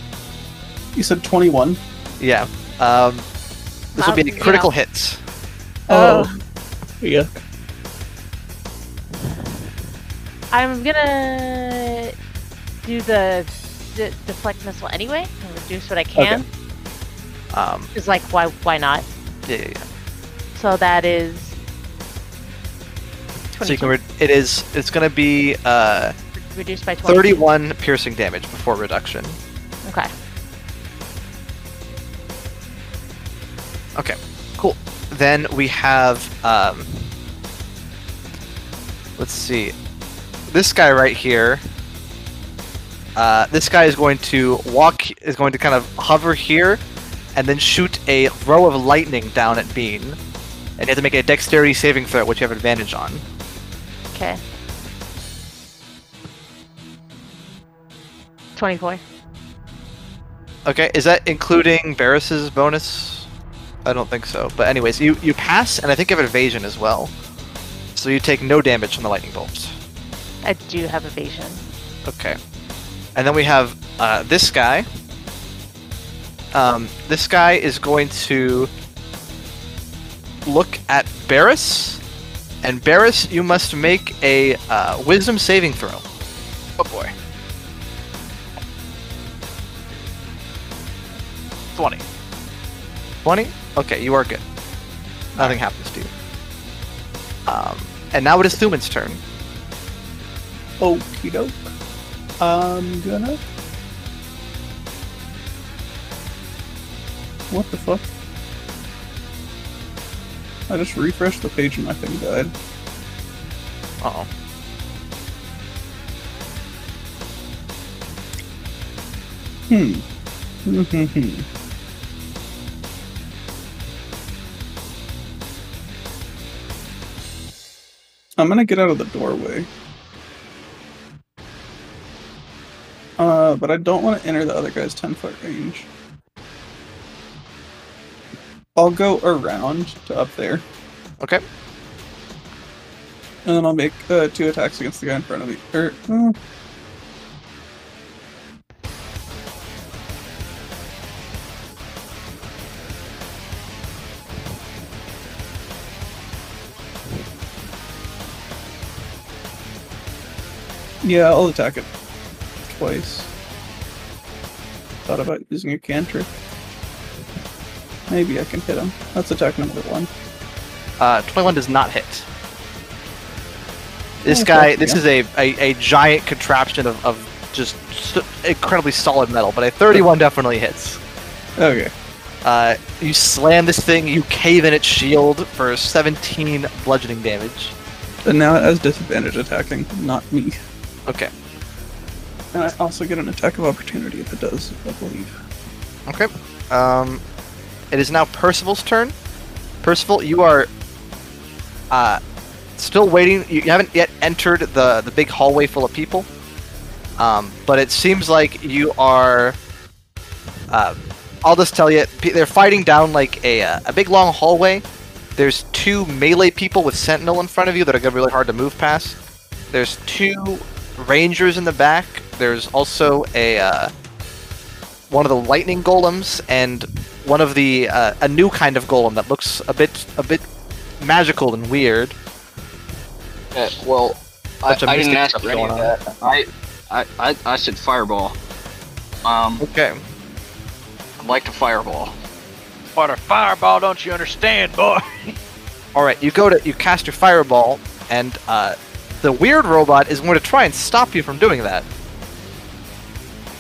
Speaker 5: You said 21.
Speaker 2: Yeah. Um, this will be a
Speaker 4: Loud
Speaker 2: critical hit.
Speaker 5: Oh. Yeah.
Speaker 4: I'm gonna do the de- deflect missile anyway and reduce what I can.
Speaker 2: Um,
Speaker 4: Is like why why not?
Speaker 2: yeah, yeah, yeah.
Speaker 4: So that is
Speaker 2: So you
Speaker 4: 22,
Speaker 2: can re- it is. It's going to be uh,
Speaker 4: reduced by 20.
Speaker 2: 31 piercing damage before reduction.
Speaker 4: Okay.
Speaker 2: Okay, cool. Then we have, um, let's see, this guy right here. Uh, this guy is going to walk, is going to kind of hover here, and then shoot a row of lightning down at Bean. And you have to make a dexterity saving throw, which you have advantage on.
Speaker 4: Okay. 24.
Speaker 2: Okay, is that including Barris's bonus? I don't think so. But anyways, you, you pass, and I think you have evasion as well. So you take no damage from the lightning bolts.
Speaker 4: I do have evasion.
Speaker 2: Okay. And then we have uh, this guy. Um, this guy is going to look at Barris. And Barris, you must make a uh, wisdom saving throw. Oh boy. 20. 20? Okay, you are good. Nothing happens to you. Um, and now it is Thuman's turn.
Speaker 5: Okie doke. I'm gonna. What the fuck? I just refreshed the page and my thing died.
Speaker 2: Uh-oh.
Speaker 5: Hmm. Hmm, hmm, hmm. I'm gonna get out of the doorway. Uh, but I don't want to enter the other guy's 10 foot range. I'll go around to up there.
Speaker 2: Okay.
Speaker 5: And then I'll make uh, two attacks against the guy in front of me. Or, uh, Yeah, I'll attack it twice. Thought about using a cantrip. Maybe I can hit him. That's attack number one.
Speaker 2: Uh, 21 does not hit. This
Speaker 5: Okay,
Speaker 2: guy, this
Speaker 5: yeah.
Speaker 2: is a, a, a giant contraption of, of just s- incredibly solid metal, but a 31 definitely hits.
Speaker 5: Okay.
Speaker 2: Uh, you slam this thing, you cave in its shield for 17 bludgeoning damage.
Speaker 5: And now it has disadvantage attacking, not me.
Speaker 2: Okay.
Speaker 5: And I also get an attack of opportunity if it does, I believe.
Speaker 2: Okay. Um, it is now Percival's turn. Percival, you are uh, still waiting. You you haven't yet entered the, the big hallway full of people. Um, but it seems like you are. Uh, I'll just tell you, pe- they're fighting down like a, uh, a big long hallway. There's two melee people with Sentinel in front of you that are going to be really hard to move past. There's two Rangers in the back. There's also a. Uh, one of the lightning golems and one of the uh, a new kind of golem that looks a bit a bit magical and weird.
Speaker 10: Uh, well, I,
Speaker 2: Bunch of
Speaker 10: I didn't
Speaker 2: mystic
Speaker 10: ask
Speaker 2: stuff
Speaker 10: for any
Speaker 2: going
Speaker 10: of
Speaker 2: on.
Speaker 10: that. I, I, I, I said fireball. Um,
Speaker 2: Okay.
Speaker 10: I'd like to fireball.
Speaker 3: What a fireball, don't you understand, boy?
Speaker 2: All right, you go to you cast your fireball, and uh, the weird robot is going to try and stop you from doing that.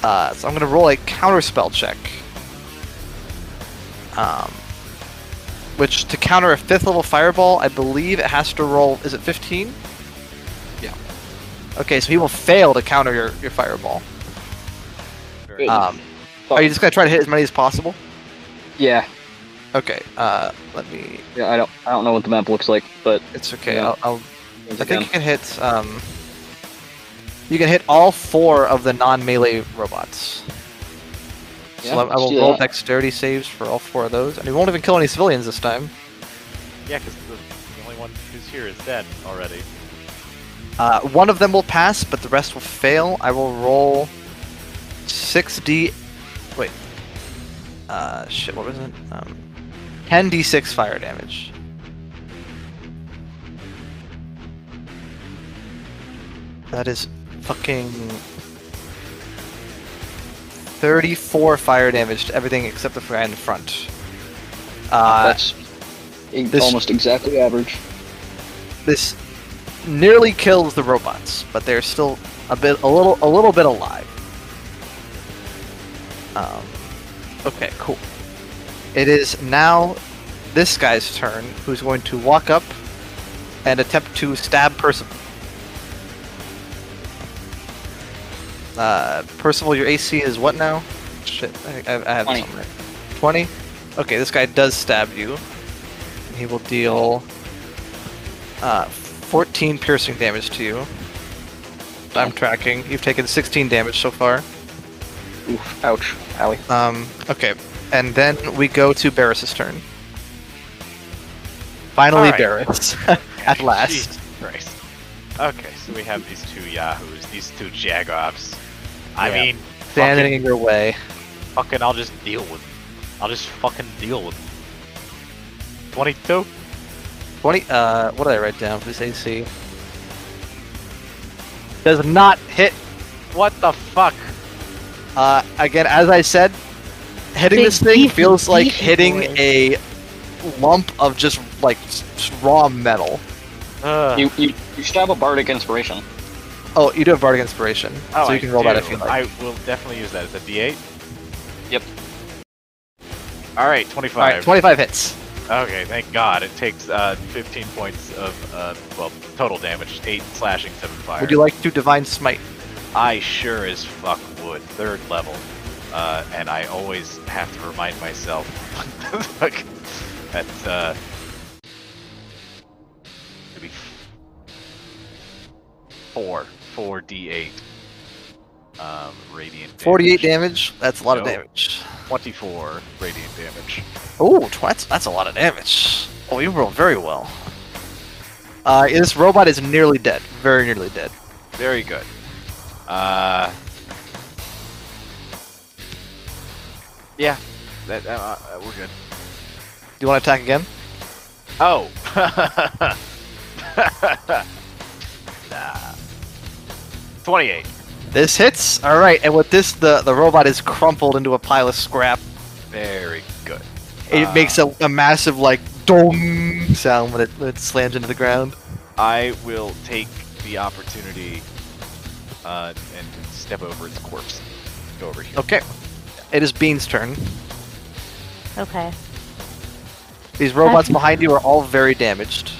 Speaker 2: Uh, so I'm going to roll a counterspell check, um, which to counter a fifth level fireball, I believe it has to roll. Is it 15? Yeah. Okay, so he will fail to counter your, your fireball.
Speaker 10: Good.
Speaker 2: Um, are you just going to try to hit as many as possible?
Speaker 10: yeah,
Speaker 2: Okay. Uh, let me.
Speaker 10: yeah. I don't, I don't know what the map looks like, but
Speaker 2: It's okay.
Speaker 10: Yeah.
Speaker 2: I'll, I'll I think you can hit. Um, you can hit all four of the non-melee robots.
Speaker 10: Yeah,
Speaker 2: so I- I
Speaker 10: let's
Speaker 2: will
Speaker 10: do
Speaker 2: roll
Speaker 10: that.
Speaker 2: dexterity saves for all four of those, and we won't even kill any civilians this time.
Speaker 3: Yeah, because the, the only one who's here is dead already.
Speaker 2: Uh, one of them will pass, but the rest will fail. I will roll six d. Wait. Uh, shit. What was it? Um, ten d six fire damage. That is fucking thirty-four fire damage to everything except the guy in the front. Uh,
Speaker 10: that's e-
Speaker 2: this-
Speaker 10: almost exactly average.
Speaker 2: this nearly kills the robots, but they're still a bit, a little, a little bit alive. Um, okay, cool. It is now this guy's turn, who's going to walk up and attempt to stab Percival. Uh, Percival, your AC is what now? Shit, I, I, I have
Speaker 10: Twenty.
Speaker 2: this one right. Twenty. Okay, this guy does stab you. He will deal uh, 14 piercing damage to you. I'm tracking. You've taken 16 damage so far.
Speaker 10: Oof, ouch, owie.
Speaker 2: Um, okay, and then we go to Barris's turn. Finally,
Speaker 3: All right.
Speaker 2: Barris. At last.
Speaker 3: Jesus Christ. Okay, so we have these two yahoos, these two jagops. I
Speaker 2: Yeah.
Speaker 3: mean,
Speaker 2: Standing in your way.
Speaker 3: fucking, I'll just deal with. 'em. I'll just fucking deal with. 'em. Twenty-two.
Speaker 2: 20. Uh, what did I write down for this AC? Does not hit.
Speaker 3: What the fuck?
Speaker 2: Uh, again, as I said, hitting
Speaker 9: Big
Speaker 2: this thing
Speaker 9: beefy,
Speaker 2: feels like
Speaker 9: beefy
Speaker 2: hitting
Speaker 9: boys.
Speaker 2: a lump of just like s- s- raw metal.
Speaker 3: Uh,
Speaker 10: You, you, you should have a bardic inspiration.
Speaker 2: Oh, you do have bardic inspiration,
Speaker 3: oh,
Speaker 2: so you
Speaker 3: I
Speaker 2: can roll that
Speaker 3: do.
Speaker 2: if you like.
Speaker 3: I will definitely use that. Is that D8?
Speaker 10: Yep.
Speaker 3: All right, 25.
Speaker 2: All right, 25 hits.
Speaker 3: Okay, thank God. It takes uh, 15 points of uh, well total damage, eight slashing, seven fire.
Speaker 2: Would you like to divine smite?
Speaker 3: I sure as fuck would. Third level, uh, and I always have to remind myself. Fuck. That's uh. Maybe f- four, four d8. Um, radiant. damage.
Speaker 2: 48 damage. That's a lot of
Speaker 3: No.
Speaker 2: damage.
Speaker 3: 24 radiant damage.
Speaker 2: Oh, tw- that's, that's a lot of damage. Oh, you rolled very well. Uh, this robot is nearly dead. Very nearly dead.
Speaker 3: Very good. Uh, yeah, that, uh, uh, we're good.
Speaker 2: Do you want to attack again?
Speaker 3: Oh, nah. Twenty-eight.
Speaker 2: This hits. All right, and with this, the, the robot is crumpled into a pile of scrap.
Speaker 3: Very good.
Speaker 2: It
Speaker 9: Ah.
Speaker 3: Uh,
Speaker 2: makes a, a massive like dong sound when it, when it slams into the ground.
Speaker 3: I will take the opportunity uh, and step over its corpse. Go over here.
Speaker 2: Okay, it is Bean's turn.
Speaker 9: Okay.
Speaker 2: These robots behind you are all very damaged.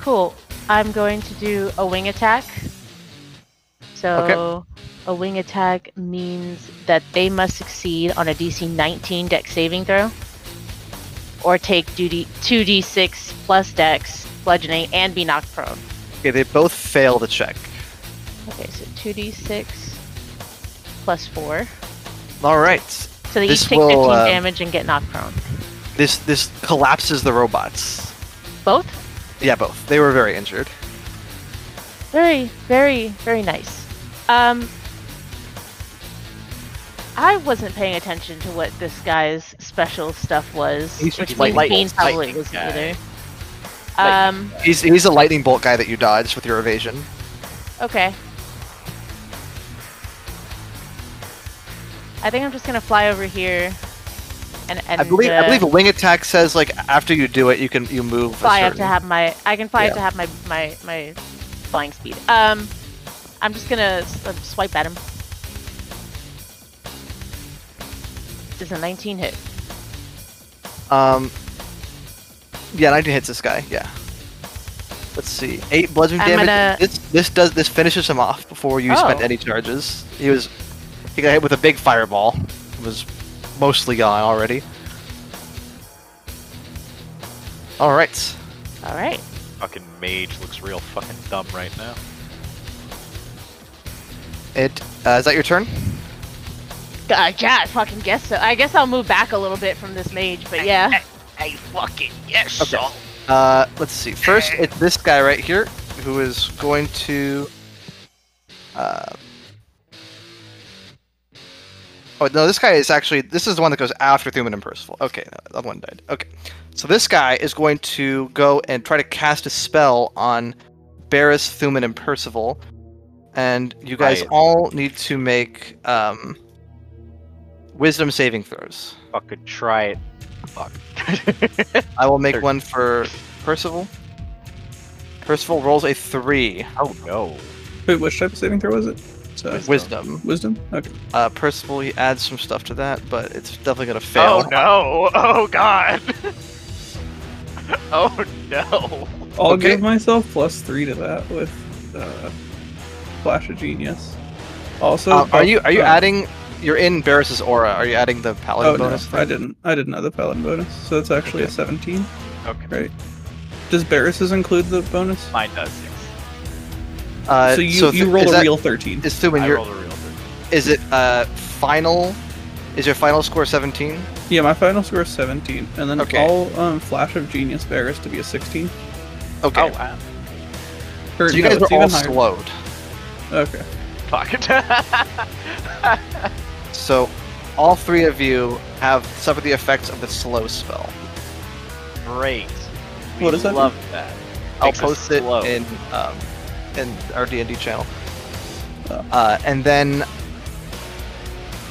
Speaker 9: Cool. I'm going to do a wing attack. So a wing attack means that they must succeed on a DC 19 deck saving throw or take 2D, 2d6 plus dex bludgeoning and be knocked prone.
Speaker 2: Okay, they both fail the check.
Speaker 9: Okay, so 2d6 plus 4.
Speaker 2: All right,
Speaker 9: So they
Speaker 2: This
Speaker 9: each take
Speaker 2: will,
Speaker 9: 15
Speaker 2: uh,
Speaker 9: damage and get knocked prone.
Speaker 2: this this collapses the robots.
Speaker 9: Both?
Speaker 2: Yeah, both. They were very injured.
Speaker 9: Very, very, very nice. Um, I wasn't paying attention to what this guy's special stuff was,
Speaker 2: He's
Speaker 9: which
Speaker 2: just
Speaker 9: means
Speaker 2: lightning-
Speaker 9: Bean probably
Speaker 2: lightning
Speaker 9: wasn't
Speaker 2: guy.
Speaker 9: either. Um,
Speaker 2: He's he's a lightning bolt guy that you dodged with your evasion.
Speaker 9: okay. I think I'm just gonna fly over here, and and
Speaker 2: I believe
Speaker 9: uh,
Speaker 2: I believe a wing attack says like after you do it, you can you move. a
Speaker 9: fly up to
Speaker 2: certain-
Speaker 9: have my I can fly up
Speaker 2: Yeah.
Speaker 9: to have my my my flying speed. Um, I'm just gonna s- uh, swipe at him. Does a 19 hit?
Speaker 2: Um. Yeah, 19 hits this guy. Yeah. Let's see. Eight bludgeoning
Speaker 9: I'm
Speaker 2: damage.
Speaker 9: gonna-
Speaker 2: This this does this finishes him off before you spent
Speaker 9: Oh.
Speaker 2: any charges. He was he got hit with a big fireball. It was mostly gone already. All right.
Speaker 9: All right.
Speaker 3: Fucking mage looks real fucking dumb right now.
Speaker 2: It uh, is that your turn?
Speaker 9: Uh, yeah, I fucking guess so. I guess I'll move back a little bit from this mage, but yeah.
Speaker 2: Uh, let's see. First, it's this guy right here who is going to. Uh... Oh no, this guy is actually. This is the one that goes after Thuman and Percival. Okay, no, that one died. Okay, so this guy is going to go and try to cast a spell on Barris, Thuman, and Percival, and you guys
Speaker 3: Right.
Speaker 2: all need to make um, wisdom saving throws.
Speaker 3: Fucking try it. Fuck.
Speaker 2: I will make
Speaker 3: Thirteen.
Speaker 2: one for Percival. Percival rolls a three.
Speaker 3: oh no.
Speaker 5: Wait, which type of saving throw was it? So,
Speaker 2: Wisdom.
Speaker 5: wisdom? Okay.
Speaker 2: Uh, Percival, he adds some stuff to that, but it's definitely gonna fail.
Speaker 3: Oh no! Oh god! oh no!
Speaker 5: I'll
Speaker 2: Okay.
Speaker 5: give myself plus three to that with uh, Flash of Genius. Also,
Speaker 2: Uh, are you are you
Speaker 5: oh,
Speaker 2: adding? You're in Barris's aura. Are you adding the paladin
Speaker 5: Oh no,
Speaker 2: bonus?
Speaker 5: I didn't. I didn't know the paladin bonus, so it's actually a seventeen.
Speaker 3: Okay.
Speaker 5: Right. Does Barris's include the bonus?
Speaker 3: Mine does. Yes.
Speaker 2: Uh,
Speaker 5: so you,
Speaker 2: th-
Speaker 5: you roll
Speaker 2: is
Speaker 5: a
Speaker 2: that-
Speaker 5: real thirteen.
Speaker 2: Is Thuman,
Speaker 3: I
Speaker 2: your-
Speaker 3: rolled a real thing.
Speaker 2: is it uh final? Is your final score 17?
Speaker 5: Yeah, my final score is seventeen, and then
Speaker 2: Okay.
Speaker 5: all um, Flash of Genius Barris to be a sixteen.
Speaker 2: Okay.
Speaker 3: Oh wow!
Speaker 5: Or,
Speaker 2: so you
Speaker 5: no,
Speaker 2: guys
Speaker 5: it's
Speaker 2: were all
Speaker 5: even higher.
Speaker 2: slowed.
Speaker 5: Okay.
Speaker 3: Fuck.
Speaker 2: So all three of you have suffered the effects of the slow spell.
Speaker 3: Great. We
Speaker 5: What does that
Speaker 3: love that.
Speaker 2: I'll
Speaker 3: Makes us
Speaker 2: post it
Speaker 3: slow.
Speaker 2: in um, in our D and D channel. Uh, and then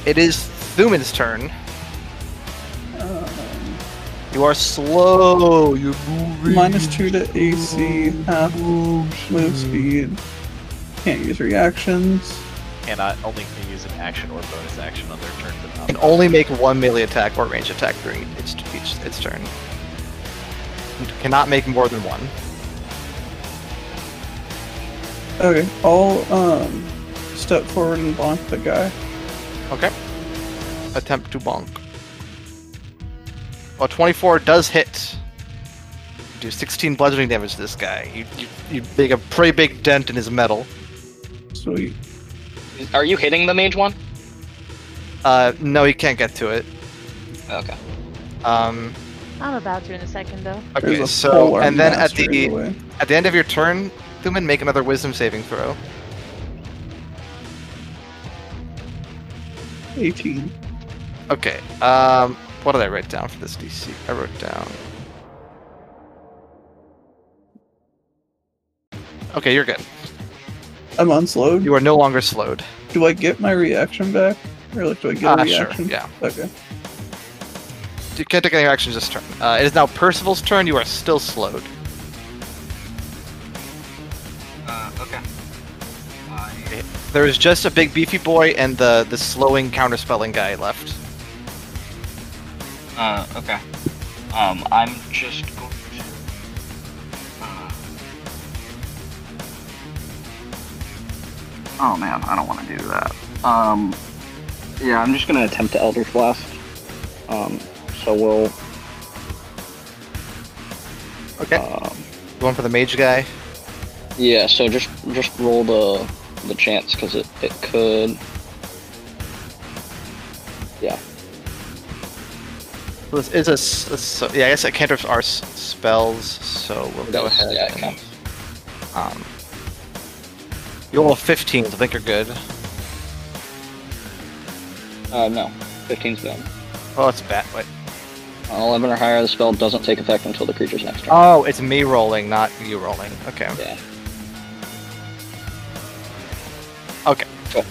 Speaker 2: it is Thuman's turn, You are slow. You're moving.
Speaker 5: Minus two to AC, half move speed. Can't use reactions.
Speaker 3: Cannot only can use an action or bonus action on their turn. but not-
Speaker 2: Can only make one melee attack or range attack during its each, its turn. You cannot make more than one.
Speaker 5: Okay, I'll um step forward and bonk the guy.
Speaker 2: Okay. Attempt to bonk. Well, 24 does hit. You do 16 bludgeoning damage to this guy. You, you, you make a pretty big dent in his metal.
Speaker 5: Sweet.
Speaker 10: Are you hitting the mage one?
Speaker 2: Uh, no, he can't get to it.
Speaker 10: Okay.
Speaker 2: Um,
Speaker 4: I'm about to in a second, though.
Speaker 2: okay,
Speaker 5: There's a
Speaker 2: so
Speaker 5: polearm
Speaker 2: and then at
Speaker 5: master
Speaker 2: the
Speaker 5: in way.
Speaker 2: at the end of your turn, Thuman, make another Wisdom saving throw.
Speaker 5: 18.
Speaker 2: Okay. Um, what did I write down for this DC? I wrote down. Okay, you're good.
Speaker 5: I'm unslowed.
Speaker 2: You are no longer slowed.
Speaker 5: Do I get my reaction back? Or like, do I get a
Speaker 2: Ah, sure,
Speaker 5: reaction?
Speaker 2: yeah.
Speaker 5: Okay.
Speaker 2: You can't take any actions this turn. Uh, it is now Percival's turn. You are still slowed.
Speaker 10: Uh, okay. I,
Speaker 2: There is just a big beefy boy and the the slowing counterspelling guy left.
Speaker 10: uh, okay. Um, I'm just going to. Uh... Oh man, I don't want to do that. Um, yeah, I'm just gonna attempt to Elder's Blast. Um, so we'll.
Speaker 2: Okay.
Speaker 10: Um,
Speaker 2: The one for the mage guy.
Speaker 10: Yeah, so just just roll the the chance because it it could. Yeah.
Speaker 2: Well, This is a, s- a so, yeah. I guess cantrips are s- spells, so we'll go
Speaker 10: Those-
Speaker 2: ahead.
Speaker 10: yeah, it
Speaker 2: and,
Speaker 10: counts.
Speaker 2: um, you roll a 15. so I think you're good.
Speaker 10: Uh, no, 15's done.
Speaker 2: Oh, it's bad. Wait.
Speaker 10: On 11 or higher, the spell doesn't take effect until the creature's next turn.
Speaker 2: Oh, it's me rolling, not you rolling. Okay.
Speaker 10: Yeah.
Speaker 2: Okay.
Speaker 10: Cool.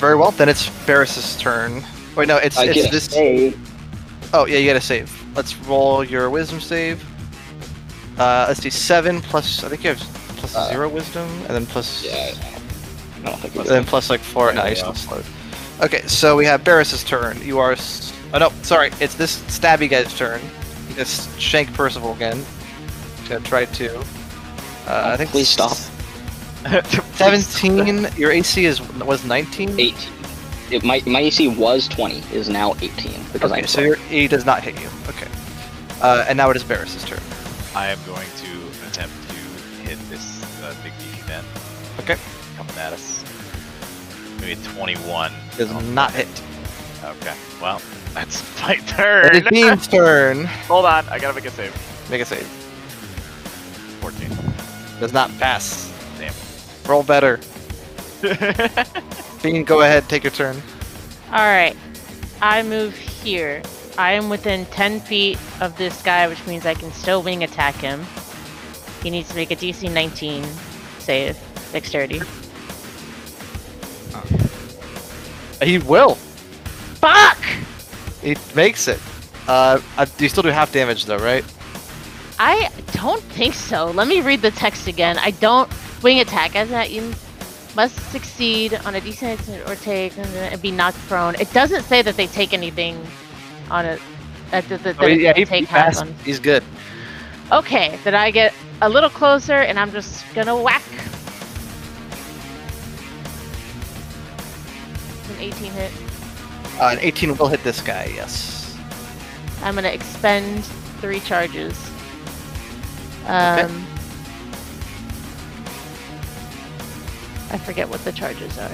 Speaker 2: Very well. Then it's Barris's turn. Wait, no, it's,
Speaker 10: I
Speaker 2: it's
Speaker 10: get
Speaker 2: this.
Speaker 10: this... a
Speaker 2: Oh, yeah, you gotta save. Let's roll your wisdom save. Uh, let's see, seven plus. I think you have plus
Speaker 10: Uh,
Speaker 2: zero wisdom, and then plus.
Speaker 10: Yeah, I- I don't think
Speaker 2: And
Speaker 10: that's
Speaker 2: then plus like four. No,
Speaker 10: Yeah,
Speaker 2: you're
Speaker 10: yeah.
Speaker 2: still slowed. Okay, so we have Barris's turn. You are. S- oh no, sorry. It's this stabby guy's turn. He's gonna s- shank Percival again. He's gonna try to. Uh, I think.
Speaker 10: please stop.
Speaker 2: Seventeen. Your AC is was nineteen.
Speaker 10: 18. It, my, my AC was 20, is now 18. Because
Speaker 2: Okay,
Speaker 10: I'm
Speaker 2: so your E does not hit you. Okay. Uh, and now it is Barris's turn.
Speaker 3: I am going to attempt to hit this uh, big beefy man
Speaker 2: Okay.
Speaker 3: coming at us. Maybe 21.
Speaker 2: Does
Speaker 3: Oh,
Speaker 2: not hit.
Speaker 3: Okay. Well, that's my
Speaker 2: It
Speaker 3: turn.
Speaker 2: is Beam's turn.
Speaker 3: Hold on, I gotta make a save.
Speaker 2: Make a save.
Speaker 3: 14.
Speaker 2: Does not pass.
Speaker 3: Damn
Speaker 2: Roll better.
Speaker 3: it.
Speaker 2: Beam, go ahead. Take your turn.
Speaker 4: All right. I move here. I am within 10 feet of this guy, which means I can still wing attack him. He needs to make a DC 19 save, dexterity.
Speaker 2: He will.
Speaker 4: Fuck!
Speaker 2: He makes it. Uh, uh, you still do half damage though, right?
Speaker 4: I don't think so. Let me read the text again. I don't wing attack as that you must succeed on a DC 19 or take and be knocked prone. It doesn't say that they take anything on it. That, that, that,
Speaker 2: Oh,
Speaker 4: that
Speaker 2: yeah,
Speaker 4: they
Speaker 2: he,
Speaker 4: take
Speaker 2: he
Speaker 4: half
Speaker 2: passed.
Speaker 4: on.
Speaker 2: He's good.
Speaker 4: Okay, then I get a little closer and I'm just gonna whack. An 18 hit.
Speaker 2: Uh, an 18 will hit this guy. Yes.
Speaker 4: I'm gonna expend three charges. Um, I forget what the charges are.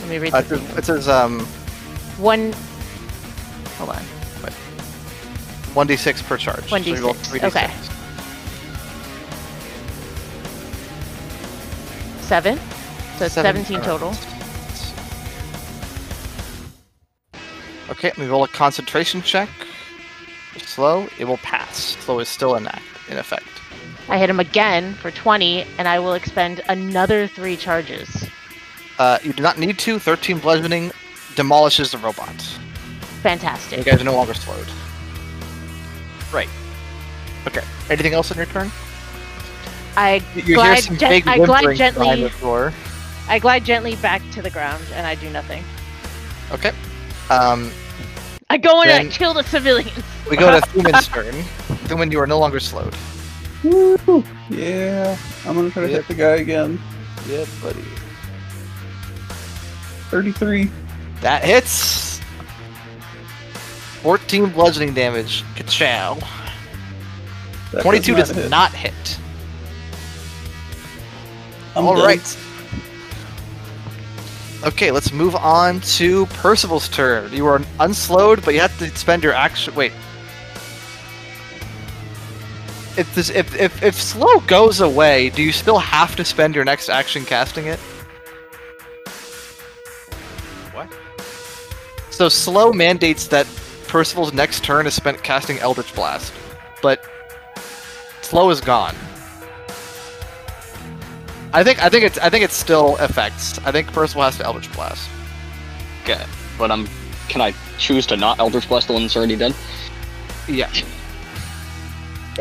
Speaker 4: Let me read
Speaker 2: Uh,
Speaker 4: the
Speaker 2: it says-
Speaker 4: thing.
Speaker 2: it says um,
Speaker 4: One. Hold on.
Speaker 2: 1d6 per charge. So you roll
Speaker 4: 1d6, okay.
Speaker 2: 3d6.
Speaker 4: Seven. So it's
Speaker 2: Seven.
Speaker 4: 17
Speaker 2: Alright.
Speaker 4: total.
Speaker 2: Okay, let me roll a concentration check. Slow, it will pass. Slow is still in, act, in effect.
Speaker 4: I hit him again for 20, and I will expend another three charges.
Speaker 2: Uh, you do not need to. 13 bludgeoning demolishes the robot.
Speaker 9: Fantastic.
Speaker 2: You guys are no longer slowed.
Speaker 3: Right.
Speaker 2: Okay. Anything else in your turn?
Speaker 9: I
Speaker 2: You- You hear
Speaker 9: Glide
Speaker 2: some
Speaker 9: gen-
Speaker 2: big
Speaker 9: I glide
Speaker 2: whimpering behind
Speaker 9: gently-
Speaker 2: the floor.
Speaker 4: I glide gently back to the ground and I do nothing.
Speaker 2: Okay. Um,
Speaker 4: I go in and
Speaker 2: Then-
Speaker 4: I kill the civilians.
Speaker 2: we go to Thuman's turn. Thuman, you are no longer slowed.
Speaker 5: Woo! Yeah, I'm gonna try to hit the guy again.
Speaker 2: Yeah, buddy.
Speaker 5: 33.
Speaker 2: That hits. 14 bludgeoning damage. Ka-chow.
Speaker 5: That
Speaker 2: 22 does
Speaker 5: hit.
Speaker 2: not hit.
Speaker 5: I'm
Speaker 2: All
Speaker 5: done.
Speaker 2: right. Okay, let's move on to Percival's turn. You are unslowed, but you have to spend your action. Wait. If this, if, if if slow goes away, do you still have to spend your next action casting it?
Speaker 3: What?
Speaker 2: So slow mandates that Percival's next turn is spent casting Eldritch Blast, but slow is gone. I think I think it's I think it still affects. I think Percival has to Eldritch Blast.
Speaker 10: Okay, but I'm. Can I choose to not Eldritch Blast the one that's already dead?
Speaker 2: Yeah.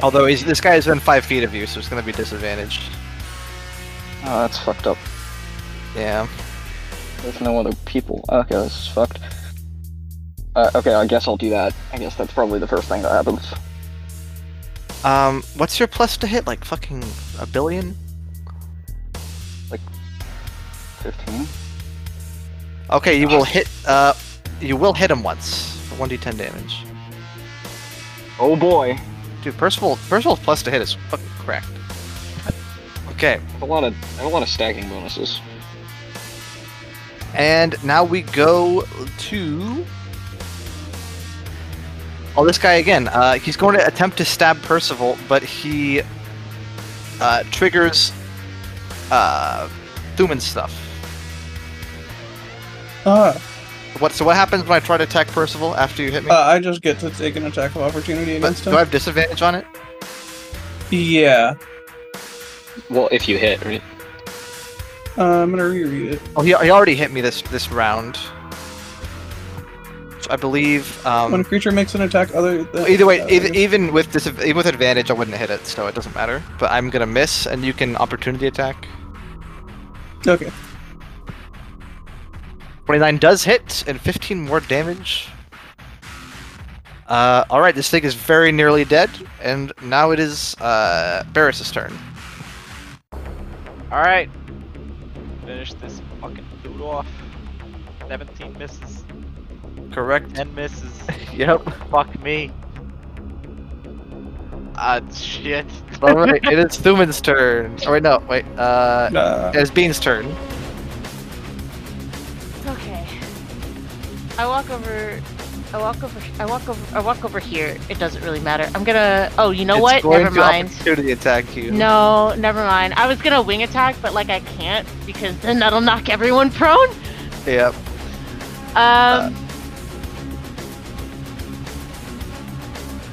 Speaker 2: Although he's, this guy is within five feet of you, so it's going to be disadvantaged.
Speaker 10: Oh, that's fucked up.
Speaker 2: Yeah.
Speaker 10: There's no other people. Okay, this is fucked. Uh, okay, I guess I'll do that. I guess that's probably the first thing that happens.
Speaker 2: Um, what's your plus to hit? Like fucking a billion?
Speaker 10: 15.
Speaker 2: Okay, you will hit. Uh, you will hit him once for one d10 damage.
Speaker 10: Oh boy.
Speaker 2: Dude, Percival Percival's plus to hit is fucking cracked. Okay,
Speaker 10: I have a lot of, I have a lot of stacking bonuses.
Speaker 2: and now we go to. Oh, this guy again. Uh, he's going to attempt to stab Percival, but he uh, triggers uh, Thuman's stuff.
Speaker 5: Ah,
Speaker 2: What? So what happens when I try to attack Percival after you hit me?
Speaker 5: uh, I just get to take an attack of opportunity
Speaker 2: But
Speaker 5: against
Speaker 2: do I
Speaker 5: him.
Speaker 2: have disadvantage on it?
Speaker 5: Yeah.
Speaker 10: Well, if you hit, right?
Speaker 5: Uh, I'm gonna reread it.
Speaker 2: Oh, he, he already hit me this this round. So I believe. Um,
Speaker 5: When a creature makes an attack other than.
Speaker 2: Well, Either way,
Speaker 5: uh,
Speaker 2: even, even with dis- even with advantage, I wouldn't hit it, so it doesn't matter. But I'm gonna miss, and you can opportunity attack.
Speaker 5: Okay.
Speaker 2: 29 does hit, and 15 more damage. Uh, all right, this thing is very nearly dead, and now it is uh, Barris's turn.
Speaker 3: All right. Finish this fucking dude off. 17 misses,
Speaker 2: Correct.
Speaker 3: 10 misses.
Speaker 2: Yep.
Speaker 3: Fuck me. Ah, shit.
Speaker 2: All right, it is Thuman's turn. Oh wait, no, wait. Uh,
Speaker 5: Uh,
Speaker 2: it's Bean's turn.
Speaker 9: Okay. I walk over. I walk over. I walk over. I walk over here. It doesn't really matter. I'm gonna. Oh, you know
Speaker 2: it's
Speaker 9: what?
Speaker 2: Going
Speaker 9: Never
Speaker 2: to
Speaker 9: mind.
Speaker 2: Opportunity attack you.
Speaker 9: No, never mind. I was gonna wing attack, but like I can't because then that'll knock everyone prone.
Speaker 2: Yep.
Speaker 9: Um.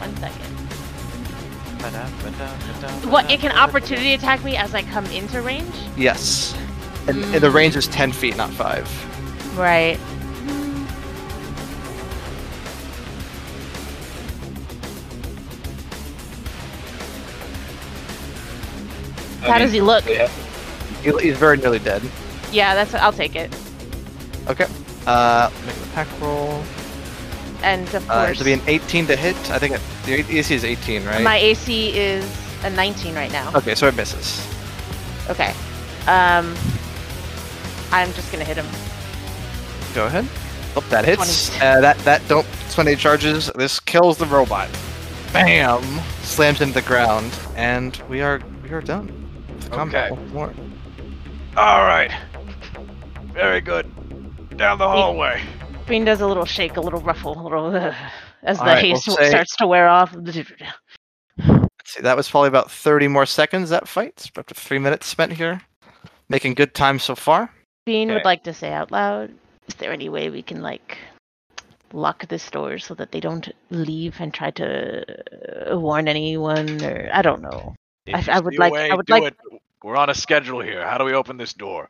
Speaker 9: one second. What? It can opportunity attack me as I come into range.
Speaker 2: Yes. And, and the range is 10 feet, not five.
Speaker 9: Right. How does he look?
Speaker 10: yeah.
Speaker 2: He, he's very nearly dead.
Speaker 9: Yeah, that's. I'll take it.
Speaker 2: Okay. Uh, make an attack roll.
Speaker 9: And of
Speaker 2: Uh,
Speaker 9: course,
Speaker 2: it'll be an 18 to hit. I think it, the AC is 18, right?
Speaker 9: my AC is a 19 right now.
Speaker 2: Okay, so it misses.
Speaker 9: Okay. Um, I'm just gonna hit him.
Speaker 2: Go ahead. Oh, that hits. Uh, that that don't spend any charges. This kills the robot. Bam! Slams into the ground, and we are we are done. It's a combat
Speaker 3: Okay.
Speaker 2: once more.
Speaker 3: All right. Very good. Down the hallway.
Speaker 4: Bean does a little shake, a little ruffle, a little uh, as the
Speaker 2: Alright, we'll
Speaker 4: haze
Speaker 2: say-
Speaker 4: starts to wear off.
Speaker 2: Let's see, that was probably about 30 more seconds. That fight. It's About three minutes spent here, making good time so far.
Speaker 9: Bean would
Speaker 3: Okay.
Speaker 9: like to say out loud, "Is there any way we can like lock this door so that they don't leave and try to uh, warn anyone?" Or I don't know. I- I would like- I would like-
Speaker 3: We're on a schedule here. How do we open this door?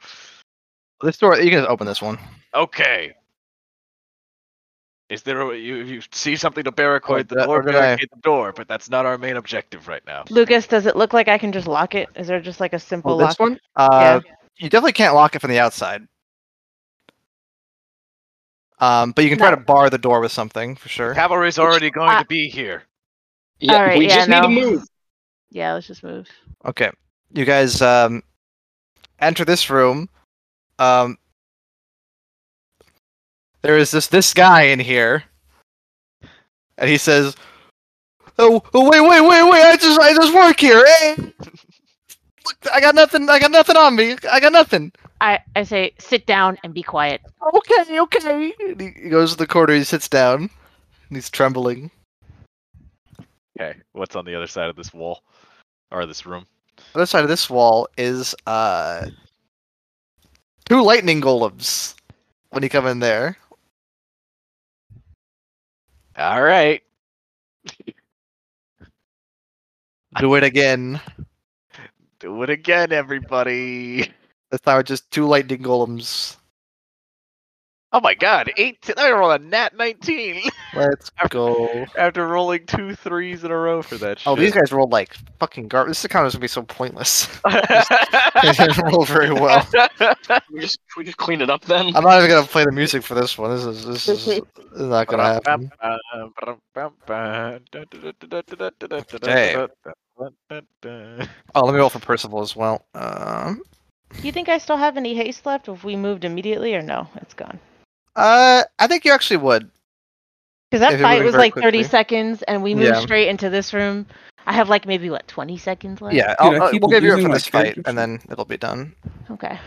Speaker 2: This door, you can just open this one.
Speaker 3: Okay. Is there a, you you see something to barricade the
Speaker 13: that-
Speaker 3: door?
Speaker 13: we're gonna-
Speaker 3: Barricade the door, but that's not our main objective right now.
Speaker 4: Lucas, does it look like I can just lock it? Is there just like a simple
Speaker 13: Oh,
Speaker 4: lock?
Speaker 13: this one? Uh, You definitely can't lock it from the outside. Um, but you can try
Speaker 4: No.
Speaker 13: to bar the door with something for sure.
Speaker 3: Cavalry's already going
Speaker 4: I-
Speaker 3: to be here.
Speaker 10: Yeah,
Speaker 4: All right,
Speaker 10: we
Speaker 4: yeah,
Speaker 10: just
Speaker 4: no.
Speaker 10: need to move.
Speaker 4: Yeah, let's just move.
Speaker 13: Okay. You guys um, enter this room. Um, there is this this guy in here, and he says, "Oh, oh wait, wait, wait, wait! I just I just work here. Hey, look, I got nothing. I got nothing on me. I got nothing."
Speaker 9: I, I say, sit down and be quiet.
Speaker 13: Okay, okay. And he, he goes to the corner. He sits down. And he's trembling.
Speaker 3: Okay, what's on the other side of this wall or this room?
Speaker 13: other side of this wall is uh two lightning golems. When you come in there.
Speaker 3: All right.
Speaker 13: Do it again.
Speaker 3: Do it again, everybody.
Speaker 13: This time it's just two lightning golems.
Speaker 3: Oh my god, 18. I rolled a nat 19
Speaker 13: Let's go.
Speaker 3: after rolling two threes in a row for that shit.
Speaker 13: Oh, these guys rolled like fucking garbage. This account is gonna be so pointless. they didn't roll very well.
Speaker 10: Can We just can we just clean it up then.
Speaker 13: I'm not even gonna play the music for this one. This is this is, this is not gonna happen. Oh, let me roll for Percival as well. Um,
Speaker 4: Do you think I still have any haste left if we moved immediately or no? It's gone.
Speaker 13: uh, I think you actually would.
Speaker 4: Because
Speaker 13: If
Speaker 4: that
Speaker 13: it
Speaker 4: fight
Speaker 13: moved
Speaker 4: was
Speaker 13: very
Speaker 4: like 30
Speaker 13: quickly.
Speaker 4: seconds and we moved
Speaker 13: Yeah.
Speaker 4: straight into this room. I have like maybe what 20 seconds left?
Speaker 13: Yeah,
Speaker 5: I
Speaker 13: I'll, uh,
Speaker 5: keep
Speaker 13: we'll give you it
Speaker 5: losing
Speaker 13: for
Speaker 5: my
Speaker 13: this fight,
Speaker 5: character
Speaker 13: and then it'll be done.
Speaker 4: Okay.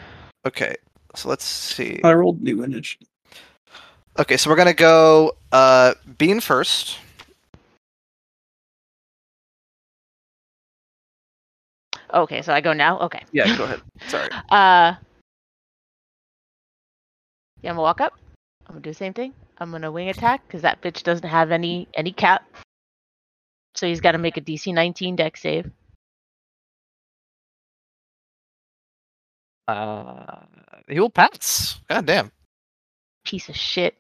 Speaker 13: Okay, so let's see.
Speaker 5: I rolled new image.
Speaker 13: Okay, so we're gonna go uh, Bean first.
Speaker 9: Okay, so I go now? Okay.
Speaker 13: Yeah, go ahead. Sorry.
Speaker 9: Uh, yeah, I'm gonna walk up. I'm gonna do the same thing. I'm gonna wing attack because that bitch doesn't have any any cap, so he's got to make a DC 19 deck save.
Speaker 13: Uh, he will pass. God damn.
Speaker 9: Piece of shit.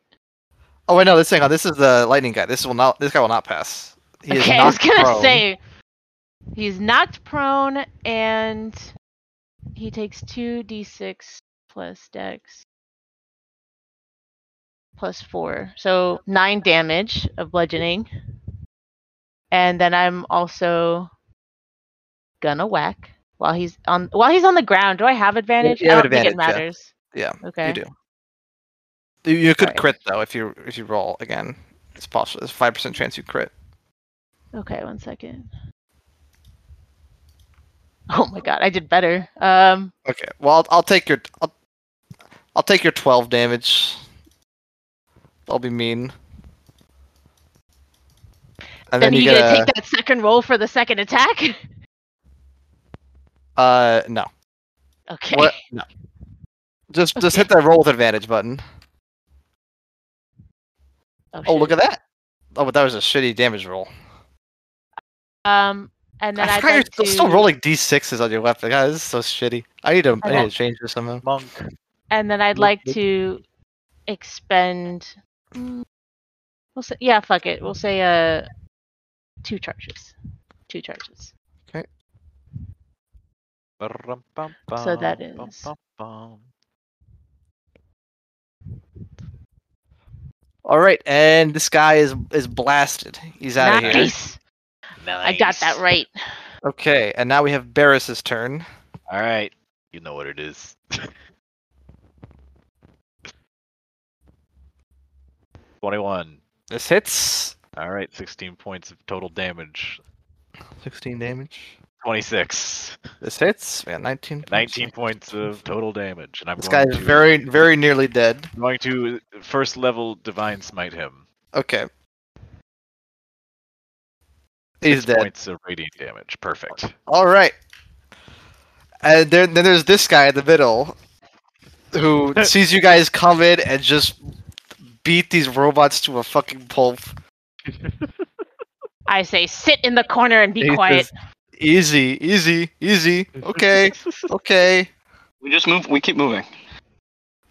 Speaker 13: Oh wait, no, this thing. on. This is the lightning guy. This will not. This guy will not pass. He is
Speaker 9: okay, I was
Speaker 13: knocked
Speaker 9: gonna
Speaker 13: prone.
Speaker 9: say he's knocked prone and he takes two d6 plus dex plus four, so nine damage of bludgeoning, and then I'm also gonna whack while he's on while he's on the ground. Do I have advantage?
Speaker 13: you have
Speaker 9: I don't think
Speaker 13: advantage,
Speaker 9: it
Speaker 13: yeah.
Speaker 9: matters.
Speaker 13: Yeah,
Speaker 9: Okay.
Speaker 13: You do. You, you could
Speaker 9: Sorry.
Speaker 13: crit though if you if you roll again. It's possible. There's five percent chance you crit.
Speaker 9: Okay, one second. Oh my god, I did better. Um.
Speaker 13: Okay. Well, I'll, I'll take your I'll, I'll take your twelve damage. I'll be mean. And
Speaker 9: then,
Speaker 13: then,
Speaker 9: you
Speaker 13: you
Speaker 9: gonna,
Speaker 13: get a,
Speaker 9: take that second roll for the second attack?
Speaker 13: uh no.
Speaker 9: okay.
Speaker 13: What? No. Just just hit that roll with advantage button. Oh, look at that. Oh, but that was a shitty damage roll.
Speaker 9: that. Um, and then
Speaker 13: I
Speaker 9: I
Speaker 13: forgot
Speaker 9: would
Speaker 13: you're
Speaker 9: like
Speaker 13: still,
Speaker 9: to,
Speaker 13: still rolling d6s on your weapon. God, this is so shitty. I need to, I need to change this somehow.
Speaker 3: Monk.
Speaker 9: and then I'd like to expend. mm, We'll say, yeah, fuck it. We'll say uh, two charges, two charges.
Speaker 3: So
Speaker 9: that is-
Speaker 13: All right, and this guy is is blasted. He's out of here.
Speaker 9: nice. I got that right.
Speaker 13: Okay, and now we have Barris's turn.
Speaker 3: All right. You know what it is. Twenty-one.
Speaker 13: This hits.
Speaker 3: All right, sixteen points of total damage.
Speaker 13: 16 damage.
Speaker 3: Twenty-six.
Speaker 13: This hits. Yeah, 19. points.
Speaker 3: Nineteen points of total damage, and I'm
Speaker 13: This guy
Speaker 3: going
Speaker 13: is
Speaker 3: to-
Speaker 13: very very nearly dead.
Speaker 3: I'm going to first level divine smite him.
Speaker 13: Okay. He's
Speaker 3: Six
Speaker 13: dead.
Speaker 3: Points of radiant damage. Perfect.
Speaker 13: All right. And then, then there's this guy in the middle who sees you guys come in and just beat these robots to a fucking pulp.
Speaker 9: I say sit in the corner and be
Speaker 13: He
Speaker 9: quiet.
Speaker 13: says, Easy, easy, easy. Okay, okay.
Speaker 10: We just move. We keep moving.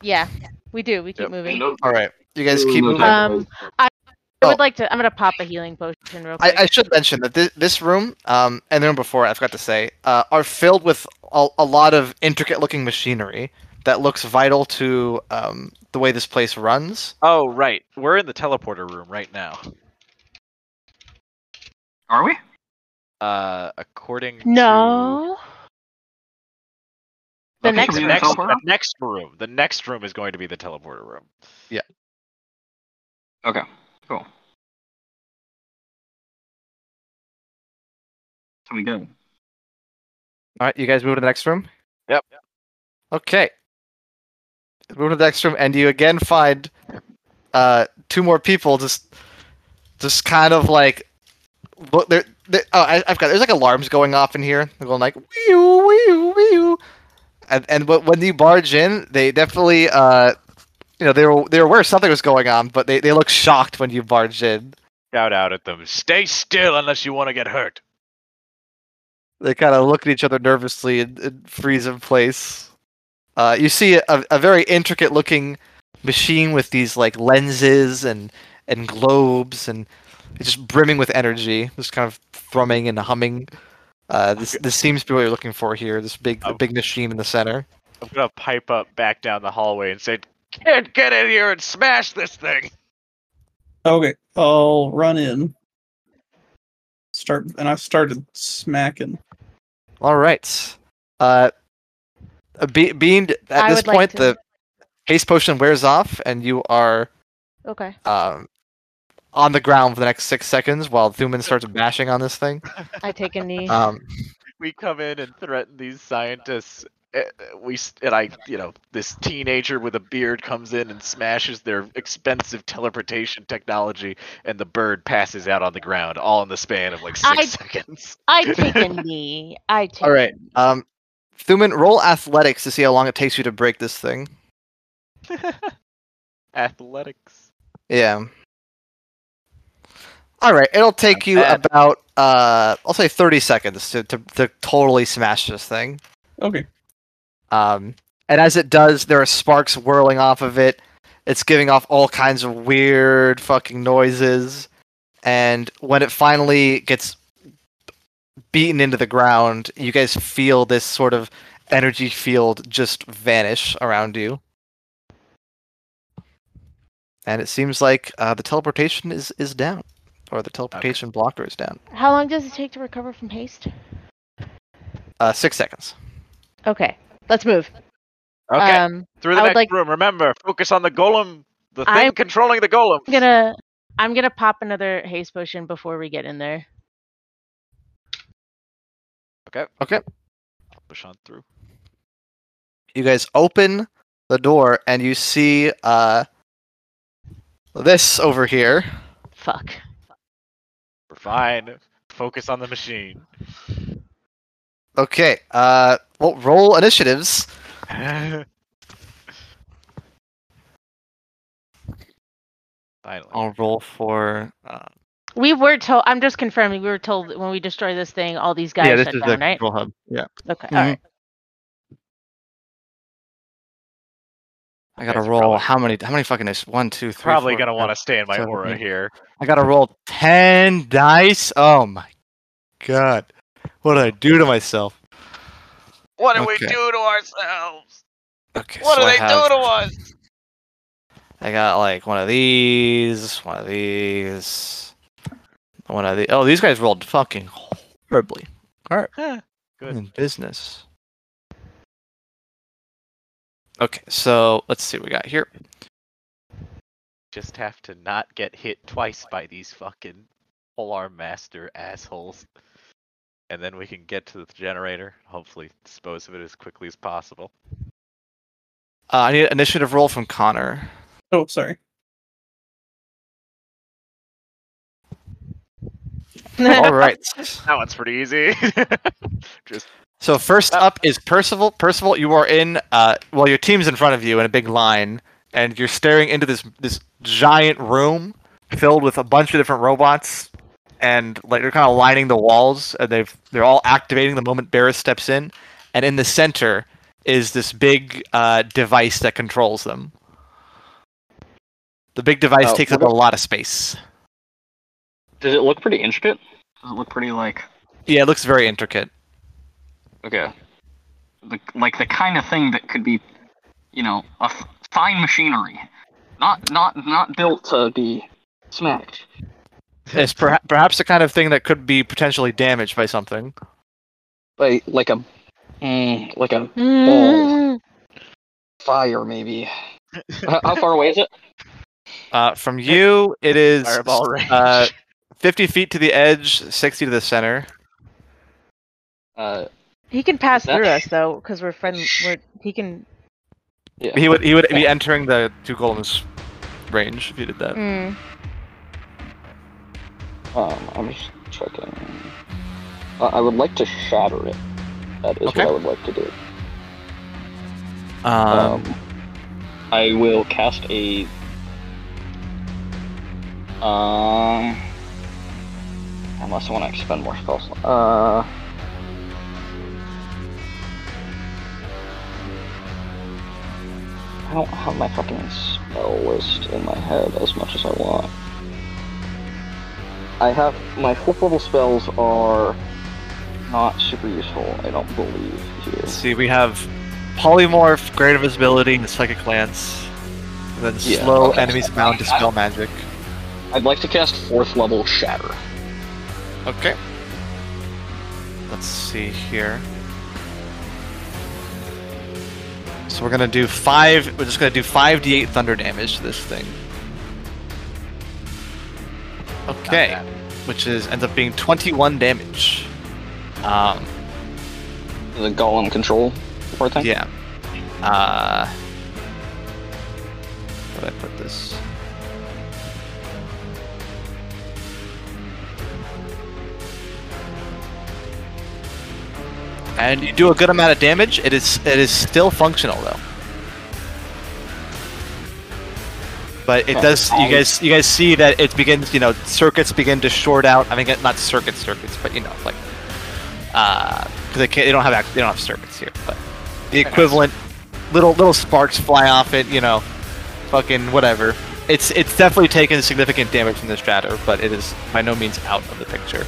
Speaker 9: Yeah, we do. We keep
Speaker 3: Yep.
Speaker 9: moving.
Speaker 10: No,
Speaker 13: All right. You guys keep moving.
Speaker 9: Um, I, I
Speaker 13: Oh.
Speaker 9: would like to. I'm gonna pop a healing potion real quick.
Speaker 13: I, I should mention that this, this room um, and the room before, I forgot to say, uh, are filled with a, a lot of intricate looking machinery that looks vital to um, the way this place runs.
Speaker 3: Oh, right. We're in the teleporter room right now.
Speaker 10: Are we?
Speaker 3: Uh, according to
Speaker 9: no. The
Speaker 3: Okay,
Speaker 9: next
Speaker 3: the
Speaker 10: room.
Speaker 3: next,
Speaker 10: Teleporter
Speaker 3: the
Speaker 10: room?
Speaker 3: next room. The next room is going to be the teleporter room.
Speaker 10: Okay, cool. So we go.
Speaker 13: All right, you guys move to the next room?
Speaker 3: Yep.
Speaker 13: Okay. Move to the next room, and you again find uh, two more people just just kind of like. Look, they're, they're- oh, I, I've got. There's like alarms going off in here. They're going like, wee-oo, wee-oo, wee-oo. And, and wh- when you barge in, they definitely, uh, you know, they were, they were aware something was going on, but they, they look shocked when you barged in.
Speaker 3: Shout out at them. Stay still unless you want to get hurt.
Speaker 13: They kind of look at each other nervously and, and freeze in place. Uh, you see a, a very intricate looking machine with these like lenses and and globes and it's just brimming with energy, just kind of thrumming and humming. Uh, this this seems to be what you're looking for here. This big
Speaker 3: Oh.
Speaker 13: big machine in the center.
Speaker 3: I'm gonna pipe up back down the hallway and say, "Kid, get in here and smash this thing."
Speaker 5: Okay, I'll run in. Start and I started smacking.
Speaker 13: All right. Uh, uh, be, being at
Speaker 9: I
Speaker 13: this
Speaker 9: would like
Speaker 13: point,
Speaker 9: to-
Speaker 13: the haste potion wears off, and you are
Speaker 9: Okay.
Speaker 13: um, on the ground for the next six seconds while Thuman starts bashing on this thing.
Speaker 9: I take a knee.
Speaker 13: Um,
Speaker 3: We come in and threaten these scientists. eh, eh, We s- and I, you know, this teenager with a beard comes in and smashes their expensive teleportation technology, and the bird passes out on the ground, all in the span of like six
Speaker 9: I-
Speaker 3: seconds.
Speaker 9: I take a knee. I take.
Speaker 13: all right. Um, Thuman, roll athletics to see how long it takes you to break this thing.
Speaker 3: Athletics.
Speaker 13: Yeah. All right. It'll take you
Speaker 3: bad.
Speaker 13: about, uh, I'll say 30 seconds to, to, to totally smash this thing.
Speaker 5: Okay.
Speaker 13: Um, and as it does, there are sparks whirling off of it. It's giving off all kinds of weird fucking noises. And when it finally gets beaten into the ground, you guys feel this sort of energy field just vanish around you. And it seems like uh, the teleportation is, is down, or the teleportation blocker is down.
Speaker 9: How long does it take to recover from haste?
Speaker 13: Uh, six seconds.
Speaker 9: Okay. Let's move.
Speaker 3: Okay,
Speaker 9: Um,
Speaker 3: through
Speaker 9: I
Speaker 3: the
Speaker 9: would
Speaker 3: next
Speaker 9: like-
Speaker 3: room. Remember, focus on the golem. The thing
Speaker 9: I'm-
Speaker 3: controlling the golem.
Speaker 9: I'm gonna. I'm gonna pop another haste potion before we get in there.
Speaker 3: Push on through.
Speaker 13: you guys open the door and you see uh this over here
Speaker 9: Fuck.
Speaker 3: We're fine. Focus on the machine.
Speaker 13: okay uh well roll initiatives
Speaker 3: Finally.
Speaker 2: I'll roll for. Uh,
Speaker 9: We were told. I'm just confirming. We were told that when we destroy this thing, all these guys
Speaker 2: yeah, this
Speaker 9: shut
Speaker 2: is
Speaker 9: down,
Speaker 2: the
Speaker 9: right?
Speaker 2: control hub. Yeah,
Speaker 9: Okay.
Speaker 13: Mhm.
Speaker 9: right.
Speaker 2: I gotta
Speaker 3: That's
Speaker 2: roll.
Speaker 3: probably-
Speaker 2: How many? How many fucking is one, two, three?
Speaker 3: Probably
Speaker 2: four,
Speaker 3: gonna
Speaker 2: five,
Speaker 3: want to stay in my
Speaker 2: seven,
Speaker 3: aura
Speaker 2: eight.
Speaker 3: here.
Speaker 13: i gotta roll 10 dice oh my god what did i do to myself
Speaker 3: What
Speaker 2: do we Okay.
Speaker 3: do to ourselves?
Speaker 2: Okay, so I have-
Speaker 3: us?
Speaker 2: I got like one of these, one of these, one of the. Oh, these guys rolled fucking horribly.
Speaker 3: Good.
Speaker 2: In business. Okay, so let's see what we got here.
Speaker 3: Just have to not get hit twice by these fucking polar master assholes, and then we can get to the generator. Hopefully, dispose of it as quickly as possible.
Speaker 2: Uh, I need an initiative roll from Connor.
Speaker 5: Oh, sorry.
Speaker 2: All right.
Speaker 3: That one's pretty easy. Just
Speaker 2: So first up is Percival. Percival, you are in. Uh, well, your team's in front of you in a big line, and you're staring into this this giant room filled with a bunch of different robots, and like they're kind of lining the walls, and they've they're all activating the moment Barris steps in, and in the center is this big uh, device that controls them. The big device
Speaker 10: Oh,
Speaker 2: takes
Speaker 10: what
Speaker 2: up a lot of space.
Speaker 10: Does it look pretty intricate? Does it look pretty like
Speaker 2: Yeah, it looks very intricate.
Speaker 10: okay, the, like the kind of thing that could be, you know, a f- fine machinery, not not not built to be smacked.
Speaker 2: It's perha- perhaps the kind of thing that could be potentially damaged by something.
Speaker 10: Like like a mm, like a
Speaker 9: Mm.
Speaker 10: fire maybe. how, how far away is it?
Speaker 2: Uh, from you, it is
Speaker 3: Fireball range.
Speaker 2: uh, 50 feet to the edge, 60 to the center.
Speaker 10: Uh,
Speaker 4: He can pass
Speaker 10: That-
Speaker 4: through us though, because we're friendly. We're, he can.
Speaker 10: yeah.
Speaker 2: He would he would be entering the two golems range if you did that.
Speaker 4: Mm.
Speaker 10: Um, I'm just checking. Uh, I would like to shatter it. That is
Speaker 2: Okay.
Speaker 10: what I would like to do.
Speaker 2: Um,
Speaker 10: I will cast a. Um. Unless I want to expend more spells. Uh. I don't have my fucking spell list in my head as much as I want. I have my fourth level spells are not super useful. I don't believe here.
Speaker 2: let's see, we have polymorph, greater visibility, and psychic glance. And then
Speaker 10: Yeah,
Speaker 2: slow
Speaker 10: okay.
Speaker 2: enemies bound to spell magic.
Speaker 10: I'd like to cast fourth level shatter.
Speaker 2: Okay. Let's see here. So we're gonna do five. We're just gonna do five d8 thunder damage to this thing. Okay,
Speaker 3: bad.
Speaker 2: which is ends up being 21 damage. Um,
Speaker 10: The golem control support thing.
Speaker 2: yeah. Uh, where did I put this? And you do a good amount of damage. It is it is still functional though. But it does. You guys, you guys see that it begins. You know, circuits begin to short out. I mean, not circuit circuits, but you know, like because they can't. They don't have act- they don't have circuits here. But the equivalent, little little sparks fly off it. You know, fucking whatever. It's it's definitely taken significant damage from this shatter, but it is by no means out of the picture.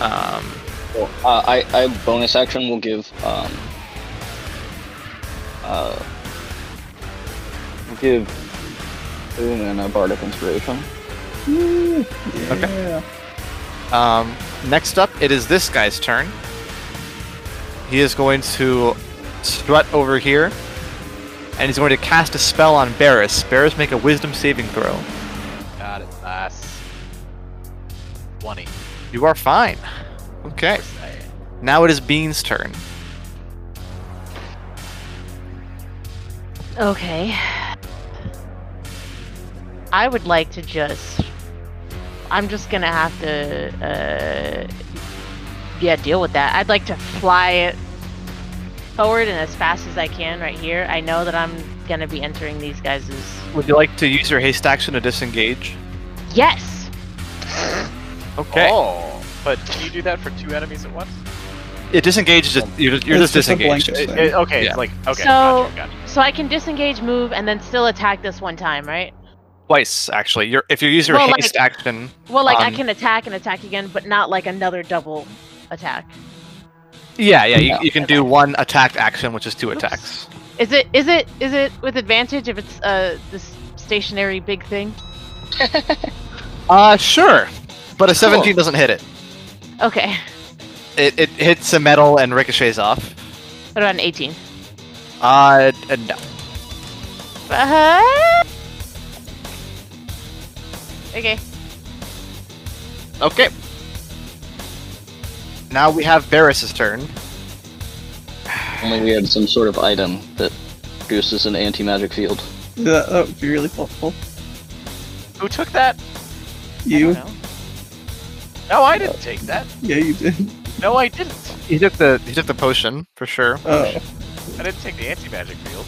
Speaker 2: Um,
Speaker 10: Cool. Uh, I, I bonus action will give um uh will give Boomin a bardic inspiration.
Speaker 5: Okay.
Speaker 2: Um, next up, it is this guy's turn. He is going to strut over here, and he's going to cast a spell on Barris. Barris, make a Wisdom saving throw.
Speaker 3: Got it. Nice. Twenty.
Speaker 2: You are fine. Okay. Now it is Bean's turn.
Speaker 9: Okay. I would like to just. I'm just gonna have to. Uh, yeah, deal with that. I'd like to fly it forward and as fast as I can right here. I know that I'm gonna be entering these guys'
Speaker 2: Would you like to use your haste action to disengage?
Speaker 9: Yes!
Speaker 2: Okay.
Speaker 3: Oh, but can you do that for two enemies at once?
Speaker 2: It disengages. Just, you're just, you're
Speaker 5: It's
Speaker 2: just,
Speaker 5: just a
Speaker 2: disengaged.
Speaker 5: blanket.
Speaker 3: It- it- okay,
Speaker 2: Yeah.
Speaker 3: it's like okay.
Speaker 9: So-
Speaker 3: gotcha, gotcha.
Speaker 9: So I can disengage, move, and then still attack this one time, right?
Speaker 2: Twice, actually. You're, if you use your
Speaker 9: Well, like-
Speaker 2: haste action,
Speaker 9: Well, like I
Speaker 2: Um,
Speaker 9: can attack and attack again, but not like another double attack.
Speaker 2: yeah, yeah, you,
Speaker 10: Yeah.
Speaker 2: you can do one attack action, which is two attacks.
Speaker 9: Is it? Is it? Is it with advantage if it's uh this stationary big thing?
Speaker 2: Uh, sure. But a 17
Speaker 10: Cool.
Speaker 2: doesn't hit it.
Speaker 9: Okay.
Speaker 2: it. It hits the metal and ricochets off.
Speaker 9: What about an 18?
Speaker 2: Uh, d- no.
Speaker 9: Uh-huh. Okay.
Speaker 2: Okay. Now we have Barris's turn.
Speaker 10: Only we had some sort of item that produces an anti magic field.
Speaker 5: That, that would be really helpful.
Speaker 3: Who took that?
Speaker 5: You?
Speaker 3: No, I didn't take that.
Speaker 5: Yeah, you did.
Speaker 3: No, I didn't.
Speaker 2: He took the he took the potion for sure.
Speaker 5: Oh.
Speaker 3: I didn't take the anti-magic field.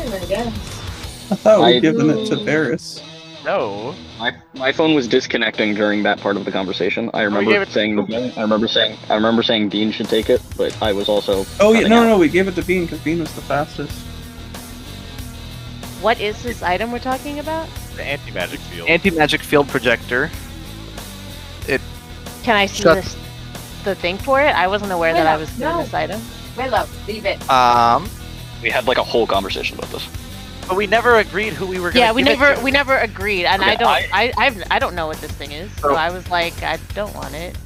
Speaker 5: I thought
Speaker 10: I-
Speaker 5: we'd given it to Varus.
Speaker 3: No.
Speaker 10: My, my phone was disconnecting during that part of the conversation. I
Speaker 3: gave
Speaker 10: remember
Speaker 3: it to
Speaker 10: saying
Speaker 3: Boomin.
Speaker 10: I remember saying I remember saying Dean should take it, but I was also
Speaker 5: Oh yeah,
Speaker 10: cutting
Speaker 5: no,
Speaker 10: out.
Speaker 5: no, we gave it to Bean because Bean was the fastest.
Speaker 9: What is this item we're talking about?
Speaker 3: The anti magic field.
Speaker 2: Anti magic field projector.
Speaker 9: Can I see
Speaker 2: Shut-
Speaker 9: this, the thing for it? I wasn't aware
Speaker 4: Wait,
Speaker 9: that I
Speaker 4: no,
Speaker 9: was given
Speaker 4: no.
Speaker 9: this item.
Speaker 4: Willow, leave it.
Speaker 2: Um,
Speaker 10: We had like a whole conversation about this.
Speaker 3: But we never agreed who we were going
Speaker 9: Yeah, we never we never agreed, and I
Speaker 10: Okay,
Speaker 9: don't
Speaker 10: I-
Speaker 9: I I've, I don't know what this thing is, so
Speaker 2: Oh.
Speaker 9: I was like I don't want it.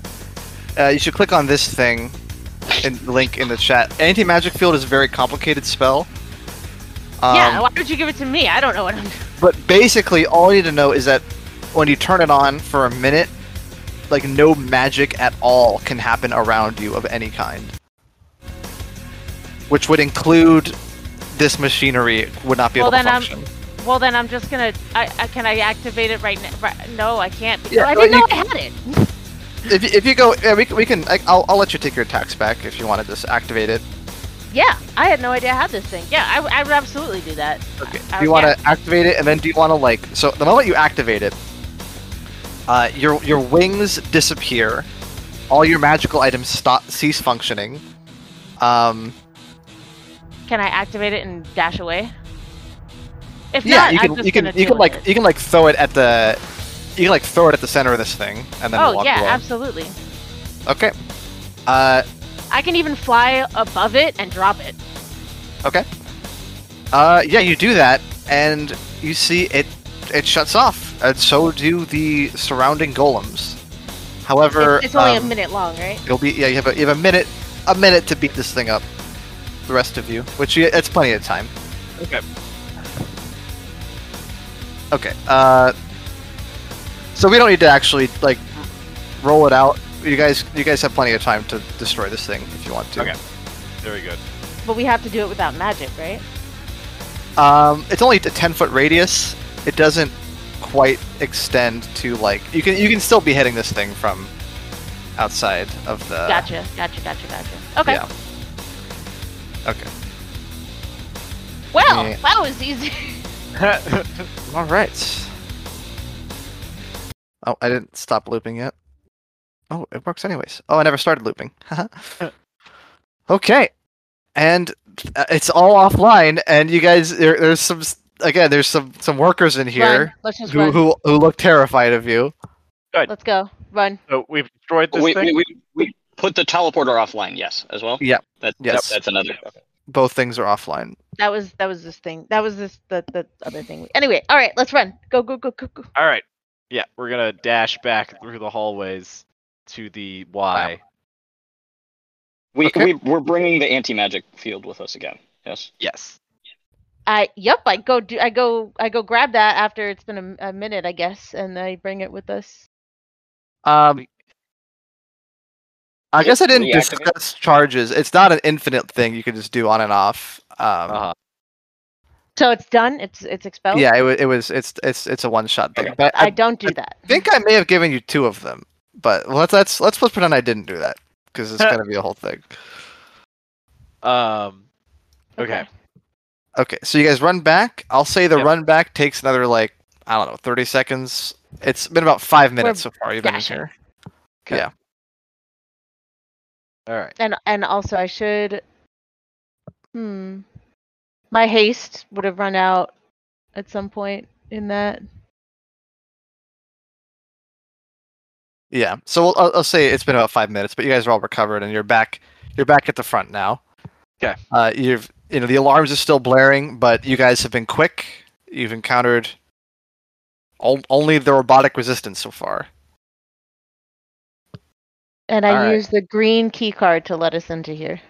Speaker 2: uh, you should click on this thing and link in the chat. Anti magic field is a very complicated spell. Um,
Speaker 9: yeah, why would you give it to me? I don't know what I'm.
Speaker 2: But basically, all you need to know is that when you turn it on for a minute, like no magic at all can happen around you of any kind, which would include this machinery would not be
Speaker 9: Well,
Speaker 2: able to
Speaker 9: then um, I'm-
Speaker 2: function.
Speaker 9: Well, then I'm just gonna. I, I can I activate it right now? Right, no, I can't. Because
Speaker 2: Yeah,
Speaker 9: I
Speaker 2: no,
Speaker 9: didn't
Speaker 2: you
Speaker 9: know I
Speaker 2: can-
Speaker 9: had it.
Speaker 2: If you, if you go, yeah, we, can- we can. I, I'll, I'll let you take your attacks back if you want to just activate it.
Speaker 9: Yeah, I had no idea I had this thing. Yeah, I, w- I would absolutely do that.
Speaker 2: Okay.
Speaker 9: I-
Speaker 2: Do you want to activate it, and then do you want to like? So the moment you activate it, uh, your your wings disappear, all your magical items stop cease functioning. Um,
Speaker 9: Can I activate it and dash away? If
Speaker 2: yeah,
Speaker 9: not,
Speaker 2: you
Speaker 9: I'm
Speaker 2: can
Speaker 9: just
Speaker 2: you can
Speaker 9: gonna
Speaker 2: you
Speaker 9: deal
Speaker 2: can
Speaker 9: with
Speaker 2: like
Speaker 9: it.
Speaker 2: you can like throw it at the you can like throw it at the center of this thing, and then
Speaker 9: Oh
Speaker 2: walk
Speaker 9: yeah,
Speaker 2: away.
Speaker 9: absolutely.
Speaker 2: Okay. Uh,
Speaker 9: I can even fly above it and drop it.
Speaker 2: Uh, yeah, you do that, and you see it. It shuts off, and so do the surrounding golems. However,
Speaker 9: It's, it's only
Speaker 2: um,
Speaker 9: a minute long, right?
Speaker 2: You'll be yeah. You have a you have a minute, a minute to beat this thing up. The rest of you, which you, it's plenty of time.
Speaker 3: Okay.
Speaker 2: Okay. Uh, so we don't need to actually like roll it out. You guys, you guys have plenty of time to destroy this thing if you want to.
Speaker 3: Okay. Very good.
Speaker 9: But we have to do it without magic, right?
Speaker 2: Um, it's only a ten foot radius. It doesn't quite extend to like you can you can still be hitting this thing from outside of the.
Speaker 9: Gotcha, gotcha, gotcha, gotcha. Okay.
Speaker 2: Yeah. Okay.
Speaker 9: Well,
Speaker 2: Yeah.
Speaker 9: that was easy.
Speaker 2: All right. Oh, I didn't stop looping yet. Oh, it works anyways. Oh, I never started looping. okay, and uh, it's all offline, and you guys, there, there's some s- again, there's some some workers in
Speaker 9: Run.
Speaker 2: here
Speaker 9: Let's just
Speaker 2: who,
Speaker 9: run.
Speaker 2: who who look terrified of you.
Speaker 9: Let's go. Run.
Speaker 3: So we've destroyed this
Speaker 10: We,
Speaker 3: thing.
Speaker 10: we, we, we put the teleporter offline, yes, as well.
Speaker 2: Yeah.
Speaker 10: That,
Speaker 2: Yes.
Speaker 10: That's another.
Speaker 2: Both things are offline.
Speaker 9: That was that was this thing. That was this the the other thing. Anyway, all right, let's run. Go go go go go.
Speaker 3: All right. Yeah, we're gonna dash back through the hallways to the Y.
Speaker 10: We,
Speaker 2: Okay.
Speaker 10: we, we're bringing the anti magic field with us again. Yes.
Speaker 3: Yes.
Speaker 9: I yep. I go do. I go. I go grab that after it's been a m- a, minute, I guess, and I bring it with us.
Speaker 2: Um, I
Speaker 10: Is it
Speaker 2: guess I didn't
Speaker 10: reactivate?
Speaker 2: discuss charges. It's not an infinite thing you can just do on and off. Um,
Speaker 3: Uh-huh.
Speaker 9: So it's done. It's it's expelled.
Speaker 2: Yeah, it, wa- it was. It's it's it's a one shot thing. But
Speaker 9: I
Speaker 2: I
Speaker 9: don't do that.
Speaker 2: think I may have given you two of them. But let's let's let's just pretend I didn't do that because it's gonna be a whole thing.
Speaker 3: Um. Okay.
Speaker 2: Okay, so you guys run back. I'll say the
Speaker 3: Yep.
Speaker 2: run back takes another like I don't know thirty seconds. It's been about five minutes so far. You've been in
Speaker 9: dashing.
Speaker 2: here.
Speaker 3: All right.
Speaker 9: And and also I should. Hmm. My haste would have run out at some point in that.
Speaker 2: Yeah. So we'll, I'll, I'll say it's been about five minutes, but you guys are all recovered and you're back. You're back at the front now.
Speaker 3: Okay.
Speaker 2: Uh, you've you know the alarms are still blaring, but you guys have been quick. You've encountered on- only the robotic resistance so far.
Speaker 9: And
Speaker 2: All
Speaker 9: I
Speaker 2: right.
Speaker 9: use the green key card to let us into here.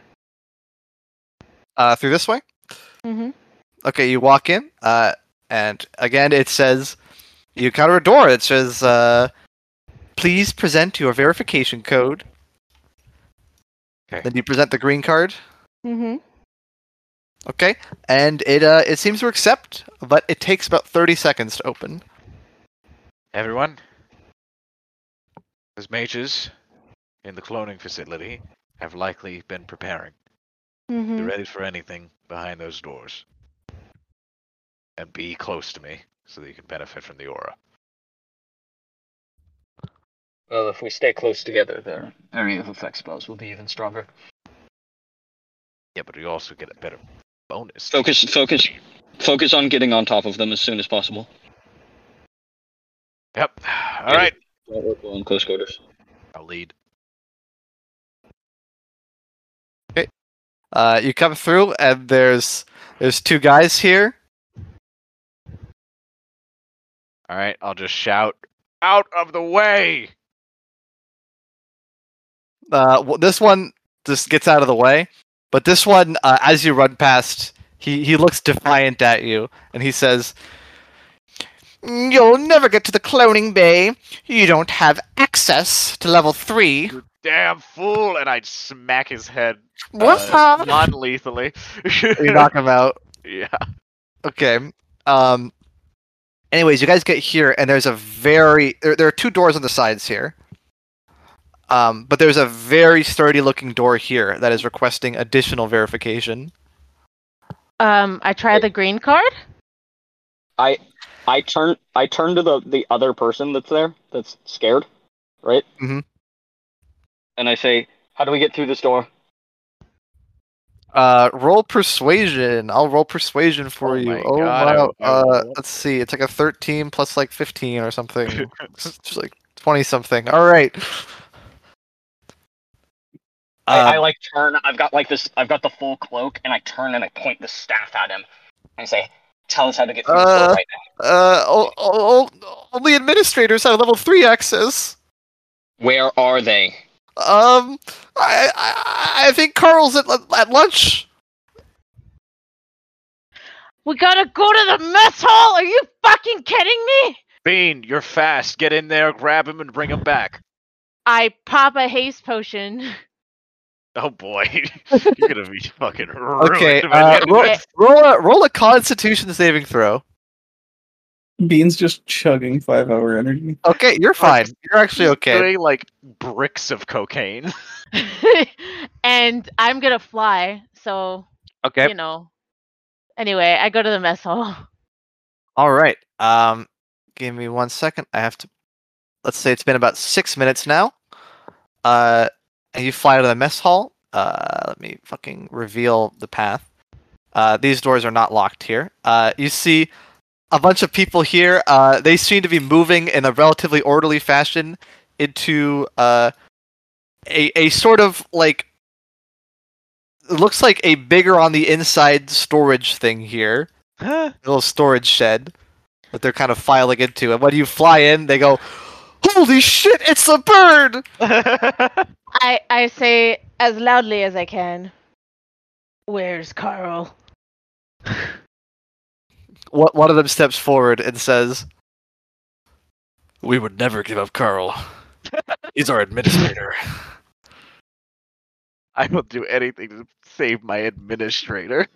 Speaker 2: Uh, through this way.
Speaker 9: Mm-hmm.
Speaker 2: Okay, you walk in, uh, and again it says you encounter a door. It says, uh, "Please present your verification code."
Speaker 3: Okay.
Speaker 2: Then you present the green card.
Speaker 9: Mm-hmm.
Speaker 2: Okay, and it uh, it seems to accept, but it takes about thirty seconds to open.
Speaker 3: Everyone, as mages in the cloning facility have likely been preparing. Be
Speaker 9: Mm-hmm.
Speaker 3: ready for anything behind those doors. And be close to me so that you can benefit from the aura.
Speaker 10: Well, if we stay close together, their area of effect spells will be even stronger.
Speaker 3: Yeah, but you also get a better bonus.
Speaker 10: Focus, focus, Focus on getting on top of them as soon as possible.
Speaker 3: Yep. All right.
Speaker 10: Don't work well in close quarters.
Speaker 3: I'll lead.
Speaker 2: Uh, you come through, and there's there's two guys here.
Speaker 3: All right. I'll just shout out of the way.
Speaker 2: Uh, w- this one just gets out of the way, but this one, uh, as you run past, he he looks defiant at you, and he says, "You'll never get to the cloning bay. You don't have access to level three.
Speaker 3: You damn fool! And I'd smack his head uh,
Speaker 2: Woof-ha.
Speaker 3: non-lethally.
Speaker 2: You knock him out.
Speaker 3: yeah.
Speaker 2: Okay. Um. Anyways, you guys get here, and there's a very there, there are two doors on the sides here. Um, but there's a very sturdy-looking door here that is requesting additional verification.
Speaker 9: Um, I try the green card.
Speaker 10: I turn I turn to the the other person that's there that's scared, right?
Speaker 2: Mhm.
Speaker 10: And I say, "How do we get through this door?"
Speaker 2: Uh, roll persuasion. I'll roll persuasion for
Speaker 3: Oh
Speaker 2: you.
Speaker 3: my
Speaker 2: oh
Speaker 3: God,
Speaker 2: wow.
Speaker 3: I- I
Speaker 2: uh,
Speaker 3: will.
Speaker 2: let's see. It's like a 13 plus like 15 or something. it's just like 20 something. All right.
Speaker 10: I, I
Speaker 2: Um,
Speaker 10: like turn. I've got like this. I've got the full cloak, and I turn and I point the staff at him, and I say, "Tell us how to get through this door
Speaker 2: Uh,
Speaker 10: right
Speaker 2: Uh, o- o- o- only administrators have level three access.
Speaker 10: now." Where are they?
Speaker 2: Um, I I, I think Carl's at lu- at lunch.
Speaker 4: We gotta go to the mess hall. Are you fucking kidding me?
Speaker 3: Bean, you're fast. Get in there, grab him, and bring him back.
Speaker 9: I pop a haste potion.
Speaker 3: Oh boy, you're gonna be fucking ruined.
Speaker 2: Okay,
Speaker 3: by
Speaker 2: uh,
Speaker 3: the end of
Speaker 2: roll,
Speaker 3: this.
Speaker 2: roll a roll a Constitution saving throw.
Speaker 5: Bean's just chugging five hour energy.
Speaker 2: Okay, you're fine. You're actually okay.
Speaker 3: Literally, like bricks of cocaine.
Speaker 9: and I'm gonna fly, so
Speaker 13: Okay.
Speaker 9: you know. Anyway, I go to the mess hall.
Speaker 2: All right. Um, give me one second. I have to. Let's say it's been about six minutes now. Uh, and you fly to the mess hall. Uh, let me fucking reveal the path. Uh, these doors are not locked here. Uh, you see a bunch of people here. Uh, they seem to be moving in a relatively orderly fashion into uh, a a sort of like. It looks like a bigger on the inside storage thing here a little storage shed that they're kind of filing into. And when you fly in, they go, "Holy shit, it's a bird!"
Speaker 9: I I say as loudly as I can. Where's Carl?
Speaker 2: What one of them steps forward and says,
Speaker 13: We would never give up Carl. He's our administrator.
Speaker 3: I will do anything to save my administrator.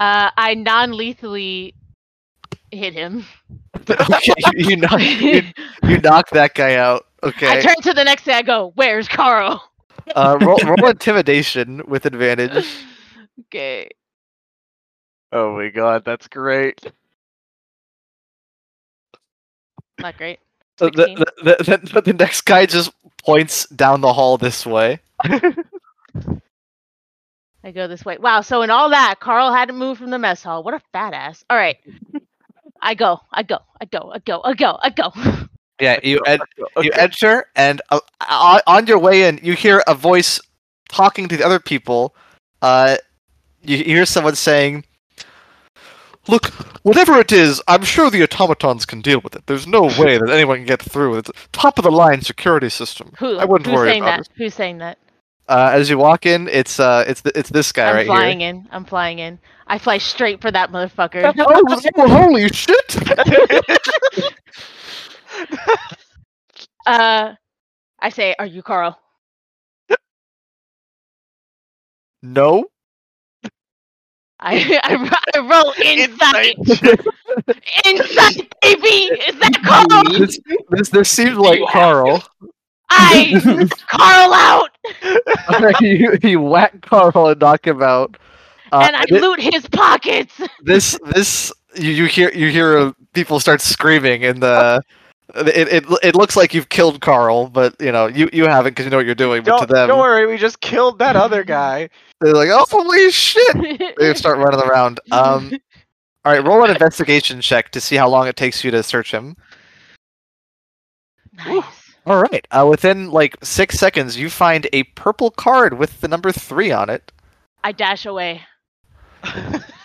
Speaker 9: Uh, I non-lethally hit him.
Speaker 2: "Okay, you, you knock you, you knock that guy out."
Speaker 9: I
Speaker 2: Okay,
Speaker 9: turn to the next guy. I go, "Where's Carl?"
Speaker 2: uh, roll, roll intimidation with advantage.
Speaker 9: okay.
Speaker 3: Oh my god, that's great.
Speaker 9: Not great.
Speaker 2: The, the, the, the, the next guy just points down the hall this way.
Speaker 9: I go this way. Wow. So in all that, Carl hadn't moved from the mess hall. What a fat ass. All right. I go. I go. I go. I go. I go. I go.
Speaker 2: Yeah, you ed- you enter, and uh, on, on your way in, you hear a voice talking to the other people. Uh, you hear someone saying, "Look, whatever it is, I'm sure the automatons can deal with it. There's no way that anyone can get through. It's a top of the line security system."
Speaker 9: Who?
Speaker 2: I wouldn't
Speaker 9: who's
Speaker 2: worry
Speaker 9: saying
Speaker 2: about
Speaker 9: that? Who's saying that?
Speaker 2: Uh, as you walk in, it's uh, it's th- it's this guy
Speaker 9: I'm
Speaker 2: right
Speaker 9: flying in. I'm flying in. I fly straight for that
Speaker 2: here.
Speaker 9: motherfucker.
Speaker 2: Oh, oh, holy shit!
Speaker 9: Uh, I say, "Are you Carl?"
Speaker 2: no,
Speaker 9: I I, ro- I roll
Speaker 3: Insight
Speaker 9: insight. insight, baby. Is that Carl?
Speaker 2: this this, this seems like
Speaker 10: You have
Speaker 2: Carl.
Speaker 9: I Carl out,
Speaker 2: you, you whack Carl and knock him out. Uh,
Speaker 9: and I
Speaker 2: thi-
Speaker 9: loot his pockets.
Speaker 2: this this you, you hear you hear uh, people start screaming and the it, it it looks like you've killed Carl, but you know you you haven't because you know what you're doing. But to
Speaker 3: Don't,
Speaker 2: them,
Speaker 3: don't worry, we just killed that other guy.
Speaker 2: they're like, "Oh, holy shit!" They start running around. Um, All right, roll an investigation check to see how long it takes you to search him.
Speaker 14: Nice.
Speaker 2: All right. Uh, within like six seconds, you find a purple card with the number three on it.
Speaker 14: I dash away.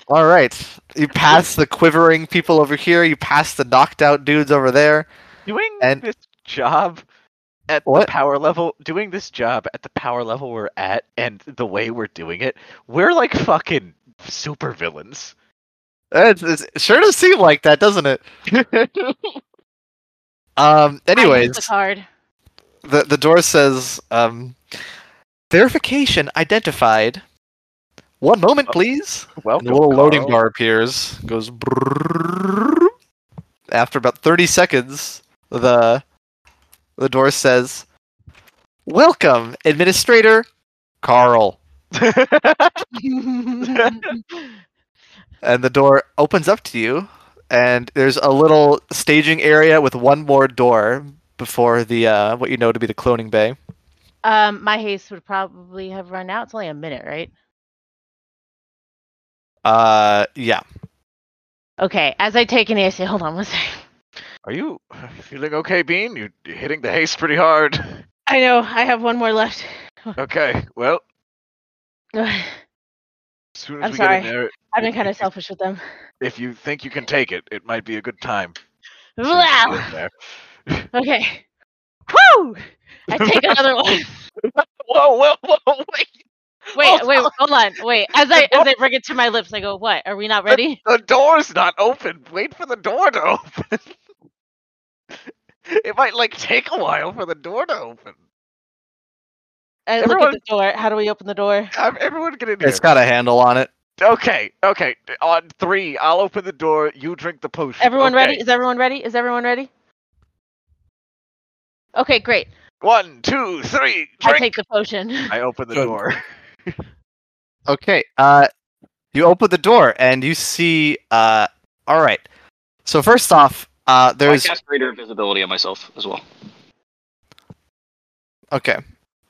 Speaker 2: All right. You pass the quivering people over here. You pass the knocked out dudes over there.
Speaker 3: doing
Speaker 2: And-
Speaker 3: this job at the
Speaker 2: What?
Speaker 3: power level doing this job at the power level we're at and the way we're doing it we're like fucking super villains
Speaker 2: It's, it's, it sure does seem like that, doesn't it? um.
Speaker 14: I use
Speaker 2: Anyways,
Speaker 14: the card.
Speaker 2: the the door says, um, "Verification identified." One moment, please.
Speaker 3: welcome
Speaker 2: And a little loading
Speaker 3: Carl.
Speaker 2: bar appears. Goes. brrrr. After about thirty seconds, the the door says, "Welcome, Administrator Carl." and the door opens up to you, and there's a little staging area with one more door before the uh, what you know to be the cloning bay.
Speaker 14: Um, my haste would probably have run out. It's only a minute, right?
Speaker 2: Uh, yeah.
Speaker 14: Okay. As I take any, I say, "Hold on one second.
Speaker 3: are you are you feeling okay bean you you're hitting the haste pretty hard
Speaker 9: I know. I have one more left.
Speaker 3: okay well
Speaker 9: I've
Speaker 3: as soon as
Speaker 9: I'm
Speaker 3: we
Speaker 9: sorry.
Speaker 3: get in there
Speaker 9: been kind of selfish with them.
Speaker 3: if you think you can take it it might be a good time as soon as we
Speaker 9: Wow.
Speaker 3: get in there.
Speaker 9: Okay. Woo! I take another one.
Speaker 3: whoa whoa whoa wait
Speaker 9: Wait,
Speaker 3: Hold
Speaker 9: wait, hold on. Wait. As I as I bring it to my lips, I go, "What? Are we not ready?"
Speaker 3: The door's not open. Wait for the door to open. it might like take a while for the door to open.
Speaker 9: I
Speaker 3: Everyone-
Speaker 9: look at the door. How do we open the door?
Speaker 3: Um, everyone get in here.
Speaker 2: It's got a handle on it.
Speaker 3: Okay, okay. On three, I'll open the door. You drink the potion.
Speaker 9: Everyone ready?
Speaker 3: Okay.
Speaker 9: Is everyone ready? Is everyone ready? Okay, great.
Speaker 3: One, two, three.
Speaker 14: I
Speaker 3: Drink.
Speaker 14: take the potion."
Speaker 3: I open the
Speaker 5: Drink.
Speaker 3: door.
Speaker 2: Okay. Uh, you open the door and you see. Uh, all right. So first off, uh, there's
Speaker 10: I cast greater visibility on myself as well.
Speaker 2: okay,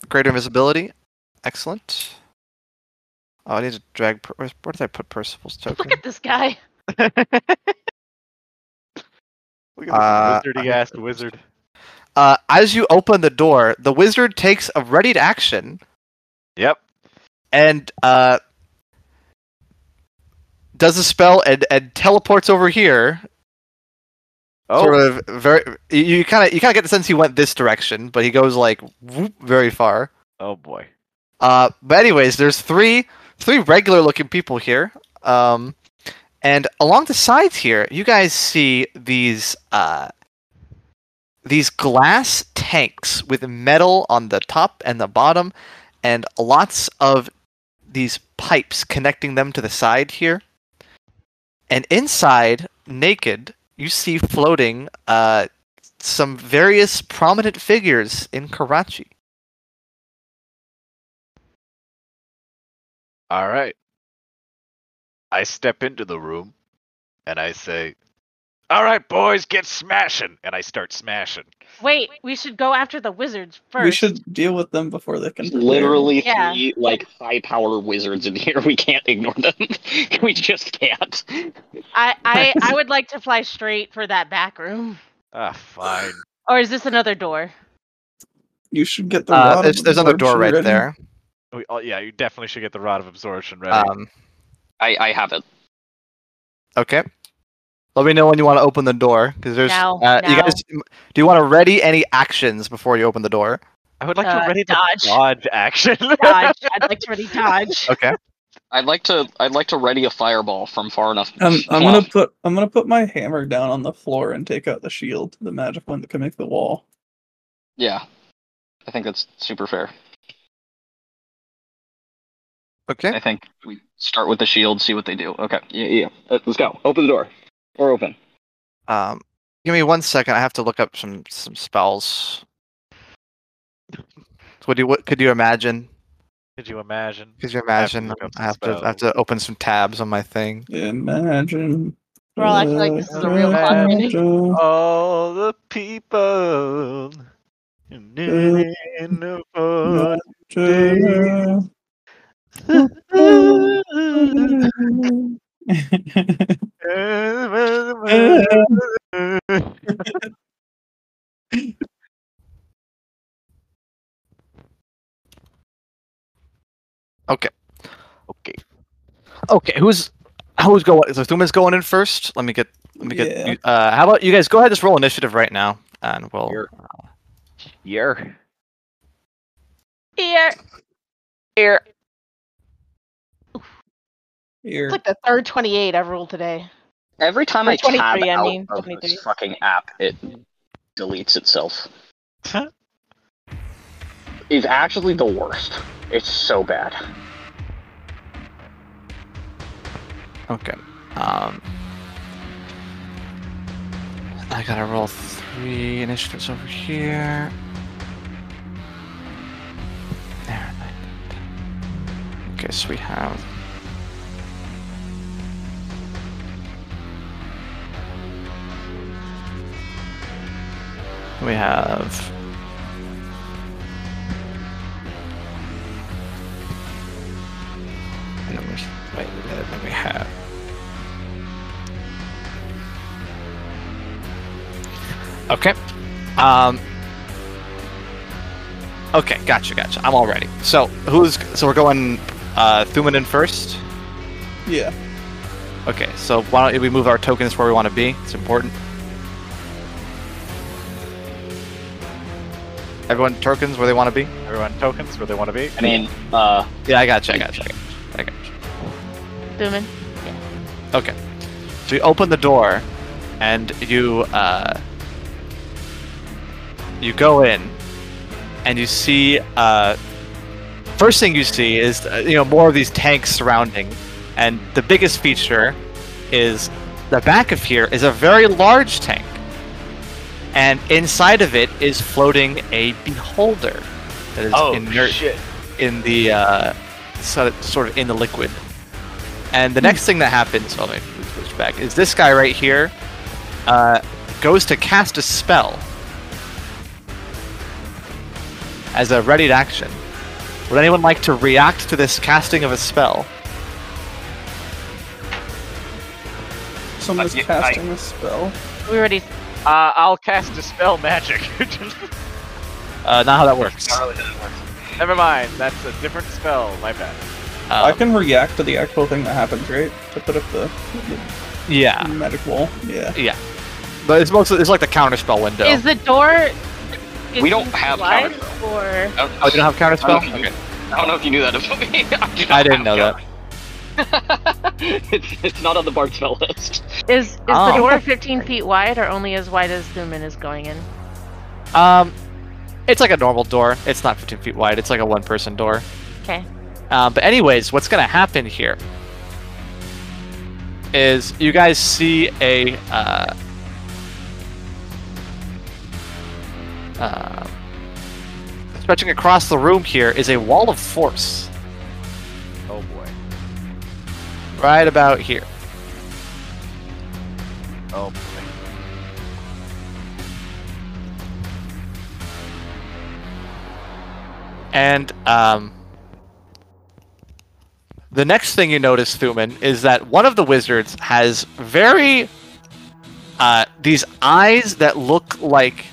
Speaker 2: greater visibility. Excellent. Oh, I need to drag. Per- where's- Where did I put Percival's token?
Speaker 14: Look at this guy.
Speaker 3: Look
Speaker 2: Uh,
Speaker 3: at this wizardy ass wizard.
Speaker 2: Uh, as you open the door, the wizard takes a readied action
Speaker 3: Yep.
Speaker 2: and uh, does a spell and, and teleports over here.
Speaker 3: Oh,
Speaker 2: Sort of very. you- You kind of you kind of get the sense he went this direction, but he goes like whoop, very far.
Speaker 3: oh boy.
Speaker 2: Uh, but anyways, there's three three regular looking people here. Um, and along the sides here, you guys see these uh, these glass tanks with metal on the top and the bottom, and lots of these pipes connecting them to the side here. And inside, naked, you see floating uh, some various prominent figures in Karachi.
Speaker 3: All right. I step into the room and I say, All right, boys, get smashing. And I start smashing.
Speaker 9: Wait, we should go after the wizards first.
Speaker 5: We should deal with them before they can.
Speaker 10: There's literally
Speaker 9: Yeah.
Speaker 10: three like high power wizards in here. We can't ignore them. we just can't.
Speaker 9: I, I I would like to fly straight for that back room.
Speaker 3: Ah, fine.
Speaker 9: Or is this another door?
Speaker 5: You should get the.
Speaker 2: Uh,
Speaker 5: rod
Speaker 2: there's,
Speaker 5: of
Speaker 2: there's another door
Speaker 5: absorption
Speaker 2: right
Speaker 5: ready.
Speaker 2: there.
Speaker 3: We, oh, yeah, you definitely should get the Rod of Absorption ready.
Speaker 2: Um,
Speaker 10: I, I have it.
Speaker 2: okay. Let me know when you want to open the door, because there's.
Speaker 14: Now,
Speaker 2: uh, You
Speaker 14: now.
Speaker 2: guys, do you want to ready any actions before you open the door?
Speaker 3: I would like
Speaker 9: uh,
Speaker 3: to ready the
Speaker 9: dodge.
Speaker 3: dodge action.
Speaker 9: Dodge. I'd like to really dodge.
Speaker 2: Okay.
Speaker 10: I'd like to I'd like to ready a fireball from far enough.
Speaker 5: Um, I'm
Speaker 10: Well,
Speaker 5: gonna put I'm gonna put my hammer down on the floor and take out the shield, the magic one that can make the wall.
Speaker 10: Yeah. I think that's super fair.
Speaker 2: Okay.
Speaker 10: I think we start with the shield, see what they do. Okay. Yeah, yeah. Uh, Let's go. Open the door. Or open.
Speaker 2: Um, give me one second. I have to look up some some spells. What do you, what could you imagine?
Speaker 3: Could you imagine?
Speaker 2: Could you
Speaker 3: have to
Speaker 2: imagine?
Speaker 3: look up
Speaker 2: I
Speaker 3: some
Speaker 2: have to I have to open some tabs on my thing.
Speaker 5: Imagine.
Speaker 14: We're all acting like this is a real clock meeting.
Speaker 5: Imagine.
Speaker 3: All the people in uniform.
Speaker 2: Okay. Okay. Okay. Who's who's going? So Thuman's going in first. Let me get. Let me get.
Speaker 5: Yeah.
Speaker 2: Uh, how about you guys? Go ahead. Just roll initiative right now, and we'll.
Speaker 1: Sure. Year.
Speaker 4: Here.
Speaker 9: Here.
Speaker 5: Here.
Speaker 4: It's like the third 28 I've rolled today.
Speaker 10: Every time
Speaker 4: Or
Speaker 10: I tab
Speaker 4: 23, I
Speaker 10: out
Speaker 4: mean,
Speaker 10: of
Speaker 4: 23.
Speaker 10: this fucking app, it deletes itself. it's actually the worst. It's so bad.
Speaker 2: Okay. Um. I gotta roll three initiatives over here. There. Okay, so we have. We have. And then we, wait, and then we have. Okay. Um. Okay, gotcha, gotcha. I'm all ready. So who's so we're going uh Thuman in first?
Speaker 5: Yeah.
Speaker 2: Okay, so why don't we move our tokens where we want to be? It's important. Everyone tokens where they want to be?
Speaker 1: Everyone tokens where they want to be.
Speaker 10: I mean, uh,
Speaker 2: Yeah, I gotcha, I gotcha, I gotcha. I gotcha.
Speaker 9: Thuman.
Speaker 2: Okay. So you open the door, and you uh, you go in, and you see. Uh, first thing you see is uh, you know more of these tanks surrounding, and the biggest feature is the back of here is a very large tank, and inside of it is floating a beholder that is
Speaker 1: Oh
Speaker 2: inert
Speaker 1: shit!
Speaker 2: in the uh, sort of- sort of in the liquid. And the next thing that happens, well, let me switch back, is this guy right here uh, goes to cast a spell as a readied action. Would anyone like to react to this casting of a spell?
Speaker 5: Someone's
Speaker 1: yeah, I-
Speaker 5: casting a spell.
Speaker 9: We already.
Speaker 1: Uh, I'll cast dispel magic.
Speaker 2: Uh, not how that works.
Speaker 1: Never mind. That's a different spell. My bad.
Speaker 5: I
Speaker 2: Um,
Speaker 5: can react to the actual thing that happens, right? To put up the, the
Speaker 2: yeah,
Speaker 5: magic wall. Yeah.
Speaker 2: but it's mostly it's like the counter spell
Speaker 3: Oh.
Speaker 2: window.
Speaker 9: Is the door?
Speaker 10: We don't have
Speaker 9: wide,
Speaker 10: counter
Speaker 9: or
Speaker 10: I don't,
Speaker 2: oh, you don't have counter spell?
Speaker 10: I don't-
Speaker 2: Okay.
Speaker 10: I don't know if you knew that about me. I, do not
Speaker 2: I didn't
Speaker 10: have
Speaker 2: know that.
Speaker 10: counter. it's, it's not on the bard spell list.
Speaker 9: is is
Speaker 2: Oh.
Speaker 9: the door 15 feet wide or only as wide as Thuman is going in?
Speaker 2: Um, it's like a normal door. It's not 15 feet wide. It's like a one-person door.
Speaker 9: Okay.
Speaker 2: Uh, but anyways, what's gonna happen here is you guys see a. Uh, uh, stretching across the room here is a wall of force
Speaker 1: Oh boy.
Speaker 2: right about here.
Speaker 1: Oh boy.
Speaker 2: And um, the next thing you notice, Thuman, is that one of the wizards has very uh, these eyes that look like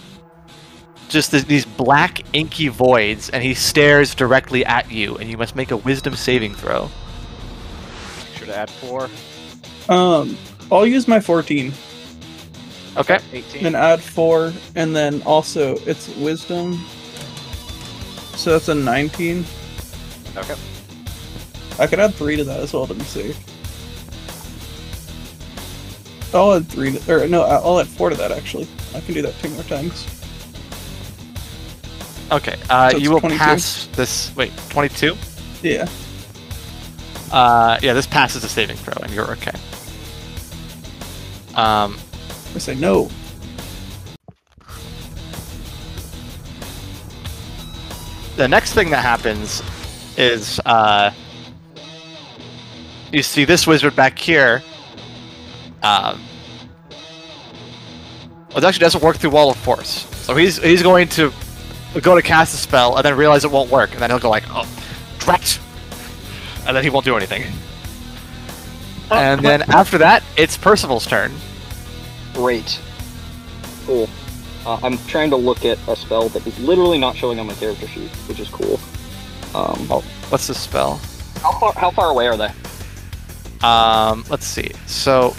Speaker 2: just th- these black inky voids, and he stares directly at you, and you must make a Wisdom saving throw.
Speaker 1: Should I add four.
Speaker 5: Um, I'll use my 14,
Speaker 2: Okay.
Speaker 1: Eighteen.
Speaker 5: then add 4, and then also it's wisdom. So that's a 19.
Speaker 1: Okay.
Speaker 5: I could add 3 to that as well to be safe. I'll add 3 to, or no, I'll add 4 to that actually. I can do that two more times.
Speaker 2: Okay. Uh,
Speaker 5: So it's
Speaker 2: you will
Speaker 5: 22.
Speaker 2: pass this. Wait, twenty-two.
Speaker 5: Yeah.
Speaker 2: Uh, yeah, this passes the saving throw, and you're okay. Um,
Speaker 5: I say no.
Speaker 2: the next thing that happens is uh, you see this wizard back here. Um, well, it actually doesn't work through Wall of Force, so he's he's going to go to cast a spell and then realize it won't work, and then he'll go like, "Oh, drat," and then he won't do anything. and then after that, it's Percival's turn.
Speaker 10: Great. Cool. Uh, I'm trying to look at a spell that is literally not showing on my character sheet, which is cool. Um,
Speaker 2: What's the spell?
Speaker 10: how far how far away are they?
Speaker 2: Um, let's see. So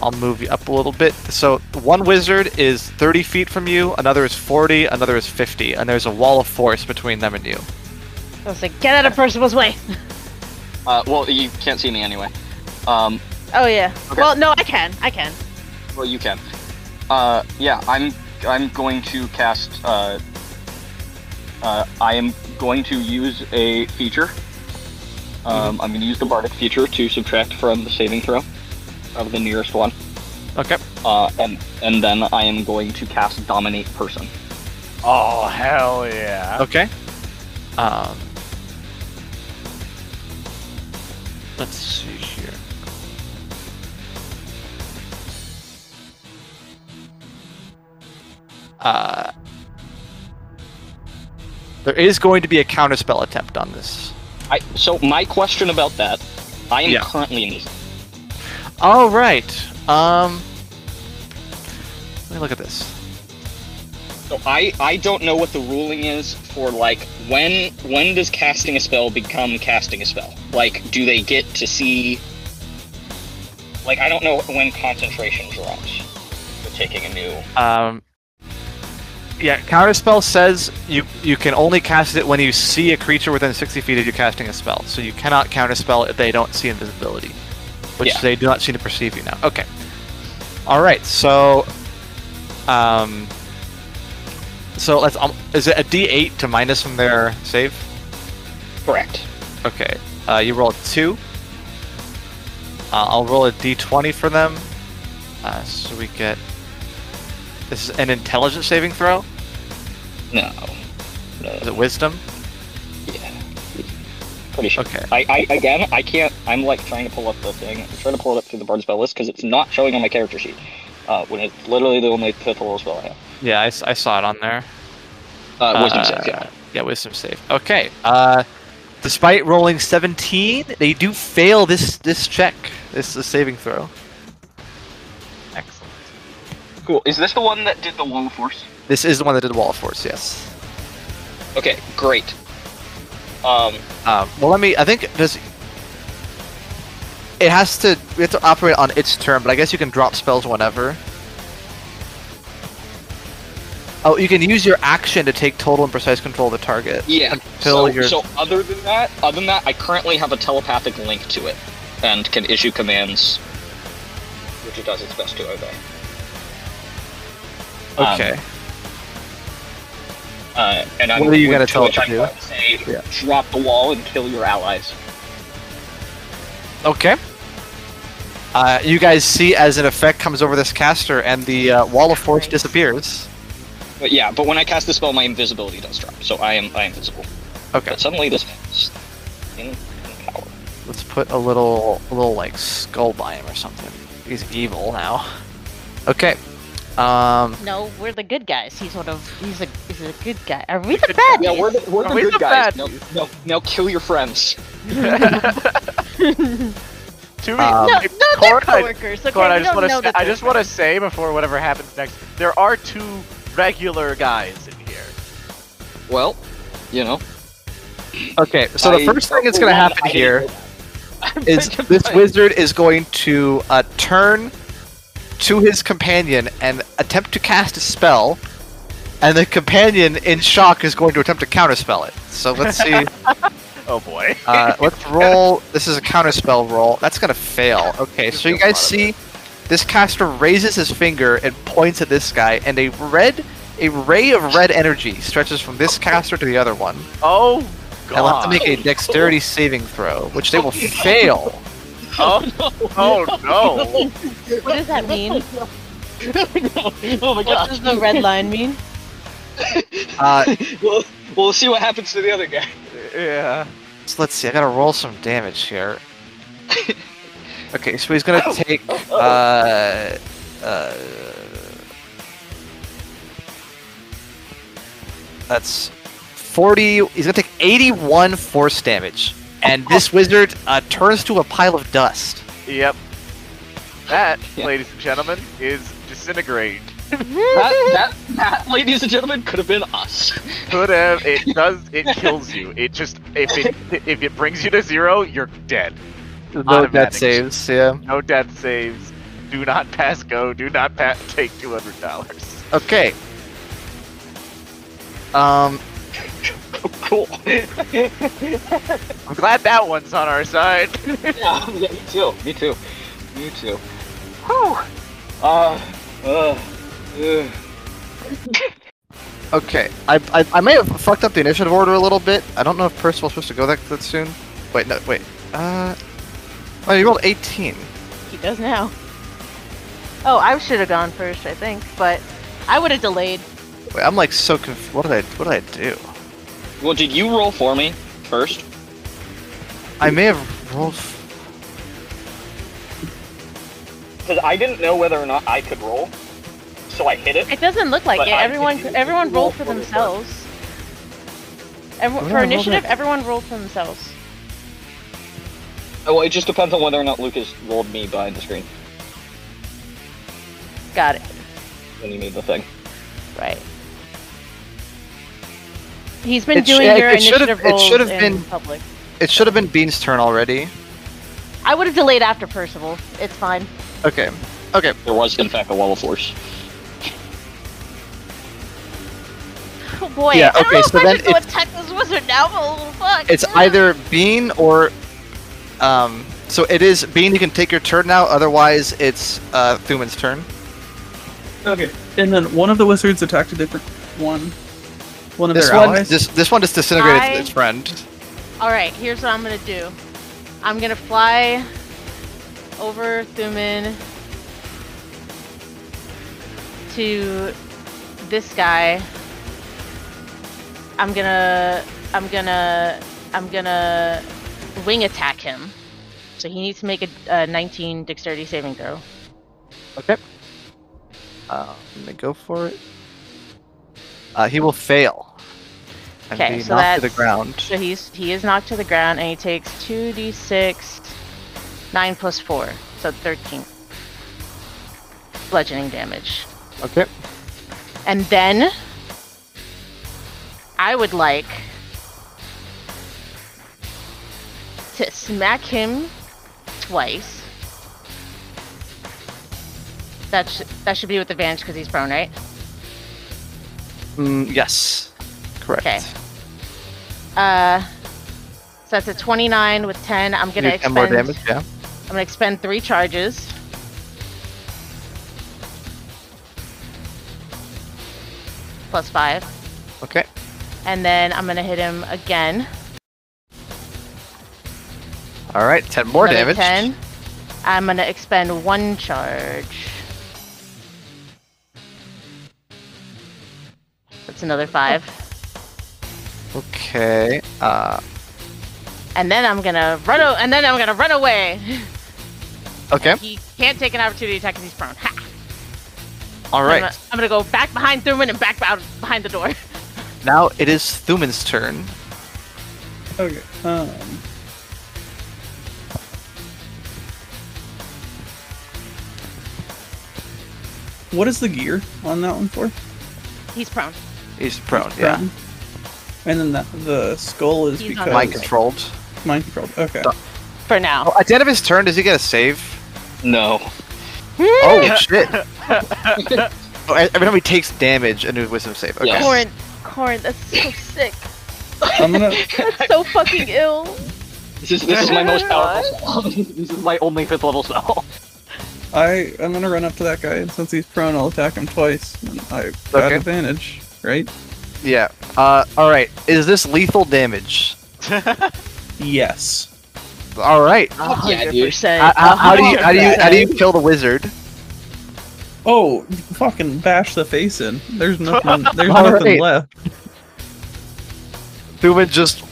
Speaker 2: I'll move you up a little bit. So one wizard is 30 feet from you, another is 40, another is 50, and there's a wall of force between them and you.
Speaker 4: I was like, get out of Percival's way.
Speaker 10: Uh, well, you can't see me anyway. Um,
Speaker 4: Oh yeah.
Speaker 10: Okay.
Speaker 4: Well, no, I can. I can.
Speaker 10: Well, you can. Uh, yeah, I'm. I'm going to cast. Uh, uh, I am going to use a feature. Um,
Speaker 2: Mm-hmm.
Speaker 10: I'm going to use the bardic feature to subtract from the saving throw of the nearest one.
Speaker 2: Okay.
Speaker 10: Uh, and and then I am going to cast dominate person.
Speaker 3: Oh hell yeah!
Speaker 2: Okay. Um, let's see here. Uh, there is going to be a counterspell attempt on this.
Speaker 10: I. So my question about that. I am
Speaker 2: Yeah.
Speaker 10: currently in. this-
Speaker 2: All right. Um, let me look at this.
Speaker 10: So I. I don't know what the ruling is for like when. When does casting a spell become casting a spell? Like, do they get to see? Like, I don't know when concentration drops for taking a new.
Speaker 2: Um, yeah, counterspell says you you can only cast it when you see a creature within 60 feet of you casting a spell. So you cannot counterspell if they don't see invisibility, which
Speaker 10: Yeah.
Speaker 2: they do not seem to perceive you now. Okay. All right. So, um, so let's. Um, is it a D8 to minus from their save?
Speaker 10: Correct.
Speaker 2: Okay. Uh, you roll a two. Uh, I'll roll a d20 for them. Uh, so we get. This is an intelligence saving throw.
Speaker 10: No. No.
Speaker 2: Is it wisdom?
Speaker 10: Yeah. Pretty sure.
Speaker 2: Okay.
Speaker 10: I, I again, I can't. I'm like trying to pull up the thing. I'm trying to pull it up through the bard spell list because it's not showing on my character sheet. Uh, when it's literally the only fifth level spell I have.
Speaker 2: Yeah, I, s- I saw it on there.
Speaker 10: Uh, wisdom
Speaker 2: Uh,
Speaker 10: save. Yeah.
Speaker 2: Yeah, wisdom save. Okay. Uh, despite rolling 17, they do fail this this check. This is saving throw.
Speaker 3: Excellent.
Speaker 10: Cool. Is this the one that did the wall of force?
Speaker 2: This is the one that did wall of force. Yes.
Speaker 10: Okay. Great. Um.
Speaker 2: Um, well, let me. I think does it has to. We have to operate on its turn, but I guess you can drop spells whenever. Oh, you can use your action to take total and precise control of the target.
Speaker 10: Yeah.
Speaker 2: Until
Speaker 10: so,
Speaker 2: your
Speaker 10: so other than that, other than that, I currently have a telepathic link to it, and can issue commands, which it does its best to obey. Um,
Speaker 2: okay.
Speaker 10: Uh, and I'm,
Speaker 2: What are you gonna
Speaker 10: to
Speaker 2: tell
Speaker 10: which
Speaker 2: it to
Speaker 10: I'm
Speaker 2: do?
Speaker 10: going to say,
Speaker 2: Yeah.
Speaker 10: drop the wall and kill your allies.
Speaker 2: Okay. Uh, you guys see as an effect comes over this caster, and the uh, wall of force disappears.
Speaker 10: But yeah, but when I cast the spell, my invisibility does drop, so I am I am visible.
Speaker 2: Okay.
Speaker 10: But suddenly this is in, in power.
Speaker 2: Let's put a little, a little like skull by him or something. He's evil now. Okay. Um.
Speaker 4: No, we're the good guys. He's one of. He's a. He's a good guy. Are we the bad?
Speaker 10: Yeah, we're the, we're the
Speaker 2: Are we
Speaker 10: good
Speaker 2: the
Speaker 10: guys.
Speaker 2: bad
Speaker 10: No, no, now kill your friends.
Speaker 3: To be,
Speaker 2: Um,
Speaker 4: No, no, they're
Speaker 3: Corin, I-
Speaker 4: coworkers. Okay,
Speaker 3: Corin, I
Speaker 4: we
Speaker 3: just
Speaker 4: don't
Speaker 3: want
Speaker 4: know
Speaker 3: to.
Speaker 4: that
Speaker 3: I
Speaker 4: they're
Speaker 3: just want to say before whatever happens next, there are two regular guys in here.
Speaker 10: Well, you know.
Speaker 2: Okay, so the
Speaker 10: I-
Speaker 2: first thing that's going to
Speaker 10: well,
Speaker 2: happen
Speaker 10: I didn't
Speaker 2: here
Speaker 10: know that.
Speaker 2: is this wizard is going to uh, turn to his companion and attempt to cast a spell, and the companion in shock is going to attempt to counterspell it. So let's see.
Speaker 3: Oh boy.
Speaker 2: Uh, let's roll. This is a counterspell roll. That's going to fail. Okay, so you guys see this caster raises his finger and points at this guy, and a red. A ray of red energy stretches from this caster to the other one.
Speaker 3: Oh
Speaker 2: And I'll
Speaker 3: god.
Speaker 2: have to make a dexterity saving throw, which they will fail.
Speaker 3: oh, oh no.
Speaker 4: good. What does that mean?
Speaker 10: oh my
Speaker 4: What
Speaker 10: god.
Speaker 4: does the red line mean?
Speaker 2: Uh,
Speaker 10: Well, we'll see what happens to the other guy.
Speaker 3: yeah.
Speaker 2: so let's see. I gotta roll some damage here. Okay, so he's gonna take. Uh, uh, that's forty. He's gonna take eighty-one force damage
Speaker 13: and this wizard uh, turns to a pile of dust.
Speaker 3: Yep. That, ladies and gentlemen, is disintegrate.
Speaker 10: that, that, that, ladies and gentlemen, could have been us.
Speaker 3: Could have. It does. It kills you. It just if it if it brings you to zero, you're dead.
Speaker 13: No
Speaker 3: Automatic.
Speaker 13: death saves. Yeah.
Speaker 3: No death saves. Do not pass go. Do not pa Take two hundred dollars.
Speaker 13: Okay. Um,
Speaker 10: cool. yeah,
Speaker 3: I'm glad that one's on our side.
Speaker 10: yeah, me too. Me too. Me too. Whew. Uh, uh, uh,
Speaker 13: Okay, I, I, I may have fucked up the initiative order a little bit. I don't know if Percival's supposed to go that, that soon. Wait, no, wait. Uh, oh, you rolled 18.
Speaker 4: He does now. Oh, I should have gone first, I think, but I would have delayed.
Speaker 13: Wait, I'm like so confused. What did I what did I do?
Speaker 10: well, did you roll for me first?
Speaker 13: I may have rolled. f-
Speaker 10: Because I didn't know whether or not I could roll, so I hit it.
Speaker 4: It doesn't look like
Speaker 10: But
Speaker 4: it.
Speaker 10: I-
Speaker 4: Everyone,
Speaker 10: if you- if
Speaker 4: everyone
Speaker 10: you
Speaker 4: rolled
Speaker 10: roll
Speaker 4: for
Speaker 10: for the
Speaker 4: themselves. Everyone,
Speaker 13: Well,
Speaker 4: for
Speaker 13: I rolled
Speaker 4: initiative,
Speaker 13: a-
Speaker 4: everyone rolled for themselves.
Speaker 10: Oh, well, it just depends on whether or not Lucas rolled me behind the screen
Speaker 4: Got it.
Speaker 10: when you made the thing.
Speaker 4: Right. He's been
Speaker 13: It sh-
Speaker 4: doing
Speaker 13: yeah,
Speaker 4: your
Speaker 13: it should've-
Speaker 4: initiative
Speaker 13: it
Speaker 4: rolls
Speaker 13: should've
Speaker 4: in
Speaker 13: been-
Speaker 4: public.
Speaker 13: It should have been Bean's turn already.
Speaker 4: I would have delayed after Percival. It's fine.
Speaker 13: Okay.
Speaker 10: There was, in fact, a wall of force.
Speaker 4: Oh boy.
Speaker 13: Yeah,
Speaker 4: I don't
Speaker 13: okay,
Speaker 4: know
Speaker 13: so
Speaker 4: if I
Speaker 13: then
Speaker 4: should go
Speaker 13: it's-
Speaker 4: attack this wizard now. I'm a little fucked.
Speaker 13: It's either Bean or. Um, so it is Bean. You can take your turn now. Otherwise, it's uh, Thuman's turn.
Speaker 5: Okay. And then one of the wizards attacked a different one. One of
Speaker 13: This
Speaker 5: their
Speaker 13: one,
Speaker 5: allies.
Speaker 13: this this one just disintegrated
Speaker 4: I-
Speaker 13: its friend.
Speaker 4: All right, here's what I'm gonna do. I'm gonna fly over Thuman to this guy. I'm gonna, I'm gonna, I'm gonna wing attack him. So he needs to make a, a 19 dexterity saving throw.
Speaker 13: Uh, I'm gonna go for it. Uh, he will fail. And
Speaker 4: Okay,
Speaker 13: be
Speaker 4: so
Speaker 13: knocked to the
Speaker 4: that's-
Speaker 13: ground.
Speaker 4: So he's he is knocked to the ground and he takes 2d6, 9 plus 4, so 13 bludgeoning damage.
Speaker 13: Okay.
Speaker 4: And then I would like to smack him twice. That sh- that should be with advantage because he's prone, right?
Speaker 13: Mm, yes. Correct.
Speaker 4: Okay. Uh, so that's a 29 with 10. I'm gonna
Speaker 13: Do 10 more
Speaker 4: expend.
Speaker 13: damage. Yeah.
Speaker 4: I'm gonna expend three charges. Plus five.
Speaker 13: Okay.
Speaker 4: And then I'm gonna hit him again.
Speaker 13: All right. Ten more
Speaker 4: Another
Speaker 13: damage.
Speaker 4: 10. I'm gonna expend one charge. That's another five.
Speaker 13: Okay. Uh,
Speaker 4: And then I'm gonna run. O- and then I'm gonna run
Speaker 9: Oh.
Speaker 4: away.
Speaker 13: okay.
Speaker 4: He can't take an opportunity attack because he's prone. Ha!
Speaker 13: All
Speaker 4: I'm
Speaker 13: right.
Speaker 4: gonna- I'm gonna go back behind Thurman and back out behind the door.
Speaker 13: Now it is Thuman's turn.
Speaker 5: Okay. Um. What is the gear on that one for?
Speaker 4: He's prone.
Speaker 13: He's prone. Yeah.
Speaker 5: Crown? And then that, the skull is
Speaker 4: He's not
Speaker 5: because
Speaker 13: Mind controlled.
Speaker 5: mind controlled. Okay.
Speaker 4: For now.
Speaker 13: Oh, at the end of his turn, does he get a save?
Speaker 10: No.
Speaker 13: oh shit! Oh, every time he takes damage, a new wisdom save. Okay.
Speaker 10: Yes.
Speaker 4: Corin, Corin, that's so sick.
Speaker 5: I'm gonna
Speaker 4: That's so fucking ill.
Speaker 10: This is, this is my most powerful spell. this is my only fifth level spell.
Speaker 5: I I'm gonna run up to that guy and since he's prone, I'll attack him twice. And I got
Speaker 13: Okay.
Speaker 5: advantage, right?
Speaker 13: Yeah. Uh, all right. Is this lethal damage?
Speaker 5: Yes.
Speaker 13: All right.
Speaker 10: yeah, dude.
Speaker 13: How, how- how do you how do you how do you kill the wizard?
Speaker 5: Oh, fucking bash the face in. There's nothing. There's
Speaker 13: All right.
Speaker 5: nothing left.
Speaker 13: Thuman just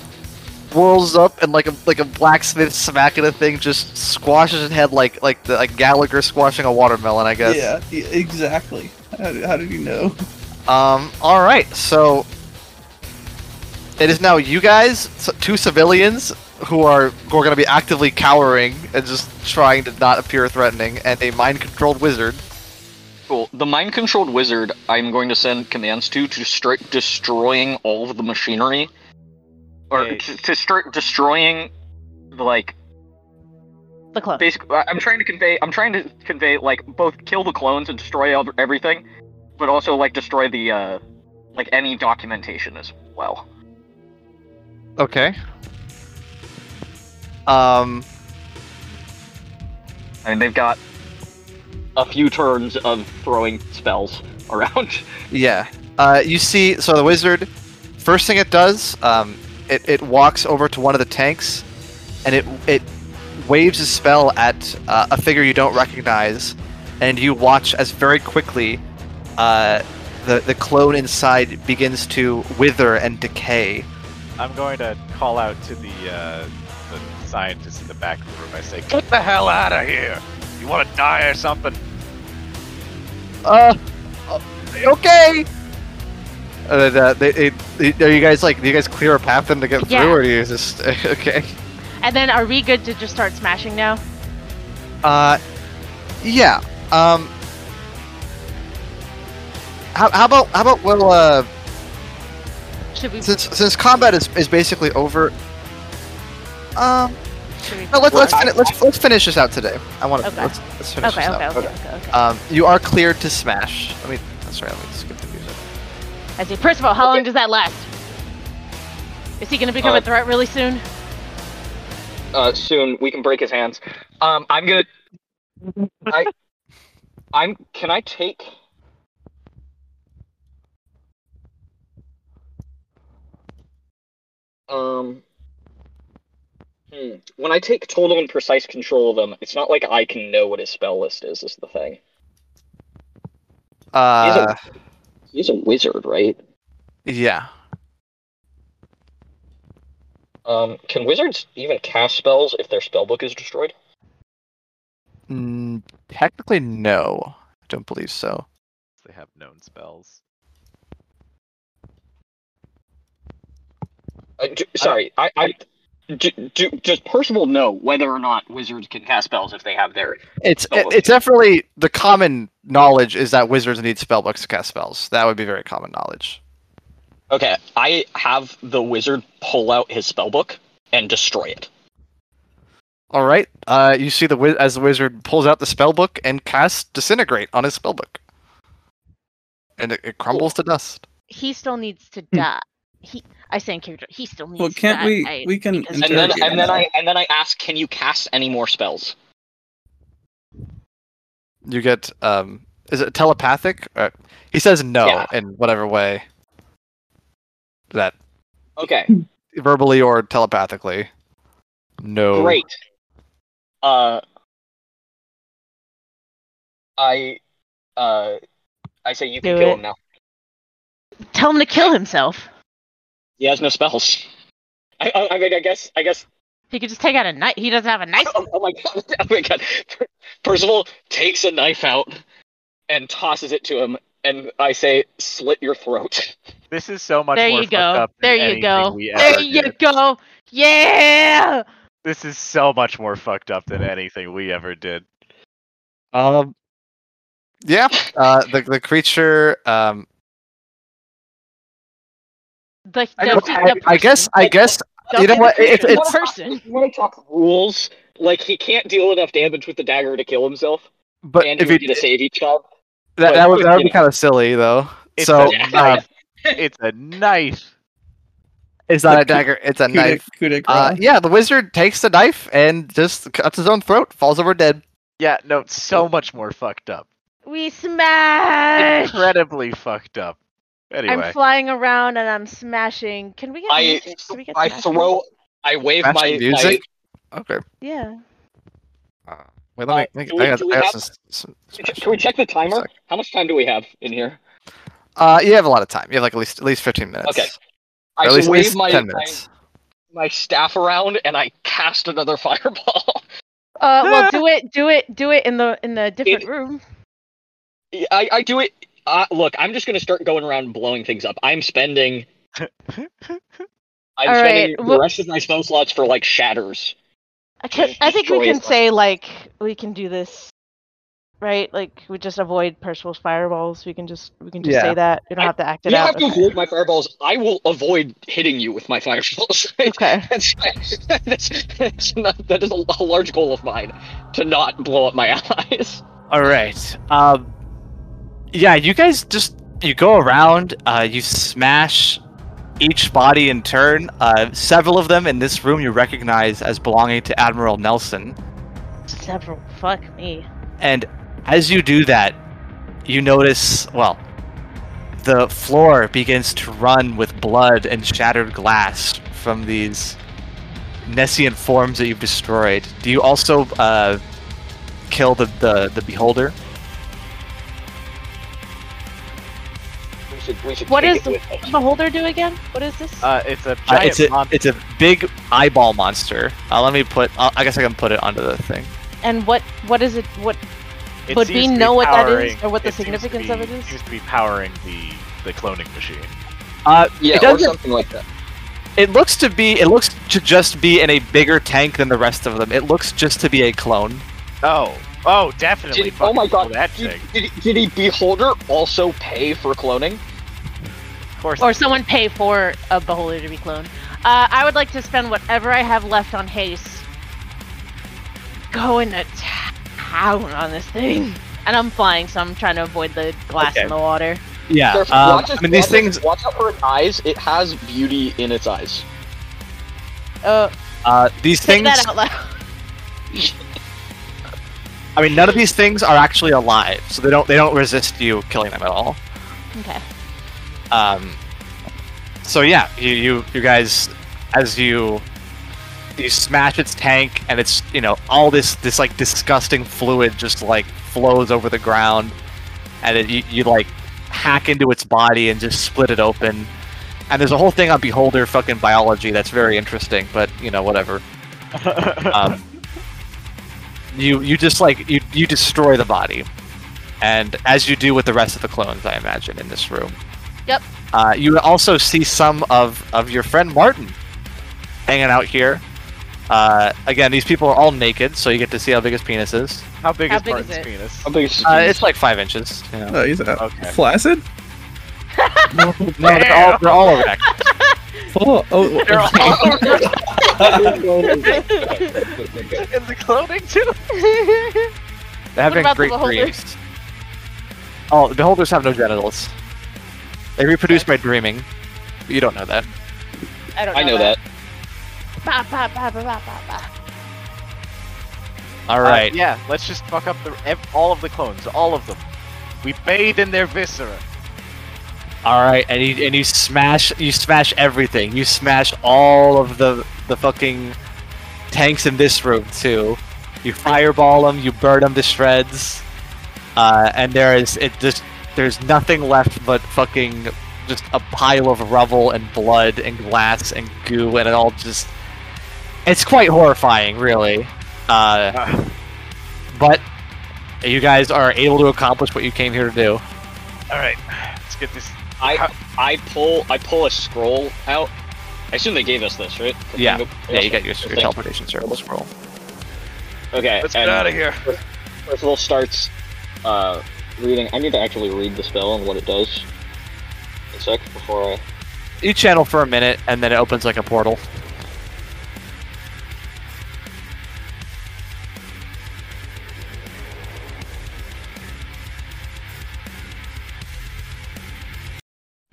Speaker 13: whirls up and like a like a blacksmith smacking a thing just squashes his head like like the like Gallagher squashing a watermelon, I guess.
Speaker 5: Yeah, e- exactly. How, how did you know?
Speaker 13: Um. All right. So it is now you guys, s- two civilians,
Speaker 2: who are who are going to be actively cowering and just trying to not appear threatening, and a mind controlled wizard.
Speaker 10: Cool. The mind controlled wizard, I'm going to send commands to to start destroying all of the machinery, or
Speaker 3: Hey.
Speaker 10: to, to start destroying, like
Speaker 9: The clone.
Speaker 10: basically. I- I'm trying to convey. I'm trying to convey like both kill the clones and destroy ev- everything, but also like destroy the uh, like any documentation as well.
Speaker 2: Okay. Um.
Speaker 10: I mean, they've got a few turns of throwing spells around.
Speaker 2: Yeah. Uh, you see, so the wizard, first thing it does, um, it, it walks over to one of the tanks, and it it waves a spell at uh, a figure you don't recognize, and you watch as very quickly, uh, the the clone inside begins to wither and decay.
Speaker 3: I'm going to call out to the uh, the scientist in the back of the room. I say, "Get the hell out of here! You want to die or something?"
Speaker 2: Uh, uh, okay. And, uh, they, it- it- are you guys like? Do you guys clear a path for them to get
Speaker 9: Yeah.
Speaker 2: through, or do you just okay?
Speaker 9: And then are we good to just start smashing now?
Speaker 2: Uh, yeah. Um, how, how about how about well, uh,
Speaker 9: Should we?
Speaker 2: since since combat is, is basically over. Um,
Speaker 9: Should we
Speaker 2: no, let's let's, fin- let's let's finish this out today. I want to
Speaker 9: Okay.
Speaker 2: let's, let's finish
Speaker 9: okay,
Speaker 2: this
Speaker 9: okay,
Speaker 2: out.
Speaker 9: okay, okay, okay.
Speaker 2: Um, you are cleared to smash. I mean, that's right. Let me skip the music.
Speaker 9: I see. Percival, how long does that last? Is he going to become
Speaker 10: Uh,
Speaker 9: a threat really soon?
Speaker 10: uh, soon. We can break his hands. Um, I'm gonna. I. I'm. Can I take? Um. Hmm. When I take total and precise control of them, it's not like I can know what his spell list is. Is the thing?
Speaker 2: Uh,
Speaker 10: He's a wizard, right?
Speaker 2: yeah.
Speaker 10: Um. Can wizards even cast spells if their spellbook is destroyed?
Speaker 2: Mm, technically, no. I don't believe so.
Speaker 3: They have known spells.
Speaker 10: Uh, d- sorry, I, I, d- do, does Percival know whether or not wizards can cast spells if they have their?
Speaker 2: It's it,
Speaker 10: Spellbook.
Speaker 2: it's definitely the common knowledge is that wizards need spellbooks to cast spells. That would be very common knowledge.
Speaker 10: Okay, I have the wizard pull out his spellbook and destroy it.
Speaker 2: All right. Uh, you see the wiz- as the wizard pulls out the spellbook and casts disintegrate on his spellbook, and it, it crumbles to dust.
Speaker 9: He still needs to die. He, I say in character, he still needs
Speaker 5: hmm. Well,
Speaker 9: to
Speaker 5: can't
Speaker 9: die.
Speaker 5: we?
Speaker 9: I-
Speaker 5: we can
Speaker 9: because-
Speaker 10: And then,
Speaker 5: interrogate
Speaker 10: and then
Speaker 5: him.
Speaker 10: I and then I ask, can you cast any more spells?
Speaker 2: You get um, is it telepathic? Uh, he says no
Speaker 10: Yeah.
Speaker 2: in whatever way that
Speaker 10: Okay,
Speaker 2: verbally or telepathically. No.
Speaker 10: great. Uh, I, uh, I say you can
Speaker 9: Do
Speaker 10: kill
Speaker 9: it.
Speaker 10: him now.
Speaker 9: Tell him to kill himself.
Speaker 10: He has no spells. I, I, I mean, I guess, I guess
Speaker 9: He could just take out a knife. He doesn't have a knife.
Speaker 10: oh, oh my god! Oh my god! Percival takes a knife out and tosses it to him, and I say, "Slit your throat."
Speaker 3: This is so much
Speaker 9: There
Speaker 3: more
Speaker 9: you
Speaker 3: fucked
Speaker 9: go.
Speaker 3: up than
Speaker 9: There you
Speaker 3: anything
Speaker 9: go.
Speaker 3: we ever
Speaker 9: There you
Speaker 3: did.
Speaker 9: go. Yeah.
Speaker 3: This is so much more fucked up than anything we ever did.
Speaker 2: Um. Yeah. Uh, the the creature um
Speaker 9: The, the,
Speaker 2: I,
Speaker 9: the,
Speaker 2: don't- I- I guess I guess
Speaker 9: the-
Speaker 2: you know
Speaker 9: the
Speaker 2: what, it-
Speaker 9: creature, the
Speaker 2: it's-
Speaker 9: person.
Speaker 10: You want to talk rules? Like he can't deal enough damage with the dagger to kill himself,
Speaker 2: but
Speaker 10: and
Speaker 2: if
Speaker 10: he
Speaker 2: you,
Speaker 10: would need to save each child.
Speaker 2: that, that would that would
Speaker 10: you
Speaker 2: be kind of silly though.
Speaker 3: It's
Speaker 2: So
Speaker 3: a
Speaker 2: uh,
Speaker 3: knife. it's a knife.
Speaker 2: it's not a
Speaker 5: Like,
Speaker 2: dagger, it's a
Speaker 5: Coup de-
Speaker 2: knife.
Speaker 5: coup de
Speaker 2: Uh,
Speaker 5: grace.
Speaker 2: yeah, the wizard takes the knife and just cuts his own throat, falls over dead.
Speaker 3: Yeah, no, it's so much more fucked up.
Speaker 9: We smash.
Speaker 3: Incredibly fucked up.
Speaker 9: I'm
Speaker 3: Anyway,
Speaker 9: flying around and I'm smashing. Can we get
Speaker 10: I,
Speaker 9: music? Can we get
Speaker 10: I
Speaker 9: smash
Speaker 10: throw, I wave
Speaker 2: Match
Speaker 10: my
Speaker 2: the music. Okay.
Speaker 9: music?
Speaker 2: Wait, let me.
Speaker 10: Uh,
Speaker 2: make
Speaker 10: do we-
Speaker 2: I got,
Speaker 10: do we
Speaker 2: I got
Speaker 10: have-
Speaker 2: some, some
Speaker 10: my. Can we check the timer?
Speaker 2: Sec.
Speaker 10: How much time do we have in here?
Speaker 2: Uh, you have a lot of time. You have like at least at least fifteen minutes.
Speaker 10: Okay.
Speaker 2: Or
Speaker 10: I
Speaker 2: at
Speaker 10: wave
Speaker 2: least, at least
Speaker 10: my,
Speaker 2: ten
Speaker 10: my
Speaker 2: minutes.
Speaker 10: my staff around and I cast another fireball.
Speaker 9: Yeah. Uh, well, do it, do it, do it in the in the different
Speaker 10: It-
Speaker 9: room.
Speaker 10: I, I do it. Uh, look, I'm just gonna start going around and blowing things up. I'm spending. I'm
Speaker 9: All
Speaker 10: spending
Speaker 9: right,
Speaker 10: the
Speaker 9: wh-
Speaker 10: rest of my spell slots for like shatters.
Speaker 9: I, can,
Speaker 10: Just
Speaker 9: I think we
Speaker 10: destroy
Speaker 9: can
Speaker 10: it.
Speaker 9: say like we can do this, right? Like we just avoid Percival's fireballs. We can just we can just
Speaker 13: Yeah.
Speaker 9: say that. We don't have to act
Speaker 10: You
Speaker 9: it
Speaker 10: don't
Speaker 9: out.
Speaker 10: have to avoid my fireballs. I will avoid hitting you with my fireballs.
Speaker 9: Okay.
Speaker 10: that's, that's, that's not, that is a, a large goal of mine to not blow up my allies.
Speaker 2: All right. Um, yeah, you guys just you go around. Uh, you smash each body in turn. Uh, several of them in this room you recognize as belonging to Admiral Nelson.
Speaker 4: Several. Fuck me.
Speaker 2: And as you do that, you notice well, the floor begins to run with blood and shattered glass from these Nessian forms that you've destroyed. Do you also uh, kill the, the the beholder?
Speaker 10: We should, we should
Speaker 9: What
Speaker 10: take
Speaker 9: is
Speaker 10: it
Speaker 9: the,
Speaker 10: with us.
Speaker 9: what does the holder do again? What is this?
Speaker 3: Uh, it's a
Speaker 2: Uh,
Speaker 3: giant
Speaker 2: it's a
Speaker 3: monster.
Speaker 2: it's a big eyeball monster. Uh, let me put. Uh, I guess I can put it onto the thing.
Speaker 9: and what what is it? What
Speaker 3: It
Speaker 9: would
Speaker 3: seems
Speaker 9: we
Speaker 3: to be
Speaker 9: know what that is,
Speaker 3: powering-
Speaker 9: or what the
Speaker 3: it seems to
Speaker 9: significance
Speaker 3: be-
Speaker 9: of it is?
Speaker 3: Seems to be powering the the cloning machine.
Speaker 2: Uh,
Speaker 10: Yeah,
Speaker 2: it
Speaker 10: or
Speaker 2: doesn't.
Speaker 10: something like that.
Speaker 2: It looks to be. It looks to just be in a bigger tank than the rest of them. It looks just to be a clone.
Speaker 3: Oh, oh, definitely.
Speaker 10: Did he, oh my
Speaker 3: fucking kill
Speaker 10: god!
Speaker 3: that
Speaker 10: did,
Speaker 3: thing.
Speaker 10: did, did he beholder also pay for cloning?
Speaker 3: Of course.
Speaker 4: Or someone pay for a beholder to be cloned. Uh, I would like to spend whatever I have left on haste. Going to town on this thing. And I'm flying, so I'm trying to avoid the glass
Speaker 2: Okay.
Speaker 4: in the water.
Speaker 2: Yeah.
Speaker 10: Careful,
Speaker 2: Um,
Speaker 10: watch
Speaker 2: I
Speaker 10: it-
Speaker 2: mean, these
Speaker 10: watch it-
Speaker 2: things.
Speaker 10: Watch out for its eyes. It has beauty in its eyes.
Speaker 9: Oh,
Speaker 4: Uh,
Speaker 2: Uh, these
Speaker 4: say
Speaker 2: things.
Speaker 4: that out loud.
Speaker 2: I mean, none of these things are actually alive, so they don't. They don't resist you killing them at all.
Speaker 4: Okay.
Speaker 2: Um, so yeah, you, you you guys, as you you smash its tank, and it's you know all this this like disgusting fluid just like flows over the ground, and it, you you like hack into its body and just split it open. And there's a whole thing on Beholder fucking biology that's very interesting, but you know whatever. um, you you just like you you destroy the body, and as you do with the rest of the clones, I imagine in this room. Uh, you also see some of, of your friend Martin hanging out here. Uh, again, these people are all naked, so you get to see how big his penis is.
Speaker 3: How big
Speaker 4: How
Speaker 3: is
Speaker 4: big is
Speaker 3: Martin's
Speaker 4: it?
Speaker 3: penis?
Speaker 10: I think it's-
Speaker 2: Uh, it's like five inches. You know.
Speaker 5: Oh, he's out.
Speaker 3: Okay.
Speaker 5: Flaccid?
Speaker 2: No, they're all, they're all over that.
Speaker 5: Oh, oh,
Speaker 3: In the cloning too.
Speaker 2: They're having
Speaker 9: about the
Speaker 2: great
Speaker 9: beholder?
Speaker 2: dreams. Oh, the beholders have no genitals. They reproduce by dreaming. You don't know that.
Speaker 4: I don't know.
Speaker 10: I know that.
Speaker 9: Ba, ba, ba, ba, ba, ba, ba.
Speaker 2: All
Speaker 3: Uh,
Speaker 2: right.
Speaker 3: yeah, let's just fuck up the ev- all of the clones, all of them. We bathe in their viscera.
Speaker 2: All right, and you and you smash you smash everything. You smash all of the the fucking tanks in this room too. You fireball them. You burn them to shreds. Uh, and there is it just there's nothing left but fucking just a pile of rubble and blood and glass and goo and it all just it's quite horrifying really. Uh,
Speaker 10: Ah.
Speaker 2: but you guys are able to accomplish what you came here to do.
Speaker 3: All right, let's get this.
Speaker 10: I I pull I pull a scroll out. I assume they gave us this, right?
Speaker 2: Yeah. Yeah, you got your,
Speaker 10: Thank
Speaker 2: your
Speaker 10: you.
Speaker 2: teleportation circle scroll.
Speaker 10: Okay.
Speaker 3: Let's get
Speaker 10: and
Speaker 3: out of here.
Speaker 10: Percival starts uh, reading. I need to actually read the spell and what it does. A sec before I.
Speaker 2: you channel for a minute and then it opens like a portal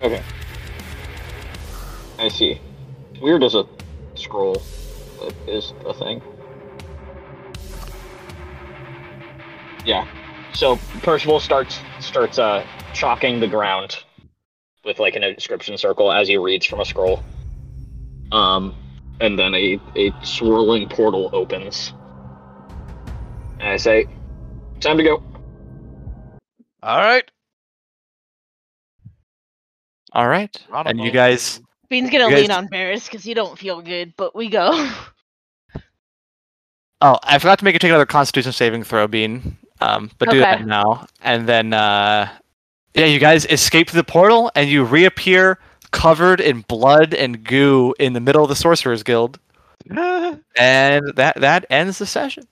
Speaker 10: Okay. I see. Weird as a scroll but is a thing. Yeah. So Percival starts starts uh chalking the ground with like an inscription circle as he reads from a scroll. Um and then a, a swirling portal opens. And I say, Time to go.
Speaker 3: All right.
Speaker 2: all right
Speaker 3: Ronald.
Speaker 2: and you guys
Speaker 4: Bean's gonna
Speaker 2: You guys-
Speaker 4: lean on Barris because he don't feel good, but we go.
Speaker 2: oh i forgot to make you take another constitution saving throw bean um, but do
Speaker 4: Okay.
Speaker 2: that now and then uh, yeah you guys escape the portal and you reappear covered in blood and goo in the middle of the Sorcerer's Guild. and that that ends the session.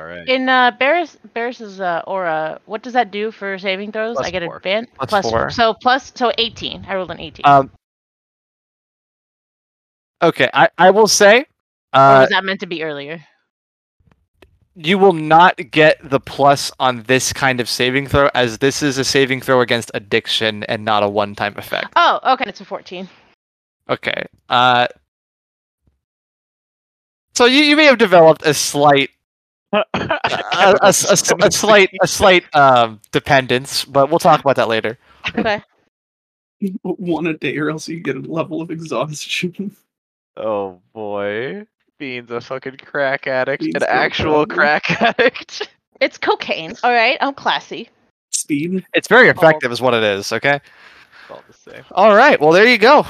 Speaker 3: Alright.
Speaker 9: in uh, Barris Barris's uh, aura, what does that do for saving throws?
Speaker 2: Plus
Speaker 9: I get
Speaker 2: four.
Speaker 9: advan-
Speaker 2: Plus
Speaker 9: plus
Speaker 2: four.
Speaker 9: So plus so eighteen. I rolled an eighteen.
Speaker 2: Um, okay, I, I will say
Speaker 9: or
Speaker 2: uh,
Speaker 9: was that meant to be earlier?
Speaker 2: you will not get the plus on this kind of saving throw, as this is a saving throw against addiction and not a one time effect.
Speaker 9: Oh, okay. It's a fourteen.
Speaker 2: Okay. Uh, so you, you may have developed a slight a, a- a- a s- a slight a slight um, dependence, but we'll talk about that later.
Speaker 9: Okay.
Speaker 5: One a day, or else you get a level of exhaustion.
Speaker 3: Oh boy. Bean's a fucking crack addict.
Speaker 5: Bean's
Speaker 3: An
Speaker 5: got a
Speaker 3: actual
Speaker 5: problem.
Speaker 3: crack addict.
Speaker 9: it's cocaine. All right. I'm classy.
Speaker 5: Speed.
Speaker 2: It's very effective, is what it is. Okay.
Speaker 3: It's all the same.
Speaker 2: All right. Well, there you go.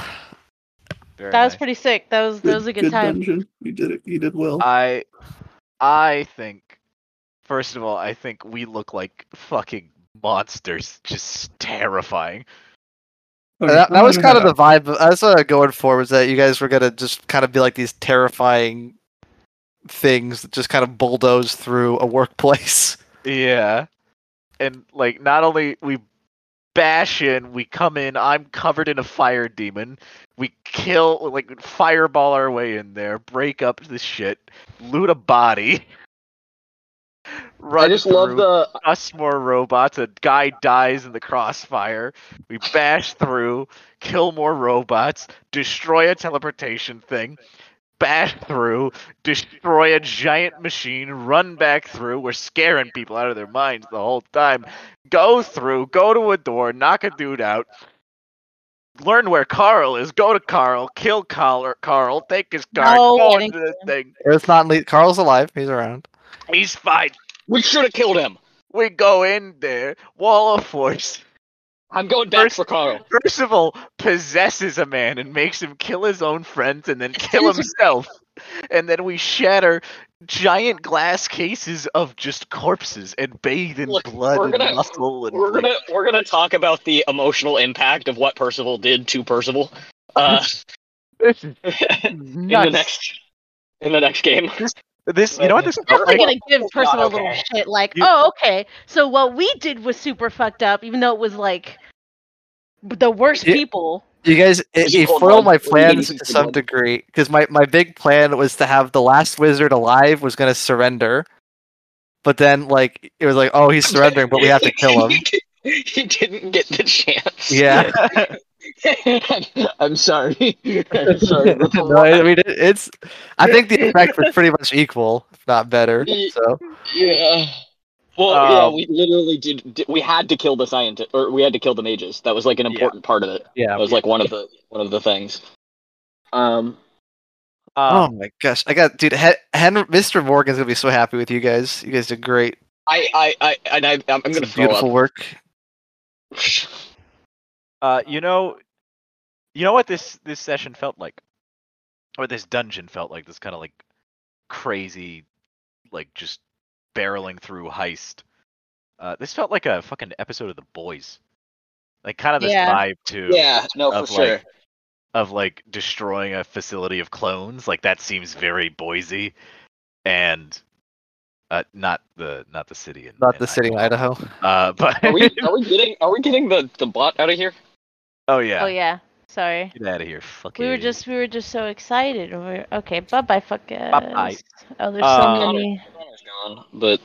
Speaker 3: Very
Speaker 9: That was
Speaker 3: nice.
Speaker 9: pretty sick. That was that was a good, time.
Speaker 5: dungeon. You did it. You did
Speaker 10: Oh.
Speaker 5: well.
Speaker 2: Uh,
Speaker 3: I I think first of all, I think we look like fucking monsters. Just terrifying.
Speaker 5: Okay,
Speaker 2: That, that
Speaker 5: I'm
Speaker 2: was
Speaker 5: gonna
Speaker 2: kind of
Speaker 5: head
Speaker 2: the vibe. I was uh, going for was that you guys were gonna just kind of be like these terrifying things that just kind of bulldoze through a workplace.
Speaker 3: Yeah. And like not only we bash in, we come in, I'm covered in a fire demon. We kill like fireball our way in there, break up the shit, loot a body. Run
Speaker 10: I just love
Speaker 3: through,
Speaker 10: the
Speaker 3: us more robots. A guy dies in the crossfire. We bash through, kill more robots, destroy a teleportation thing, bash through, destroy a giant machine, run back through. We're scaring people out of their minds the whole time. Go through, go to a door, knock a dude out. Learn where Carl is. Go to Carl. Kill Carl. Carl. Take his car.
Speaker 9: No
Speaker 3: go
Speaker 9: getting
Speaker 3: into the thing.
Speaker 2: It's not. Le- Carl's alive. He's around.
Speaker 3: He's fine.
Speaker 10: we should have killed him.
Speaker 3: We go in there. Wall of force.
Speaker 10: I'm going back
Speaker 3: First-
Speaker 10: for Carl.
Speaker 3: first of all, possesses a man and makes him kill his own friends and then kill himself. And then we shatter giant glass cases of just corpses and bathe in
Speaker 10: Look,
Speaker 3: blood
Speaker 10: we're
Speaker 3: and
Speaker 10: gonna-
Speaker 3: muscle and
Speaker 10: We're gonna we're gonna talk about the emotional impact of what Percival did to Percival. Uh,
Speaker 3: this is
Speaker 10: in
Speaker 3: nuts.
Speaker 10: the next in the next game.
Speaker 3: this you know what this felt
Speaker 9: Definitely
Speaker 3: like?
Speaker 9: gonna give
Speaker 10: it's not
Speaker 9: Percival a little
Speaker 10: okay.
Speaker 9: shit like,
Speaker 3: You-
Speaker 9: oh, okay. So what we did was super fucked up, even though it was like the worst
Speaker 2: Yeah.
Speaker 9: people.
Speaker 2: You guys, it,
Speaker 10: Is he
Speaker 2: it
Speaker 10: cold
Speaker 2: foiled
Speaker 10: blooded?
Speaker 2: my
Speaker 10: Or do you
Speaker 2: plans
Speaker 10: need
Speaker 2: to
Speaker 10: to
Speaker 2: some
Speaker 10: blood?
Speaker 2: degree because my, my big plan was to have the last wizard alive was going to surrender, but then like it was like oh he's surrendering but we have to kill him.
Speaker 10: he didn't get the chance.
Speaker 2: Yeah,
Speaker 10: I'm sorry. I'm sorry.
Speaker 2: no, I mean it, it's. I think the effect was pretty much equal, if not better.
Speaker 10: Ye-
Speaker 2: So
Speaker 10: Yeah. Well,
Speaker 3: Um,
Speaker 10: yeah, we literally did, did. We had to kill the scientist, or we had to kill the mages. That was like an
Speaker 3: Yeah.
Speaker 10: important part of it.
Speaker 2: yeah.
Speaker 10: That was like one of the one of the things. Um,
Speaker 2: Oh
Speaker 10: Uh,
Speaker 3: Um,
Speaker 2: my gosh, I got dude. Hen- Hen- Mr. Morgan's gonna be so happy with you guys. You guys did great.
Speaker 10: I, I, I, and I, I'm I'm
Speaker 2: It's
Speaker 10: gonna
Speaker 2: a
Speaker 10: throw
Speaker 2: beautiful
Speaker 10: up.
Speaker 2: work.
Speaker 3: uh, you know, you know what this this session felt like, or this dungeon felt like. This kind of like crazy, like just barreling through heist. Uh, this felt like a fucking episode of The Boys, like kind of this
Speaker 9: Yeah.
Speaker 3: vibe too
Speaker 10: Yeah, no, for
Speaker 3: Of,
Speaker 10: sure.
Speaker 3: like- of like destroying a facility of clones. Like that seems very Boise, and uh, not the not the city. In,
Speaker 2: Not
Speaker 3: in
Speaker 2: the city in
Speaker 3: Idaho.
Speaker 2: Idaho.
Speaker 3: Uh, but
Speaker 10: are we, are we getting, are we getting the the bot out of here?
Speaker 3: oh yeah,
Speaker 9: Oh yeah. Sorry.
Speaker 3: get out of here, fucking.
Speaker 9: We were just we were just so excited. We were, okay, bye bye fuck
Speaker 3: Bye-bye.
Speaker 9: us. Oh, there's
Speaker 3: Uh,
Speaker 9: so many.
Speaker 10: Connor's gone, but